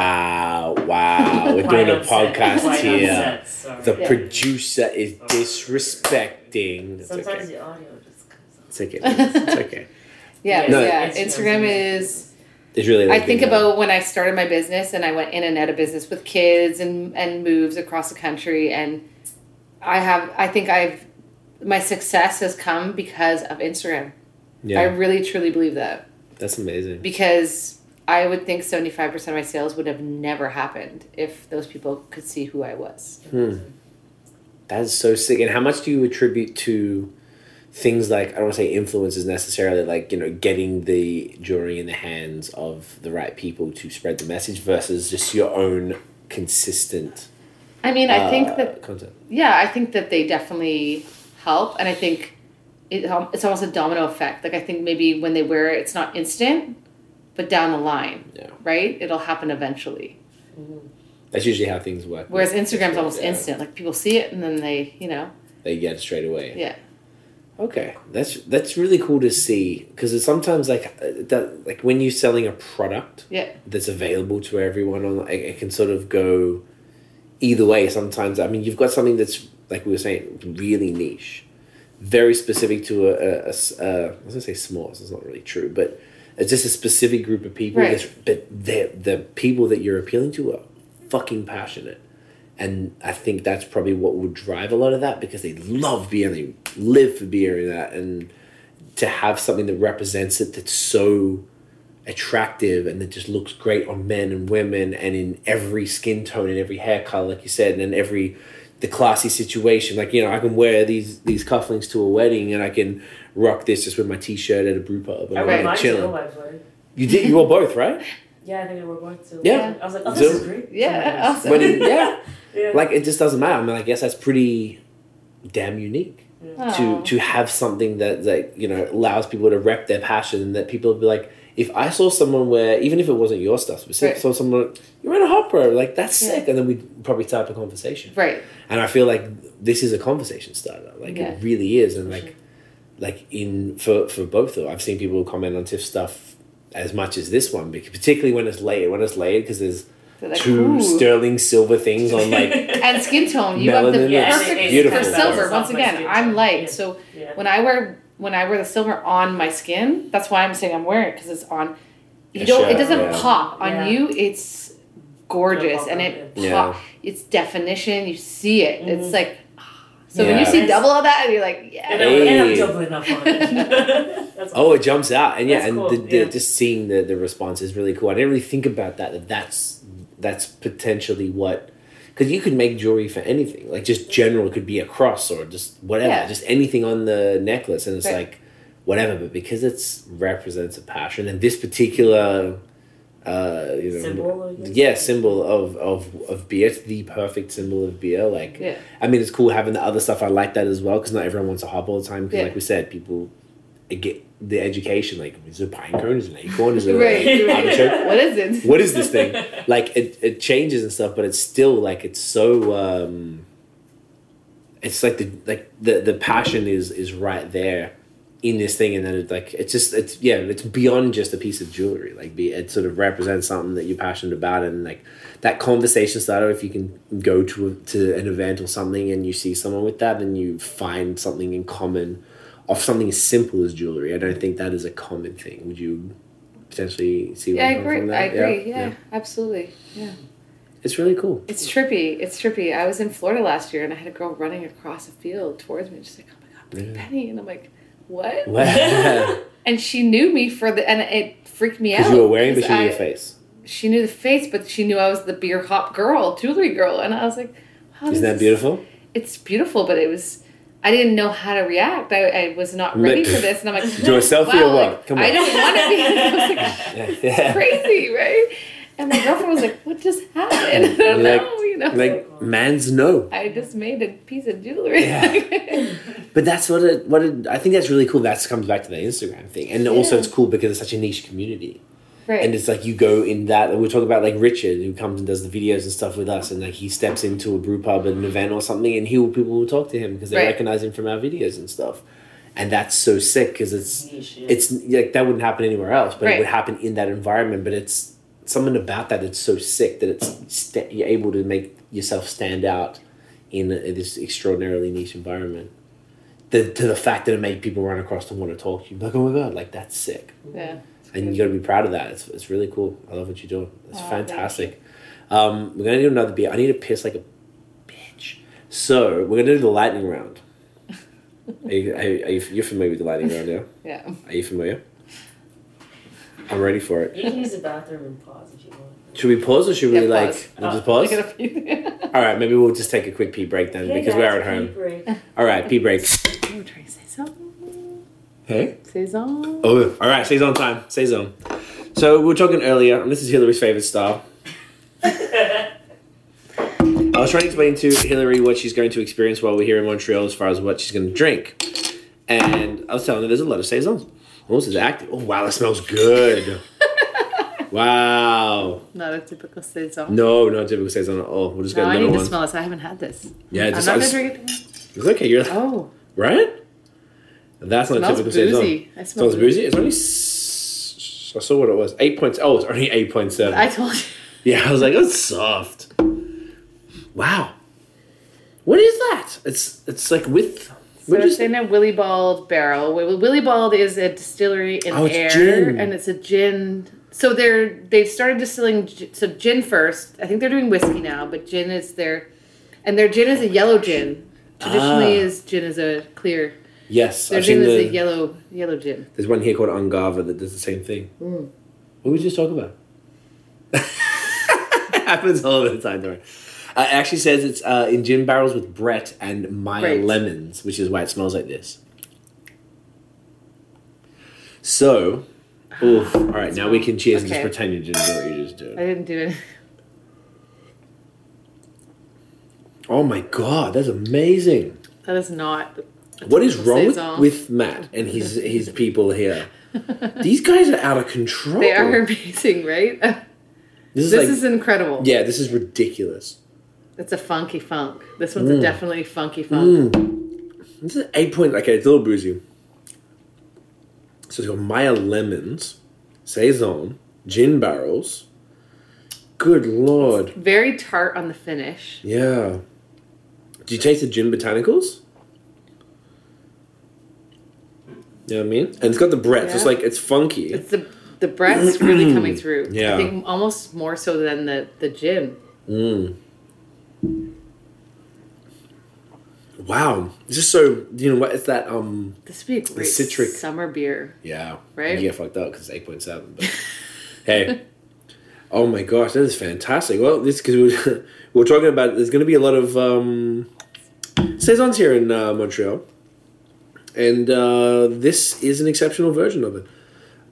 S1: Wow. Wow. Oh, We're doing a podcast here. The
S3: Yeah.
S1: producer is disrespecting. It's
S4: Sometimes
S1: okay.
S4: the audio just comes out.
S1: It's okay. It's okay.
S3: Yeah,
S1: No,
S3: yeah.
S4: it's-
S3: Instagram is.
S1: It's really.
S3: I
S1: Like
S3: think
S1: being a-
S3: about when I started my business and I went in and out of business with kids and and moves across the country, and I have. I think I've my success has come because of Instagram. I
S1: Yeah.
S3: really truly believe that
S1: That's amazing.
S3: because. I would think 75% of my sales would have never happened if those people could see who I was.
S1: That is so sick. And how much do you attribute to things like I don't want to say influences necessarily, like you know, getting the jewelry in the hands of the right people to spread the message versus just your own consistent.
S3: I mean, I
S1: uh,
S3: think that
S1: content.
S3: yeah, I think that they definitely help, and I think it al- it's almost a domino effect. Like I think maybe when they wear it, it's not instant, but down the line,
S1: Yeah.
S3: right? It'll happen eventually.
S1: That's usually how things work.
S3: Whereas Instagram's almost
S1: Yeah.
S3: instant. Like people see it and then they, you know,
S1: They get it straight away.
S3: yeah,
S1: Okay, that's that's really cool to see because it's sometimes like uh, that like when you're selling a product
S3: yeah,
S1: that's available to everyone on it, it can sort of go either way. Sometimes I mean you've got something that's like we were saying really niche, very specific to a, a- a s- uh, I was gonna say small. so It's not really true, but it's just a specific group of people.
S3: Right.
S1: that's- But the the people that you're appealing to are fucking passionate. And I think that's probably what would drive a lot of that because they love beer, they live for beer and that, and to have something that represents it that's so attractive and that just looks great on men and women and in every skin tone and every hair color, like you said, and in every the classy situation. Like you know, I can wear these these cufflinks to a wedding and I can rock this just with my t-shirt at a brew pub and
S4: I
S1: I'm
S4: wear
S1: like
S4: mine too,
S1: chilling.
S4: by the way.
S1: You did you were both right?
S4: Yeah, I think I wore mine too.
S1: Yeah.
S4: I was like, oh, this
S1: So-
S4: is great.
S3: yeah.
S4: Sometimes.
S3: Awesome.
S1: But it- yeah,
S4: yeah.
S1: like it just doesn't matter. I mean, I guess that's pretty damn unique. to
S3: Aw.
S1: to have something that that you know allows people to rep their passion and that people be like if I saw someone where even if it wasn't your stuff specific
S3: Right.
S1: saw someone like, you're in a hot bro like that's
S3: Yeah.
S1: sick and then we probably start up a conversation
S3: right,
S1: and I feel like this is a conversation starter like
S3: Yeah.
S1: it really is and like like in for for both though I've seen people comment on Tiff stuff as much as this one because particularly when it's layered when it's layered because there's
S3: They're like,
S1: two
S3: "Ooh."
S1: sterling silver things on like
S3: and skin tone. You have the
S1: Melanin,
S4: it's
S3: perfect
S1: beautiful.
S3: for silver.
S4: It's
S3: Once
S4: not my
S3: again,
S4: skin
S3: I'm
S4: tone.
S3: light,
S4: Yeah.
S3: so
S4: Yeah.
S3: when I wear when I wear the silver on my skin, that's why I'm saying I'm wearing it because it's on. You
S1: It
S3: don't.
S1: shines,
S3: it doesn't
S1: yeah.
S3: pop on
S4: Yeah.
S3: you. It's gorgeous,
S4: It'll pop Mm-hmm.
S3: and
S4: out,
S3: it
S1: yeah.
S3: pop. It's definition. You see it. It's like. ah. So when you
S1: Yeah.
S3: see double of that, and you're like,
S4: And,
S3: yeah,
S4: I'm, and I'm
S1: Hey.
S4: doubling up on it. That's
S1: Oh, it jumps out, and yeah,
S4: That's
S1: and
S4: cool,
S1: the, the,
S4: yeah.
S1: just seeing the, the response is really cool. I didn't really think about that. That that's that's potentially what, because you could make jewelry for anything, like just general. It could be a cross or just whatever,
S3: Yeah.
S1: just anything on the necklace, and it's
S3: Right.
S1: like whatever. But because it's represents a passion, and this particular, uh, you know,
S4: Symbol, I guess.
S1: yeah, symbol of of of beer, it's the perfect symbol of beer, like.
S3: yeah,
S1: I mean, it's cool having the other stuff. I like that as well because not everyone wants a hop all the time. Because,
S3: Yeah.
S1: like we said, people they get the education. Like, is it a pine cone? Is it an acorn? Is it
S3: Right,
S1: a
S3: right.
S1: artichoke?
S3: What is it?
S1: What is this thing? Like, it, it changes and stuff, but it's still like it's so. um It's like the like the the passion is is right there in this thing, and then it like it's just it's yeah it's beyond just a piece of jewelry. Like, be it sort of represents something that you're passionate about, and like that conversation starter if you can go to a, to an event or something and you see someone with that and you find something in common of something as simple as jewelry i don't think that is a common thing would you potentially see
S3: Yeah, I
S1: comes from
S3: agree.
S1: that?
S3: I agree. Yeah, absolutely. Yeah,
S1: it's really cool
S3: it's trippy. It's trippy. I was in Florida last year, and I had a girl running across a field towards me. She's like, "Oh my god, Big
S1: Yeah.
S3: Penny," and I'm like, "What?"
S1: because
S3: and she knew me for the and it freaked me out
S1: you were wearing but you
S3: 'cause
S1: knew your
S3: I-
S1: face
S3: she knew the face but she knew i was the beer hop girl jewelry girl and i was like how
S1: isn't
S3: does
S1: that
S3: Oh, this-
S1: beautiful
S3: it's beautiful but it was I didn't know how to react. I, I was not ready for this, and I'm like,
S1: Do a selfie or what?
S3: like,
S1: Come
S3: I
S1: on.
S3: don't want to be. I was like,
S1: Yeah.
S3: crazy, right? And my girlfriend was like, "What just happened?" I don't
S1: Like-
S3: know, you know.
S1: Like man's no,
S3: I just made a piece of jewelry.
S1: Yeah. but that's what it. What it, I think that's really cool. That comes back to the Instagram thing, and also
S3: Yeah.
S1: it's cool because it's such a niche community.
S3: right.
S1: and it's like you go in that and we're talking about like richard who comes and does the videos and stuff with us and like he steps into a brew pub at an event or something and he will people will talk to him because they
S3: Right.
S1: recognize him from our videos and stuff and that's so sick because it's
S4: Niche, yeah.
S1: it's like that wouldn't happen anywhere else but it
S3: Right.
S1: would happen in that environment but it's something about that it's so sick that it's sta you're able to make yourself stand out in uh, this extraordinarily niche environment the, to the fact that it made people run across and want to talk to you like oh my god like that's sick
S3: yeah.
S1: and you got to be proud of that. It's, it's really cool. I love what you do. It's
S3: Aw, Oh, thank
S1: fantastic. Um, we're gonna do another beer. I need to piss like a bitch. So we're gonna do the lightning round. Are you, are you, are you you're familiar with the lightning round now?
S3: Yeah.
S1: Are you familiar? I'm ready for it.
S4: You can use the bathroom and pause if you want.
S1: Should we pause or should we
S3: Yeah,
S1: like
S3: pause. Oh,
S1: we'll just
S3: Look
S1: pause?
S3: at a few.
S1: All right, maybe we'll just take a quick pee break then because we're at home. All right, pee break.
S3: I'm trying to say something.
S1: Hey.
S3: Say something.
S1: Oh, all right. Saison time. Saison. So we were talking earlier, and this is Hillary's favorite style. I was trying to explain to Hillary what she's going to experience while we're here in Montreal as far as what she's going to drink. And I was telling her there's a lot of Saisons. Oh, this is active. Oh, wow, that smells good. wow.
S3: Not a typical saison.
S1: No, not typical Saison at all. We'll just get
S3: I
S1: another
S3: need
S1: one.
S3: to smell this. I haven't had this.
S1: Yeah,
S3: I'm
S1: just-
S3: not
S1: I
S3: gonna
S1: just-
S3: drink it.
S1: it's okay. You're
S3: Oh,
S1: right. That's not
S3: smells
S1: typical
S3: boozy.
S1: Saison.
S3: I smell
S1: Smells boozy. It's only. s- I saw what it was. Eight points. Oh, it's only eight point seven.
S3: I told you.
S1: Yeah, I was like, it's soft. Wow. What is that? It's it's like with
S3: So
S1: what is
S3: it's in a Willy Bald barrel. Wi- Willy Bald is a distillery in
S1: Oh, it's
S3: air,
S1: gin.
S3: and it's a gin. So they're they've started distilling gi- so gin first. I think they're doing whiskey now, but gin is their, and their gin is a yellow gin. Traditionally,
S1: Ah.
S3: is gin is a clear.
S1: Yes,
S3: Their
S1: I've seen
S3: gin
S1: the,
S3: is a yellow yellow gin.
S1: there's one here called Ungava that does the same thing.
S3: Hmm.
S1: What were we just talking about? happens all the time, don't worry. Uh, it actually says it's uh, in gin barrels with Brett and Maya
S3: Right.
S1: lemons, which is why it smells like this. So, oof, all right, now we can cheers and just
S3: Ah, Okay.
S1: pretend you didn't know what you just did.
S3: I didn't do it.
S1: Oh my god, that's amazing.
S3: That is not. the-
S1: What is
S3: the
S1: wrong with,
S3: saison.
S1: with Matt and his his people here? These guys are out of control.
S3: They are amazing, right?
S1: This is
S3: This
S1: Oh. like
S3: is incredible.
S1: yeah, this is ridiculous.
S3: It's a funky funk. This one's
S1: Mm.
S3: a definitely funky funk.
S1: This is eight point. Okay, it's a little boozy. So it's got Maya lemons, saison, gin barrels. Good lord,
S3: Very tart on the finish.
S1: yeah. Do you taste the gin botanicals? You know what I mean? And it's got the breath. so It's
S3: Yeah.
S1: like it's funky.
S3: It's the the breath's really coming through.
S1: Yeah.
S3: I think almost more so than the the gin.
S1: Mm. Wow, it's just so you know what it's that um
S3: This would be a great
S1: citric.
S3: summer beer.
S1: yeah
S3: Right?
S1: yeah fucked up because it's eight point seven but hey oh my gosh that is fantastic well this because we we're talking about there's going to be a lot of um saisons here in uh, Montreal and uh, this is an exceptional version of it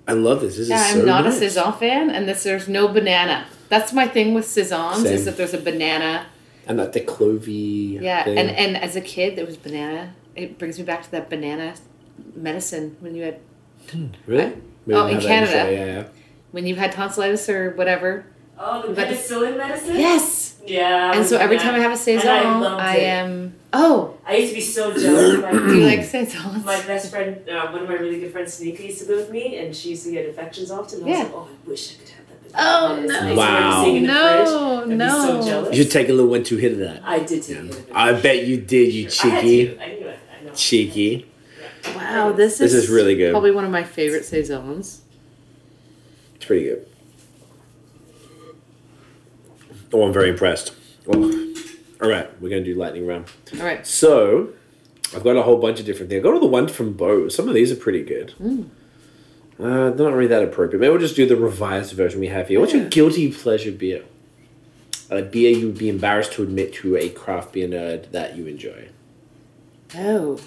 S1: I love this this
S3: Yeah,
S1: is
S3: I'm
S1: so
S3: not
S1: nice.
S3: a saison fan, and this there's no banana. That's my thing with saisons
S1: Same.
S3: is that there's a banana.
S1: and that the clovey
S3: Yeah,
S1: thing.
S3: and and as a kid, there was banana. It brings me back to that banana medicine when you had
S1: really We
S3: oh,
S1: don't
S3: in
S1: have that
S3: Canada.
S1: Australia, yeah, yeah.
S3: when you had tonsillitis or whatever.
S4: Oh, the
S3: But it's-
S4: penicillin medicine?
S3: Yes.
S4: Yeah.
S3: And so every time I have a saison,
S4: I loved
S3: I
S4: it.
S3: am oh,
S4: I used to be so jealous. of
S3: do you
S4: my-
S3: like saisons?
S4: My best friend, uh, one of my really good friends, Sneaky, used to live with me, and she used to get infections often. And I was
S3: Yeah.
S4: like, oh, I wish I could have that. medicine."
S3: Oh,
S4: And it's
S3: no.
S4: nice when I'm
S1: Wow.
S4: seeing in the
S3: No,
S4: fridge. I'd be so
S3: no.
S4: jealous.
S1: you should take a little one two hit of that
S4: I did take it.
S1: I bet you did you
S4: Sure. I had
S1: cheeky
S4: to. I knew it. I know.
S1: cheeky
S3: wow, this
S1: This
S3: is
S1: is really good.
S3: Probably one of my favorite saisons.
S1: It's pretty good. Oh, I'm very impressed. Oh. All right, we're going to do lightning round.
S3: All right.
S1: So, I've got a whole bunch of different things. I've got all the ones from Bo. Some of these are pretty good. Uh, they're not really that appropriate. Maybe we'll just do the revised version we have here. What's your
S3: Yeah.
S1: guilty pleasure beer? A beer you would be embarrassed to admit to a craft beer nerd that you enjoy.
S3: Oh,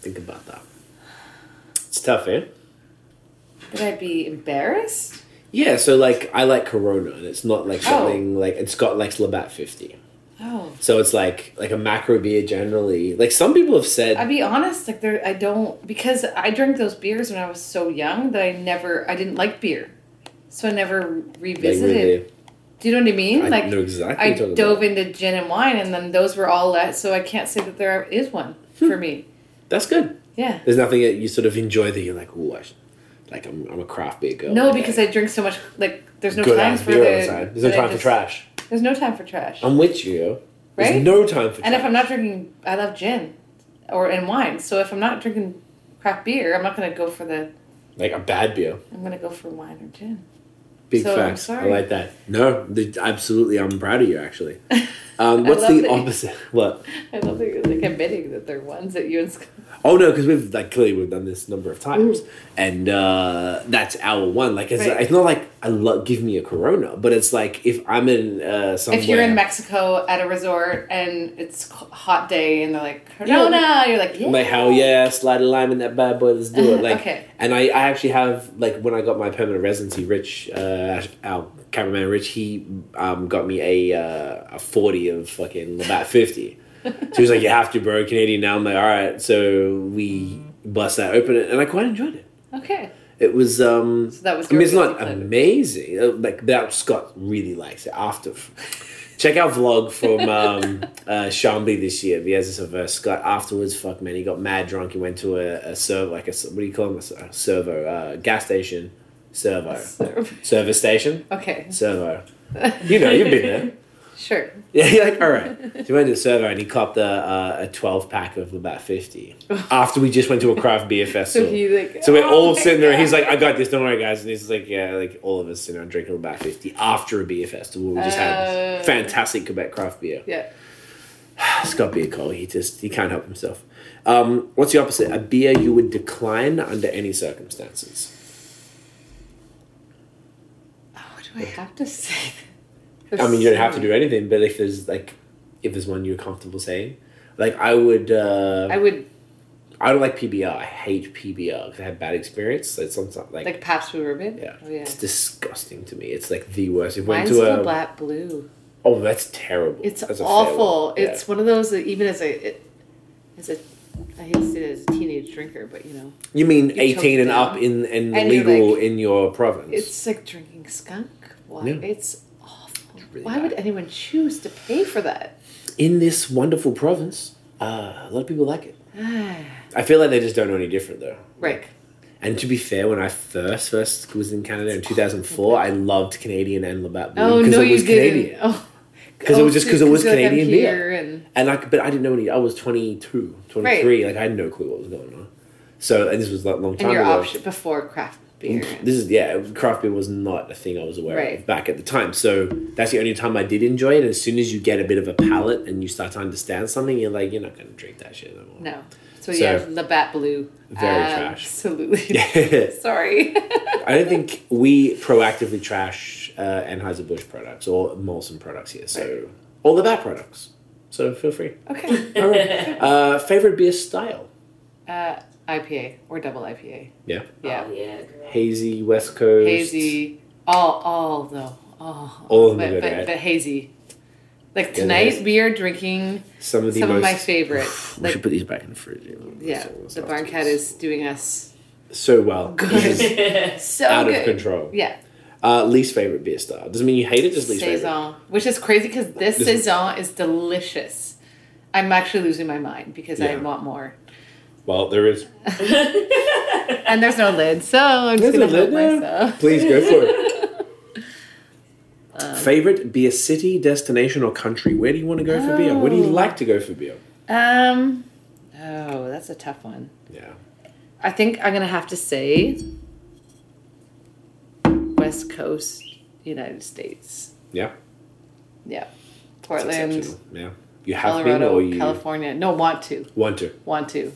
S1: Think about that. It's tough, eh?
S3: would I be embarrassed?
S1: Yeah, so like I like Corona, and it's not like something like it's got like Labatt fifty,
S3: Oh,
S1: so it's like like a macro beer generally. Like some people have said,
S3: I'd be honest. Like there, I don't because I drank those beers when I was so young that I never, I didn't like beer, so I never
S1: like,
S3: revisited.
S1: really,
S3: Do you know what I mean?
S1: I
S3: like
S1: know exactly.
S3: I
S1: what you're talking
S3: dove
S1: about.
S3: into gin and wine, and then those were all left. So I can't say that there is one
S1: Hmm.
S3: for me.
S1: That's good.
S3: Yeah.
S1: There's nothing that you sort of enjoy that you're like, oh, I should, like I'm, I'm a craft beer girl.
S3: No,
S1: Like,
S3: because I drink so much. Like there's no
S1: good
S3: time
S1: ass
S3: for
S1: beer
S3: the.
S1: on the side. There's no
S3: that I
S1: time for
S3: just-
S1: trash.
S3: There's no time for trash.
S1: I'm with you. There's
S3: Right?
S1: no time for. trash.
S3: And if I'm not drinking, I love gin, or and wine. So if I'm not drinking craft beer, I'm not gonna go for the.
S1: like a bad beer,
S3: I'm gonna go for wine or gin.
S1: big
S3: So, I'm
S1: facts. I
S3: sorry.
S1: like that. No, the, absolutely. I'm proud of you. Actually, um, what's
S3: love
S1: the
S3: that you-
S1: opposite? What?
S3: I love that you're like admitting that they're ones that you and Scott.
S1: Oh no, because we've like clearly we've done this a number of times, and uh, that's our one. Like it's,
S3: Mm. Right.
S1: it's not like I love give me a Corona, but it's like if I'm in uh, somewhere.
S3: If you're in Mexico at a resort and it's c- hot day and they're like Corona, you're like yeah.
S1: I'm like hell yeah, slide a lime in that bad boy. Let's do it. Like,
S3: Uh-huh, Okay.
S1: and I, I actually have like when I got my permanent residency, Rich, uh, our cameraman Rich, he um, got me a uh, a forty of fucking about fifty. so he was like, "You have to, bro, Canadian." Now I'm like, "All right." So we bust that open, and I quite enjoyed it.
S3: Okay,
S1: It was um
S3: so that was.
S1: I mean,
S3: your
S1: it's not
S3: guilty pleasure.
S1: amazing. Uh, Like that, Scott really likes it. After, check our vlog from um, uh, Shambi this year. The Ezra Silver. Scott afterwards, fuck man, he got mad drunk. He went to a, a servo, like a s- what do you call them? A, s- a servo, uh, gas station, servo, service station,
S3: Okay,
S1: servo. You know, you've been there.
S3: sure.
S1: Yeah, you're like, all right. So he went to the servo and he copped a, uh, a 12 pack of about 50 after we just went to a craft beer
S3: So
S1: festival.
S3: he like.
S1: So we're
S3: oh
S1: all
S3: my
S1: sitting there, and he's
S3: God.
S1: like, "I got this, don't worry, guys." And he's like, "Yeah, like all of us sitting there drinking about fifty after a beer festival. We just
S3: Oh.
S1: had fantastic Quebec craft beer.
S3: yeah.
S1: Scott Beer Cole, he just he can't help himself. Um, what's the opposite? A beer you would decline under any circumstances.
S3: Oh, do I have to say?
S1: I mean, you don't have to do anything, but if there's like, if there's one you're comfortable saying, like I would, uh,
S3: I would
S1: I don't like PBR. I hate PBR because I had bad experience. So it's something like,
S3: like Pabst Blue Ribbon.
S1: yeah.
S3: Oh yeah.
S1: it's disgusting to me. It's like the worst. If we went
S3: Mine's
S1: to
S3: still
S1: a
S3: black blue.
S1: Oh, that's terrible.
S3: It's
S1: That's a fair
S3: awful.
S1: one. Yeah.
S3: It's one of those that even as a it, as a I hate to say it as a teenage drinker, but you know,
S1: you mean
S3: you
S1: eighteen
S3: choke
S1: and
S3: down.
S1: up in and,
S3: And you're
S1: legal
S3: like-
S1: in your province?
S3: it's like drinking skunk. Why?
S1: Yeah.
S3: It's awful.
S1: really
S3: Why
S1: bad.
S3: would anyone choose to pay for that?
S1: in this wonderful province. Uh, a lot of people like it. I feel like they just don't know any different though.
S3: right.
S1: And to be fair, when I first first was in Canada in two thousand four, I loved Canadian and Labatt
S3: Oh no,
S1: it was
S3: you didn't.
S1: Canadian.
S3: Oh.
S1: 'Cause it was just- 'cause it was
S3: you're like, I'm
S1: Canadian beer.
S3: here And
S1: And like, but I didn't know any. I was 22, 23. Like I had no clue what was going on. So and this was like a long time
S3: and your
S1: ago.
S3: option before craft beer.
S1: This is yeah, craft beer was not a thing I was aware of
S3: Right.
S1: back at the time. So that's the only time I did enjoy it. And as soon as you get a bit of a palate and you start to understand something, you're like, you're not gonna drink that shit anymore.
S3: No. So,
S1: So-
S3: yeah, Labatt Blue.
S1: Very trash.
S3: Um, Absolutely. Sorry.
S1: I don't think we proactively trash uh, Anheuser Busch products or Molson products here. So all the bad products. So feel free.
S3: okay.
S4: Oh,
S1: All right. uh, favorite beer style?
S3: Uh, IPA or double IPA.
S1: Yeah, Uh,
S3: Yeah.
S4: Oh, yeah, girl.
S1: hazy West Coast.
S3: Hazy. All, all though. All.
S1: All of them
S3: but,
S1: are good,
S3: but,
S1: right?
S3: but hazy. Like
S1: they're
S3: tonight,
S1: hazy.
S3: we are drinking
S1: Some of the
S3: some
S1: most.
S3: of my favorite.
S1: We
S3: Like,
S1: should put these back in the fridge.
S3: yeah, the barn cat is doing us
S1: so well. This is
S3: so
S1: out
S3: Oh, good.
S1: of control.
S3: Yeah,
S1: Uh, least favorite beer style doesn't mean you hate it. Just least favorite.
S3: saison, which is crazy because this
S1: This is-
S3: saison is delicious. I'm actually losing my mind because I
S1: Yeah.
S3: want more,
S1: Well, there is.
S3: and there's no lid, so I'm just
S1: There's a
S3: gonna help
S1: lid there.
S3: myself.
S1: Please go for it. favorite beer city, destination, or country? Where do you want to go for beer? Where do you
S3: Oh.
S1: like to go for beer?
S3: Um, oh, that's a tough one.
S1: Yeah.
S3: I think I'm gonna have to say West Coast, United States.
S1: Yeah.
S3: Yeah,
S1: It's
S3: Portland,
S1: exceptional. Yeah. You have been
S3: Colorado,
S1: or you
S3: California. No, want to,
S1: want to.
S3: want to.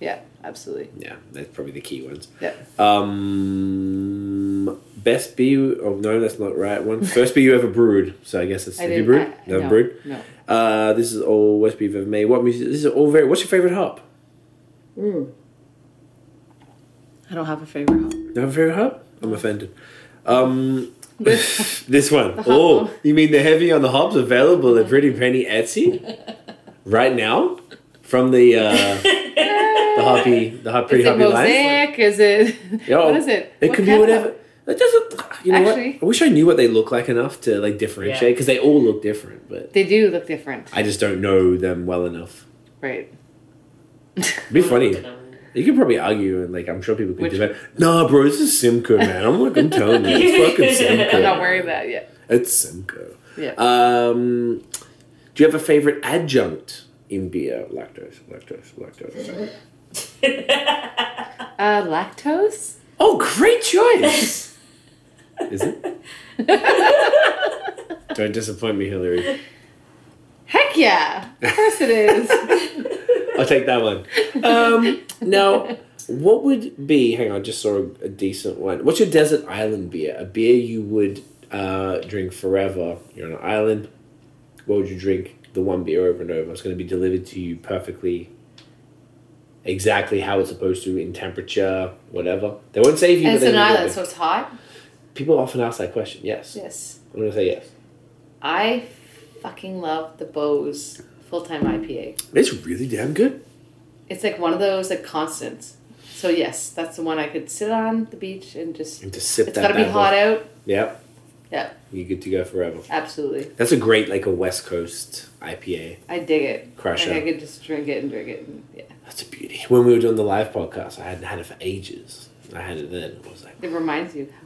S3: Yeah, absolutely.
S1: Yeah, that's probably the key ones.
S3: Yeah.
S1: Um, Um, best beer. you. Oh no, that's not right. One first beer you ever brewed. So I guess it's
S3: I
S1: have you
S3: didn't-
S1: brewed?
S3: I-
S1: Never
S3: no,
S1: brewed.
S3: no.
S1: Uh, this is all West beer you've ever made. What music? This is all very. What's your favorite hop?
S3: I don't have a favorite hop.
S1: Do you have a favorite hop? I'm offended. Um, this one.
S3: hop
S1: Oh,
S3: one.
S1: you mean the heavy on the hops available at Pretty Penny Etsy right now from the uh, the hoppy the hop, pretty
S3: Is it
S1: hoppy line.
S3: mosaic? Is it
S1: Yeah,
S3: what is it?
S1: It
S3: What
S1: could be
S3: kind of-
S1: whatever. It doesn't. You know
S3: Actually-
S1: what? I wish I knew what they look like enough to like differentiate because they all look different, but
S3: They do look different,
S1: I just don't know them well enough.
S3: right?
S1: It'd be funny. You could probably argue, and like I'm sure people could
S3: Which-
S1: do that. Nah, bro, this is Simcoe, man. I'm like, I'm telling you, it's fucking Simcoe.
S3: I'm not wearing that yet.
S1: It's Simcoe.
S3: Yeah.
S1: Um, do you have a favorite adjunct in beer? Lactose, lactose, lactose.
S3: Uh, lactose?
S1: Oh, great choice. Is it? Don't disappoint me, Hillary.
S3: Heck yeah! Of course it is.
S1: I'll take that one. Um, now, what would be? Hang on, I just saw a, a decent one. What's your desert island beer? A beer you would uh, drink forever. You're on an island. What would you drink? The one beer over and over. It's going to be delivered to you perfectly, exactly how it's supposed to in temperature, whatever. They won't save you.
S3: and it's
S1: but they
S3: an
S1: will do
S3: island,
S1: it.
S3: so it's hot.
S1: people often ask that question. Yes,
S3: Yes.
S1: I'm going to say yes.
S3: I fucking love the Bose full time IPA.
S1: It's really damn good.
S3: It's like one of those like constants. So yes, that's the one I could sit on the beach and just.
S1: And to sip
S3: It's
S1: that.
S3: gotta be
S1: bad
S3: hot
S1: boy.
S3: out.
S1: Yep,
S3: Yeah,
S1: you're good to go forever.
S3: absolutely.
S1: That's a great like a West Coast IPA.
S3: I dig it.
S1: Crush it.
S3: like, I could just drink it and drink it. And, yeah,
S1: That's a beauty. When we were doing the live podcast, I hadn't had it for ages. I had it then. I was like,
S3: it reminds you how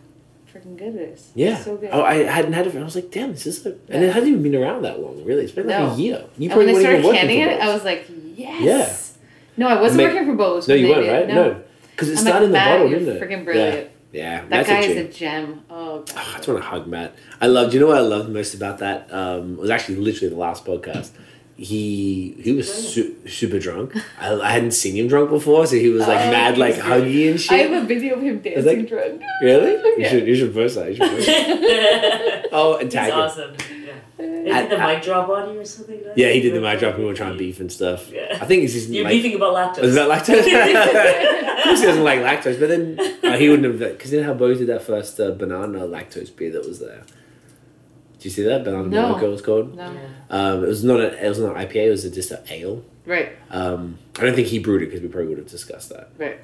S3: freaking good it is.
S1: yeah.
S3: It's so good.
S1: Oh, I hadn't had it. For, I was like, damn, this is. A, and it hasn't even been around that long. Really, it's been like
S3: No.
S1: a year. You
S3: and when they
S1: weren't even
S3: started
S1: working
S3: canning
S1: for
S3: it, I
S1: Bose.
S3: was like, yes. No, I wasn't
S1: Ama-
S3: working for Bose.
S1: no,
S3: when
S1: you
S3: they
S1: weren't
S3: did it,
S1: right. No, because it
S3: I'm
S1: started
S3: like,
S1: in the
S3: Matt,
S1: bottle,
S3: you're
S1: didn't it?
S3: frecking brilliant.
S1: Yeah, yeah
S3: That
S1: Matt's
S3: guy
S1: a
S3: is
S1: gem.
S3: a gem. Oh, God.
S1: Oh, I just want to hug Matt. I love. You know what I loved most about that? Um, it was actually literally the last podcast. He he was su- super drunk. I, I hadn't seen him drunk before, so he was like
S3: Oh,
S1: mad,
S3: he
S1: like
S3: was-
S1: huggy and
S3: I
S1: shit.
S3: have a video of him dancing
S1: like-
S3: drunk.
S1: really? You
S3: Yeah.
S1: should you should post that. You should post that. Oh, and tag
S4: He's
S1: him.
S4: awesome. Yeah.
S1: I-
S4: Did the
S1: I-
S4: mic drop on you or something? like that?
S1: Yeah, he did the mic drop. We were trying beef and stuff.
S4: Yeah.
S1: I think it's just
S4: You're
S1: like.
S4: beefing about lactose.
S1: Is that lactose? of course, he doesn't like lactose, but then uh, he wouldn't have. Because you know how Bo did that first uh, banana lactose beer that was there. Do you see that banana
S3: No.
S1: Monaco was called?
S3: No.
S4: Yeah.
S1: Um, it was not an it was not an IPA. It was just an ale.
S3: Right,
S1: Um, I don't think he brewed it because we probably would have discussed that.
S3: right.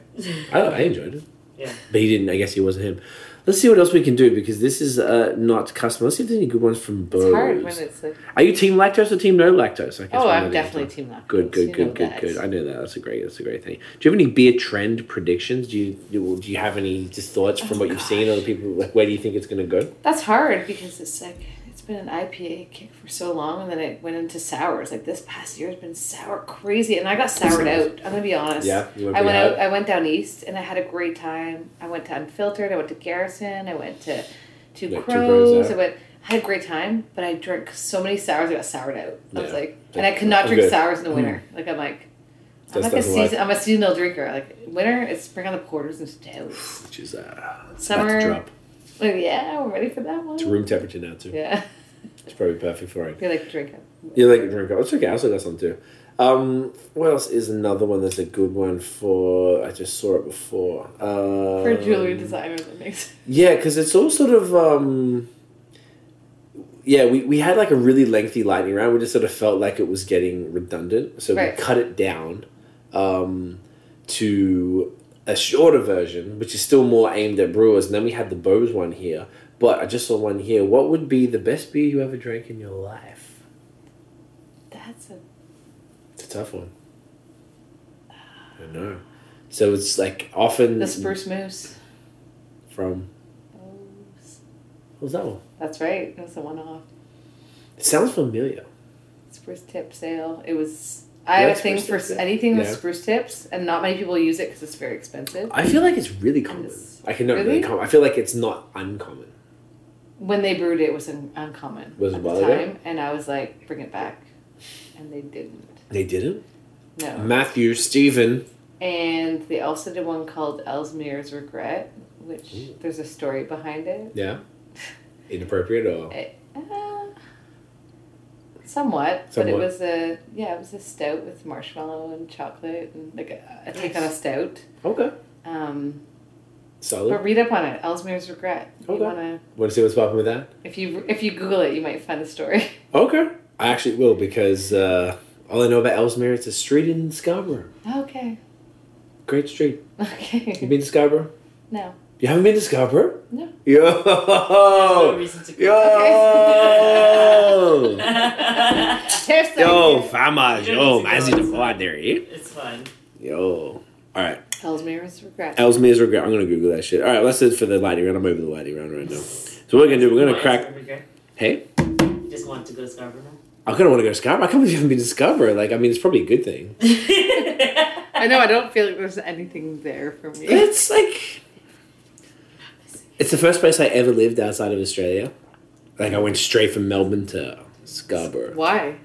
S1: I, I enjoyed it,
S4: Yeah.
S1: but he didn't. I guess he wasn't him. Let's see what else we can do because this is uh, not custom. Let's see if there's any good ones from Bose.
S3: It's hard when it's like,
S1: Are you team lactose or team no lactose? I guess
S3: oh,
S1: we
S3: I'm
S1: know the
S3: definitely
S1: answer.
S3: Team Lactose.
S1: Good, good,
S3: You know
S1: good, good,
S3: that.
S1: good. I know that. That's a great. That's a great thing. Do you have any beer trend predictions? Do you do do you have any just thoughts
S3: Oh,
S1: from what you've seen or the people? Like, where do you think it's going to go?
S3: That's hard because it's like, it's been an IPA kick for so long and then it went into sours. Like this past year has been sour crazy and I got soured out. I'm going to be honest.
S1: Yeah, you went
S3: I
S1: pretty
S3: went
S1: hard.
S3: out, uh, I went down east and I had a great time. I went to Unfiltered, I went to Garrison, I went to Two
S1: Yeah, Two Crows,
S3: Crows,
S1: yeah.
S3: I went, I had a great time, but I drank so many sours, I got soured out. I was
S1: Yeah.
S3: like, and I could not
S1: I'm
S3: drink
S1: good. Mm-hmm.
S3: sours in the winter. Like I'm like, I'm
S1: That's-
S3: like a
S1: that's why.
S3: season, I'm a seasonal drinker. Like winter, it's bring on the porters and stouts.
S1: Which is uh, it's about
S3: Summer.
S1: to drop.
S3: Oh yeah, we're ready for that one.
S1: It's room temperature now too.
S3: Yeah,
S1: It's probably perfect for it.
S3: you're like drinking.
S1: You like a drink. It's okay. I'll say that's on too. Um, what else is another one that's a good one for? I just saw it before. Um,
S3: For a jewelry designer, that makes
S1: Yeah, because it's all sort of. Um, yeah, we, we had like a really lengthy lightning round. We just sort of felt like it was getting redundant, so
S3: Right.
S1: we cut it down um, to a shorter version, which is still more aimed at brewers. And then we had the Bose one here, but I just saw one here. What would be the best beer you ever drank in your life?
S3: that's a
S1: It's a tough one. I know. So it's like often
S3: the spruce moose.
S1: from
S3: Oh,
S1: what was that one?
S3: That's right. That's a one-off
S1: It sounds familiar.
S3: spruce tip sale. It was. I
S1: Yeah,
S3: have a
S1: spruce
S3: thing for
S1: tips, yeah.
S3: anything with
S1: Yeah.
S3: spruce tips, and not many people use it because it's very expensive.
S1: I feel like it's really common.
S3: Yes.
S1: I can not really
S3: Really?
S1: common. I feel like it's not uncommon.
S3: When they brewed it, it was un- uncommon
S1: Was it
S3: at
S1: wild
S3: the
S1: ale?
S3: time, and I was like, "Bring it back," and they didn't.
S1: They didn't.
S3: No.
S1: Matthew Stephen.
S3: And they also did one called Ellesmere's Regret, which there's a story behind it.
S1: Yeah. Inappropriate or
S3: It, uh, somewhat, but it
S1: Somewhat.
S3: was a yeah, it was a stout with marshmallow and chocolate and like a, a take on a stout.
S1: okay,
S3: Um, but
S1: solid.
S3: read up on it, Ellesmere's Regret. If
S1: Okay.
S3: You wanna,
S1: Want to see what's popping with that?
S3: if you if you Google it, you might find the story.
S1: Okay, I actually will because uh, all I know about Ellesmere it's a street in Scarborough.
S3: okay,
S1: Great street. You
S3: okay.
S1: been to Scarborough?
S3: No,
S1: You haven't been to Scarborough?
S3: No.
S1: Yo. Oh,
S4: No reason to
S1: Yo.
S3: there's the
S1: Yo, fama, yo, mas
S4: Yes, yes.
S1: de there, eh?
S4: It's fun.
S1: Yo. All right,
S3: Ellesmere's Regret.
S1: Ellesmere's regret. I'm gonna Google that shit. All right, that's it for the lightning round. I'm over the lightning round right now. So what we're gonna do? We're gonna
S4: Why
S1: crack.
S4: Scarborough Girl?
S1: Hey,
S4: You just want to go to Scarborough.
S1: I kind of want to go to Scarborough. I can't believe you haven't been to Scarborough. Like, I mean, it's probably a good thing.
S3: I know I don't feel like there's anything there for me.
S1: It's like it's the first place I ever lived outside of Australia. Like I went straight from Melbourne to Scarborough.
S3: Why?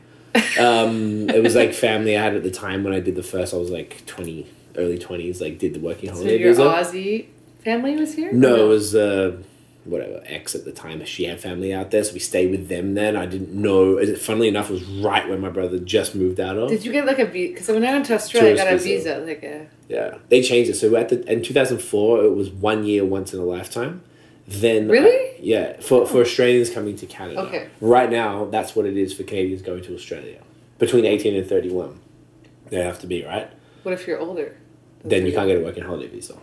S1: Um, it was like family I had at the time when I did the first. I was like twenty, early twenties. Like did the working
S3: So
S1: holiday
S3: your
S1: visa.
S3: Aussie family was here?
S1: No, it was uh, whatever ex at the time. She had family out there, so we stayed with them. Then I didn't know. it- Funnily enough, it was right when my brother just moved out of.
S3: Did you get like a visa? Because when I went to Australia, I got a
S1: Tourist
S3: visa.
S1: visa.
S3: Like a
S1: Yeah, they changed it. So at the in two thousand four, it was one year, once in a lifetime. Then
S3: Really? Oh.
S1: yeah, for for Australians coming to Canada.
S3: Okay.
S1: Right now, that's what it is for Canadians going to Australia. Between eighteen and thirty one, they have to be right.
S3: what if you're older?
S1: Then you can't get a working holiday visa.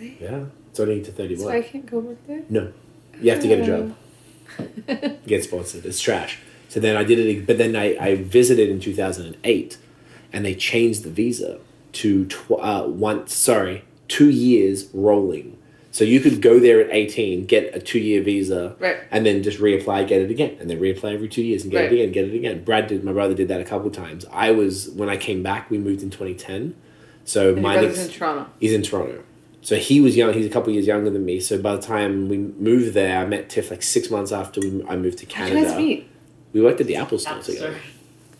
S3: Really?
S1: Yeah, it's only to thirty
S3: So I
S1: one.
S3: can't go work there.
S1: No, you have to get
S3: um,
S1: a job. get sponsored. It's trash. So then I did it, but then I, I visited in 2008 and they changed the visa to tw- uh, one, sorry, two years rolling. So you could go there at 18, get a two year visa,
S3: Right.
S1: and then just reapply, get it again, and then reapply every two years and get
S3: Right.
S1: it again, get it again. Brad did, my brother did that a couple times. I was, when I came back, we moved in 2010. So
S3: And your
S1: my
S3: brother's
S1: next-
S3: in Toronto.
S1: He's in Toronto. So he was young. He's a couple years younger than me. So by the time we moved there, I met Tiff like six months after we, I moved to
S3: How
S1: Canada.
S3: do you guys meet?
S1: We worked at the Apple Store
S4: Apple
S1: together.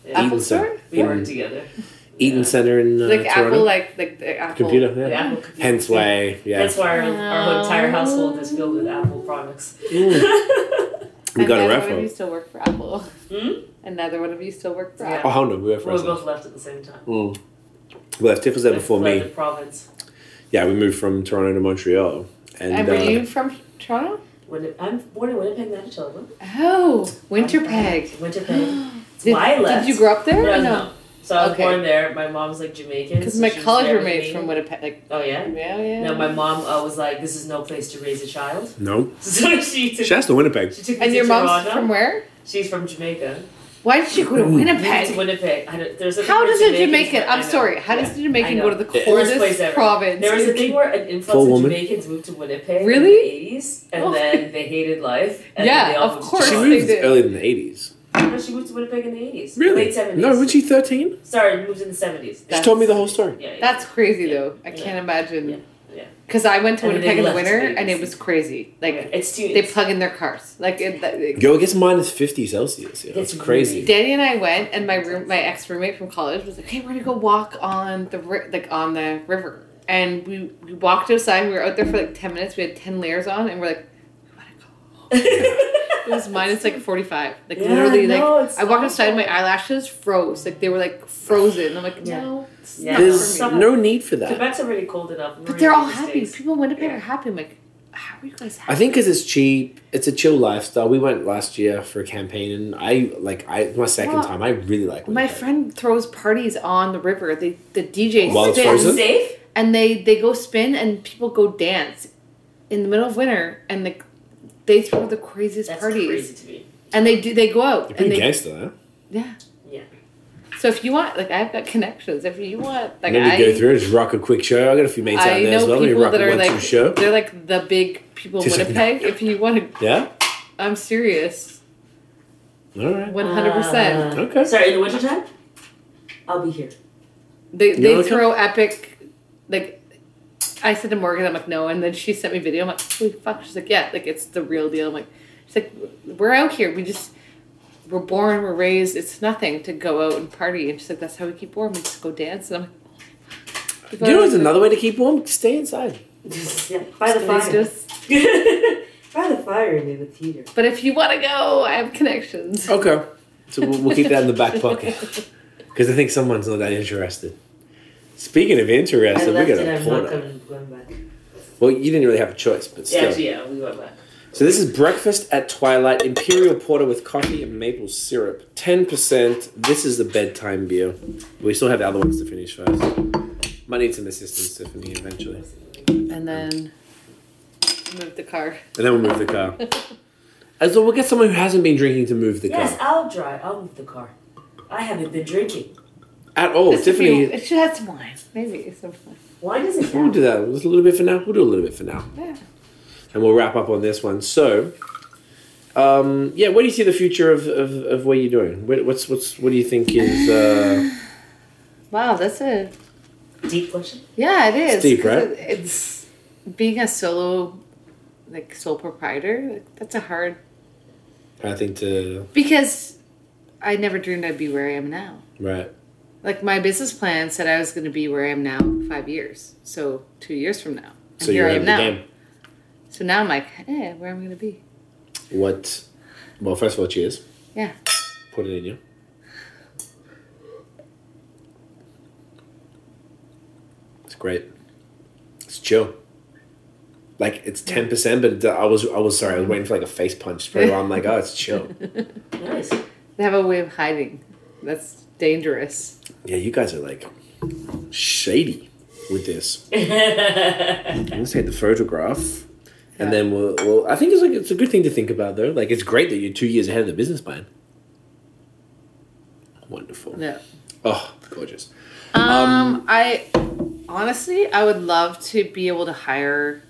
S4: Store.
S3: Apple
S4: Yeah.
S3: Store?
S4: We
S1: Eaton,
S4: work
S1: Eaton,
S4: together.
S1: Eaton
S4: Yeah.
S1: Center in uh,
S3: Like
S1: Toronto.
S3: Apple, like like the Apple
S1: Computer. Yeah.
S4: The Apple
S1: Hence why, yeah,
S4: That's why our, our whole entire household is filled with Apple products.
S1: Hmm. Mm. we got a
S3: and neither One of you
S1: referral.
S3: still work for Apple.
S4: Hmm?
S3: And neither one of you still work for
S4: Yeah.
S1: Oh
S3: Apple.
S1: hell no, we were
S4: Well, we
S1: friends.
S4: both left at the same time.
S1: Mm. Well, Tiff was there before
S4: Fled
S1: me.
S4: The province.
S1: Yeah, we moved from Toronto to Montreal, and,
S3: And
S1: uh,
S3: were you from Toronto?
S4: Winni- I'm born in Winnipeg, Manitoba.
S3: Oh, Winterpeg.
S4: Winnipeg.
S3: Did,
S4: why I left.
S3: did you grow up there?
S4: No,
S3: or
S4: no. So I was
S3: Okay.
S4: born there. My mom's like Jamaican.
S3: Because
S4: so
S3: my
S4: she was
S3: college
S4: there with
S3: roommate's
S4: me.
S3: from Winnipeg. Like,
S4: Oh yeah.
S3: yeah, yeah.
S4: No, my mom uh, was like, "This is no place to raise a child,"
S1: no,
S4: so she took.
S1: shouts to Winnipeg.
S4: She took me
S3: and
S4: to
S3: your
S4: Toronto.
S3: mom's from where?
S4: She's from Jamaica.
S3: Why did she go to
S1: Ooh.
S4: Moved to
S3: Winnipeg?
S4: Winnipeg. I don't, there's a
S3: How
S4: thing
S3: does
S4: where
S3: a
S4: Jamaicans-
S3: Jamaican?
S4: I
S3: I'm
S4: know.
S3: sorry. How does a Jamaican
S4: I
S3: go to
S4: know.
S3: the
S1: Worst
S4: place
S3: coldest
S4: ever.
S3: province?
S4: There was a thing where an
S1: Full
S4: influx of
S1: woman.
S4: Jamaicans moved to Winnipeg in
S3: Really?
S4: the eighties, and
S3: Oh.
S4: then they hated life. And
S3: Yeah,
S4: then they all
S3: of
S4: moved to
S3: course.
S1: She
S4: Toronto.
S1: moved
S3: did.
S1: early in the eighties.
S4: No, she moved to Winnipeg in the eighties,
S1: Really?
S4: late seventies.
S1: No, was she thirteen?
S4: Sorry, moved in the seventies.
S1: She
S3: That's-
S1: told me the whole story.
S4: Yeah, yeah.
S3: That's crazy
S4: Yeah.
S3: though. I
S4: Yeah.
S3: can't imagine.
S4: Yeah. Yeah.
S3: Because I went to
S4: And then
S3: Winnipeg in
S4: they
S3: the
S4: left
S3: winter
S4: Vegas.
S3: and it was crazy. Like
S4: it's too.
S3: they
S4: it's-
S3: plug in their cars. Like it, that- it-
S1: Yo, it gets minus fifty Celsius. Yeah,
S4: It's
S1: it's crazy.
S4: really-
S3: Danny and I went, and my room, my ex roommate from college was like, "Hey, we're gonna go walk on the ri- like on the river." And we, we walked outside. We were out there for like ten minutes. We had ten layers on, and we're like, "We want to go." It was minus like forty five. Like
S4: Yeah,
S3: literally, like
S4: no, it's
S3: I walked outside,
S4: awful.
S3: my eyelashes froze. Like they were like frozen. I'm like,
S4: Yeah.
S3: no, it's
S4: Yeah.
S3: not
S1: There's
S3: for me.
S4: Some-
S1: no need for that.
S4: Quebec's already cold enough. We're
S3: But they're all
S4: in the
S3: happy.
S4: States.
S3: People in Winnipeg
S4: Yeah.
S3: are happy. I'm like, how are you guys happy?
S1: I think because it's cheap, it's a chill lifestyle. We went last year for a campaign, and I like I my second
S3: Well,
S1: time. I really like
S3: My
S1: Winnipeg.
S3: friend throws parties on the river. They the DJ
S1: While it's
S3: spins
S1: frozen?
S4: Safe.
S3: and they they go spin and people go dance in the middle of winter and the, they throw the craziest
S4: That's
S3: parties
S4: crazy to me.
S3: and they do they go out
S1: You're
S3: and
S1: pretty
S3: they,
S1: gangster, huh?
S3: yeah
S4: Yeah.
S3: so if you want like I've got connections if you want like
S1: Maybe
S3: I
S1: go through and just rock a quick show. I got a few mates out
S3: I
S1: there as
S3: know
S1: well. Maybe
S3: people
S1: rock
S3: that
S1: a
S3: are
S1: one two
S3: like
S1: show.
S3: they're like the big people in
S1: Just like,
S3: Winnipeg if you want to
S1: Yeah.
S3: I'm serious
S1: All right.
S3: one hundred percent
S4: Uh,
S1: Okay.
S4: Sorry, in the wintertime? I'll be here.
S3: they
S1: You wanna
S3: they
S1: come?
S3: throw epic like. I said to Morgan, I'm like, no, and then she sent me a video. I'm like, holy fuck! She's like, yeah, like it's the real deal. I'm like, she's like, we're out here. We just we're born, we're raised. It's nothing to go out and party. And she's like, that's how we keep warm. We just go dance. And I'm like,
S1: Do you know what's another way to keep warm? Stay inside.
S4: yeah, by the
S3: It's
S4: fire.
S3: just
S5: Try the fire in me with Teeter.
S3: But if you want to go, I have connections.
S1: Okay. So Oh, we'll, we'll keep that in the back pocket because I think someone's not that interested. Speaking of
S5: I
S1: interested, we
S5: left
S1: got
S5: it.
S1: a
S5: I'm not
S1: porno.
S5: coming, going back.
S1: Well, you didn't really have a choice, but
S4: Yeah,
S1: still.
S4: actually, yeah, we went back.
S1: So this is breakfast at twilight, imperial porter with coffee and maple syrup, ten percent. This is the bedtime beer. We still have the other ones to finish first. Might need some assistance, Tiffany, eventually,
S3: And then move the car.
S1: and then we'll move the car. And so we'll get someone who hasn't been drinking to move the
S4: Yes.
S1: car
S5: I'll drive. I'll move the car.
S4: I haven't been drinking.
S1: at all.
S3: Just if you-
S1: Oh, Tiffany,
S3: It should have some wine. Maybe some wine.
S5: Why does it
S1: we'll do that. Just a little bit for now. We'll do a little bit for now.
S3: Yeah.
S1: and we'll wrap up on this one. So, um, yeah, what do you see the future of, of, of what you're doing? What, what's what's what do you think is uh,
S3: Wow, that's a
S5: Deep question.
S3: yeah. It is
S1: It's deep,
S3: 'cause
S1: right?
S3: it- it's being a solo, like sole proprietor. Like, that's a hard
S1: I think to
S3: because I never dreamed I'd be where I am now.
S1: right?
S3: Like my business plan said, I was going to be where I am now five years. So two years from now, and
S1: So
S3: here
S1: you're
S3: I
S1: in
S3: am
S1: the
S3: now.
S1: game.
S3: So now I'm like, eh, where am I going to be?
S1: What? Well, first of all, cheers.
S3: Yeah.
S1: Put it in you. It's great. It's chill. Like it's ten percent, but it- I was I was sorry. I was waiting for like a face punch. But I'm like, oh, it's chill.
S5: Nice.
S3: They have a way of hiding. That's dangerous.
S1: Yeah, you guys are like shady with this. I'm gonna take the photograph, and then we'll, we'll. I think it's like it's a good thing to think about though. Like it's great that you're two years ahead of the business plan. Wonderful.
S3: No.
S1: Oh, gorgeous.
S3: Um, I honestly, I would love to be able to hire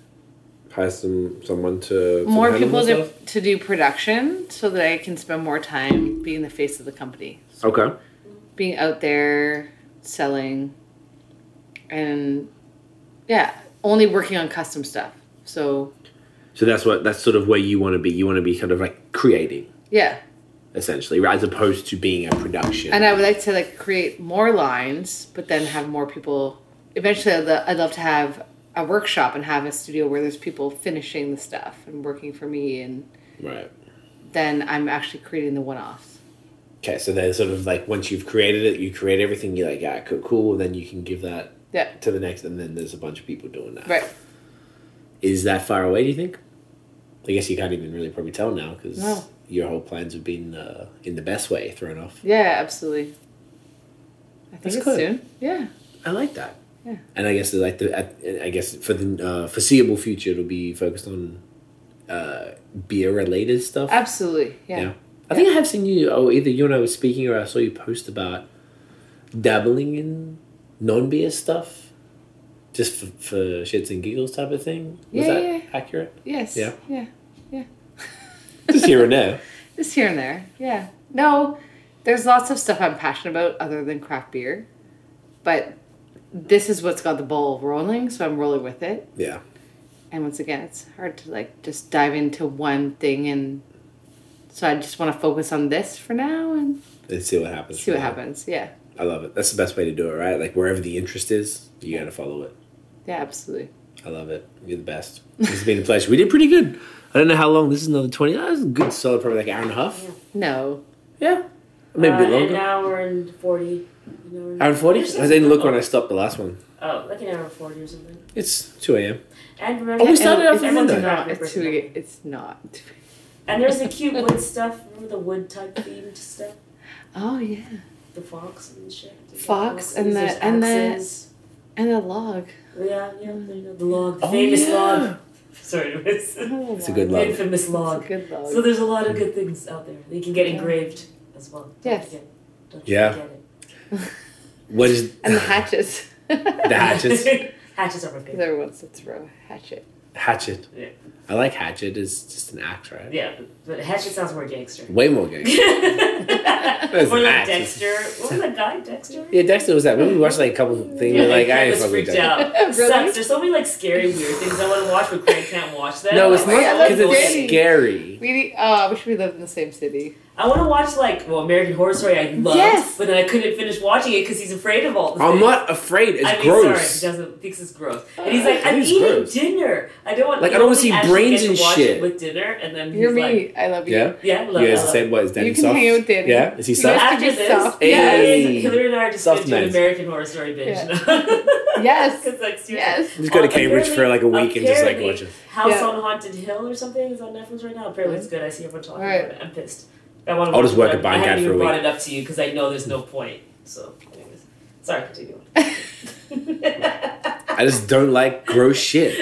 S1: Hire some someone to to
S3: more
S1: handle
S3: people to,
S1: myself?
S3: to do production so that I can spend more time being the face of the company,
S1: Okay.
S3: being out there selling and yeah, only working on custom stuff. So,
S1: So that's what that's sort of where you want to be. You want to be kind of like creating
S3: yeah.
S1: essentially, right? as opposed to being a production.
S3: And I would like to like create more lines, but then have more people. Eventually, I'd, lo- I'd love to have a workshop and have a studio where there's people finishing the stuff and working for me, and
S1: right.
S3: then I'm actually creating the one-offs.
S1: Okay, so then sort of like once you've created it, you create everything. You're like, yeah, cool, cool. And then you can give that
S3: Yeah,
S1: to the next, and then there's a bunch of people doing that.
S3: right.
S1: Is that far away? Do you think? I guess you can't even really probably tell now because
S3: No.
S1: your whole plans have been uh, in the best way thrown off.
S3: Yeah, absolutely. I think
S1: That's
S3: it's
S1: good.
S3: soon. Yeah,
S1: I like that.
S3: Yeah.
S1: And I guess like the at- I guess for the uh, foreseeable future, it'll be focused on uh, beer related stuff.
S3: absolutely. Yeah.
S1: I think I have seen you. Oh, either you and I were speaking, or I saw you post about dabbling in non-beer stuff, just for, for shits and giggles type of thing. Was
S3: Yeah,
S1: that
S3: yeah.
S1: accurate?
S3: Yes.
S1: Yeah.
S3: Yeah.
S1: Just here and there.
S3: Just here and there. Yeah. No, there's lots of stuff I'm passionate about other than craft beer, but this is what's got the ball rolling, so I'm rolling with it.
S1: Yeah.
S3: and once again it's hard to like just dive into one thing and so i just want to focus on this for now and
S1: And see what happens.
S3: see what
S1: from there.
S3: happens yeah
S1: I love it. That's the best way to do it, right? Like wherever the interest is, you gotta follow it.
S3: yeah absolutely
S1: I love it. You're the best. It's been a pleasure. We did pretty good. I don't know how long. This is another twenty. That was a good solid, probably like an hour and a half.
S3: no
S1: Yeah, maybe a bit
S5: Uh,
S1: longer.
S5: An hour and forty. An hour and-
S1: Hour and forty. I didn't look when I stopped the last one.
S5: Oh, like an hour and forty or something.
S1: It's two a.m.
S5: And remember,
S1: Oh, we started
S3: it's,
S1: off with
S5: everyone's
S1: midnight.
S5: not
S3: not,
S5: a
S3: it's,
S5: person.
S3: too, it's not
S5: And there's the cute wood stuff. Remember the wood type themed stuff?
S3: oh yeah
S5: The fox and shit. There's
S3: Fox
S5: foxes,
S3: and the-
S5: there's
S3: and the-
S5: axes.
S3: and a log
S5: Yeah, yeah, there you go. The log, the
S1: Oh,
S5: famous
S1: yeah.
S5: log. Sorry, it was
S1: It's a good
S5: the
S1: love.
S5: infamous
S3: it's
S5: log.
S3: a good log
S5: So there's a lot of good things out there. They can get
S3: Yeah.
S5: engraved as well. Don't
S3: Yes.
S5: forget. Don't
S1: Yeah.
S5: forget
S1: What is
S3: and the hatchets
S1: the hatchet?
S5: it. Hatches are repaired.
S3: there wants to throw a hatchet
S1: Hatchet.
S5: Yeah.
S1: I like hatchet. It's just an axe, right?
S5: Yeah, but- but hatchet sounds more gangster.
S1: Way more gay.
S5: More like
S1: hatches.
S5: Dexter. What was that guy, Dexter?
S1: Yeah, Dexter was that. When we watched like a couple of things, we're
S5: Craig
S1: like, I ain't
S5: was
S1: fucking with
S5: freaked
S1: Dexter.
S5: out.
S3: Really?
S5: Sucks. There's so many like scary, weird things I want to watch, but Craig can't watch them.
S1: No, it's
S5: Like,
S1: not
S3: Yeah, that's
S1: because it's
S3: scary.
S1: scary.
S3: uh, we need, oh i wish we lived in the same city
S5: I want to watch like well American Horror Story. I loved,
S3: Yes.
S5: but then I couldn't finish watching it because he's afraid of all. The
S1: I'm
S5: things.
S1: not afraid. It's
S5: I mean,
S1: gross.
S5: sorry, he doesn't thinks it's gross, and he's like,
S1: It
S5: "I'm
S1: is
S5: eating
S1: gross.
S5: dinner. I don't want
S1: Like, I
S5: you
S1: don't wanna
S5: only
S1: see
S5: actually
S1: brains
S5: get to
S1: and
S5: watch
S1: shit.
S5: It with dinner, and then he's
S3: You're me.
S5: like,
S3: I love you.
S1: yeah.
S5: "Yeah, I love
S1: You guys
S5: that.
S1: the same what? Is Danny
S3: You can
S1: soft?
S3: hang out with Danny.
S1: Yeah? Is he
S3: You guys
S1: soft?
S3: can
S5: After
S3: be
S5: this-
S3: soft.
S1: Hey.
S5: Yeah,
S3: Yes.
S1: Hey.
S5: Hillary and I are just
S1: Soft
S5: going to do an
S1: man.
S5: American Horror Story binge.
S3: Yeah.
S5: now.
S3: Yes.
S5: 'Cause, like, seriously.
S3: Yes.
S1: Just go to Cambridge for like a week and just like
S5: Apparently,
S1: watch it.
S5: House
S3: Yeah. Mm-hmm.
S5: on Haunted Hill or something is on Netflix right now. Apparently it's good. I see everyone talking
S3: Alright.
S5: about it. I'm pissed. I want to
S1: I'll just work at Bindcast
S5: I haven't
S1: for
S5: even
S1: a
S5: brought
S1: week.
S5: it up to you because I know there's no point. So, anyways, sorry, continue.
S1: I just don't like gross shit.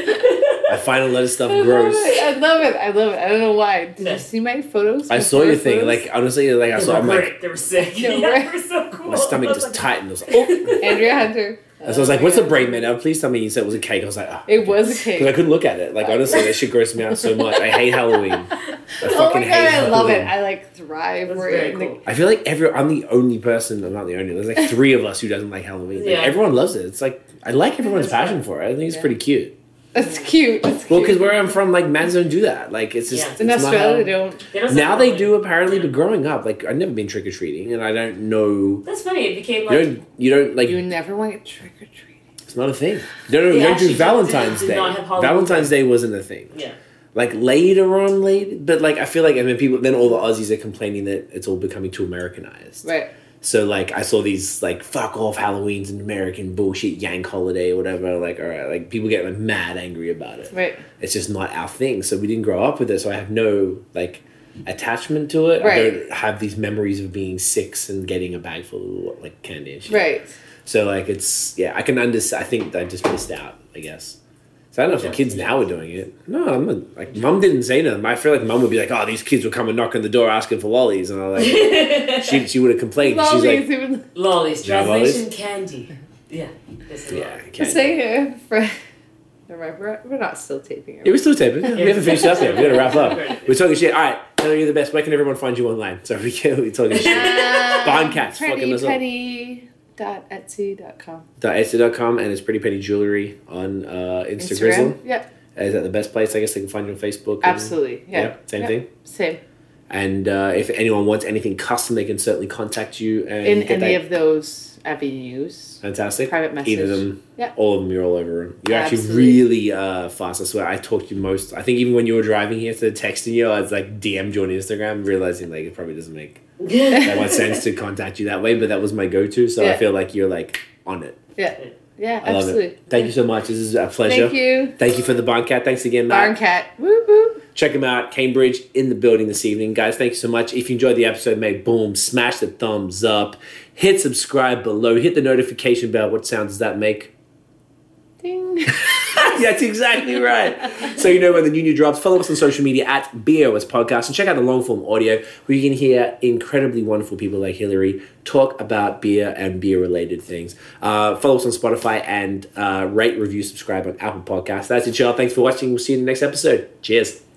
S1: I find a lot of stuff
S3: I love
S1: gross.
S3: it. I love it. I love it. I don't know why. Did
S5: Yeah.
S3: you see my photos?
S1: I
S3: My
S1: saw your
S3: horror
S1: thing.
S3: photos?
S1: Like honestly, like I
S5: they
S1: saw,
S5: were
S1: I'm
S5: great.
S1: like
S5: they were sick.
S3: They were
S5: yeah,
S3: great.
S5: they were so cool.
S1: my stomach just tightened. I was like, oh.
S3: Andrea Hunter.
S1: So I was like, what's a brain man? Oh, please tell me you said it was a cake. I was like, oh.
S3: It was a
S1: Because I
S3: cake.
S1: couldn't look at it. Like honestly, that shit grossed me out so much. I hate Halloween. I fucking
S3: Oh my
S1: hate
S3: god, I love it.
S1: Halloween.
S3: I like thrive.
S5: That's
S3: We're
S5: very
S3: in the-
S5: cool.
S1: I feel like every I'm the only person. I'm not the only. There's like three of us who doesn't like Halloween. Like,
S5: Yeah.
S1: Everyone loves it. It's like I like everyone's
S5: That's right.
S1: passion for it. I think it's
S3: Yeah.
S1: pretty cute.
S3: That's cute. That's cute.
S1: Well, because where I'm from, like men's don't do that. Like it's just
S5: Yeah.
S1: it's
S3: in
S1: not
S3: Australia,
S1: how-
S3: they don't.
S5: They don't
S1: now
S5: sound
S1: they
S5: like-
S1: do apparently, but growing up, like I've never been trick or treating, and I don't know.
S5: That's funny. It became
S1: You
S5: like.
S1: don't. You don't like.
S3: You never want to get trick or treating.
S1: It's not a thing. You don't,
S5: They
S1: you don't
S5: actually
S1: do
S5: did-
S1: Valentine's
S5: did
S1: Day.
S5: not have Halloween.
S1: Valentine's Day wasn't a thing.
S5: yeah.
S1: Like later on, later, but like I feel like I mean people. Then all the Aussies are complaining that it's all becoming too Americanized.
S3: Right.
S1: So like I saw these like fuck off Halloween's an American bullshit yank holiday or whatever. Like all right, like people get like mad angry about it.
S3: Right.
S1: It's just not our thing. So we didn't grow up with it. So I have no like attachment to it. I
S3: Right.
S1: don't have these memories of being six and getting a bag full of like candy and shit.
S3: Right.
S1: So like it's yeah I can understand. I think I just missed out. I guess. So I don't know if the kids now are doing it. No, I'm not, like mum didn't say nothing. I feel like mum would be like, "Oh, these kids will come and knock on the door asking for lollies," and I like she she would have complained. She's like,
S3: Lollies, even
S5: Lollies.
S1: Yeah,
S5: Translation candy. Yeah. This is
S1: Yeah,
S5: lollies.
S1: okay.
S3: say here for. Never mind, We're, we're not still taping
S1: It
S3: it.
S1: was still taping. We haven't finished up yet. We gotta wrap up. We're talking shit. All right, Taylor, you're the best. Where can everyone find you online? So we can we talking shit. Bondcast, fucking
S3: Pretty
S1: us up.
S3: Penny Um, dot Etsy dot com.
S1: Etsy.com and it's Pretty Penny Jewelry on uh, Instagram.
S3: Instagram. Yep.
S1: Is that the best place? I guess they can find you on Facebook. and-
S3: Absolutely. Yeah.
S1: Yep, same
S3: Yep.
S1: thing.
S3: Same.
S1: And uh, if anyone wants anything custom, they can certainly contact you and
S3: In
S1: get
S3: any
S1: that.
S3: of those avenues.
S1: Fantastic.
S3: private message.
S1: Either of them.
S3: Yep.
S1: All of them, you're all over them. You're actually
S3: Absolutely.
S1: really uh, fast. I swear, I talked to you most. I think even when you were driving here, instead of texting you, I was like DM'd you on Instagram, realizing like it probably doesn't make that much sense to contact you that way, but that was my go to. So I
S3: Yeah.
S1: feel like you're like on it.
S3: Yeah. Yeah.
S1: I love
S3: absolutely.
S1: it. Thank you so much. This is a pleasure.
S3: Thank you.
S1: Thank you for the Barn Cat. Thanks again, Matt.
S3: Barn cat. Woo woo.
S1: Check him out, Cambridge, in the building this evening. Guys, thank you so much. If you enjoyed the episode, mate, boom, smash the thumbs up, hit subscribe below, hit the notification bell. What sound does that make?
S3: Ding.
S1: That's exactly right. So you know when the new new drops. Follow us on social media at BOS Podcast and check out the long form audio where you can hear incredibly wonderful people like Hillary talk about beer and beer related things. Uh, follow us on Spotify and uh, rate, review, subscribe on Apple Podcasts. That's it, y'all. Thanks for watching. We'll see you in the next episode. Cheers.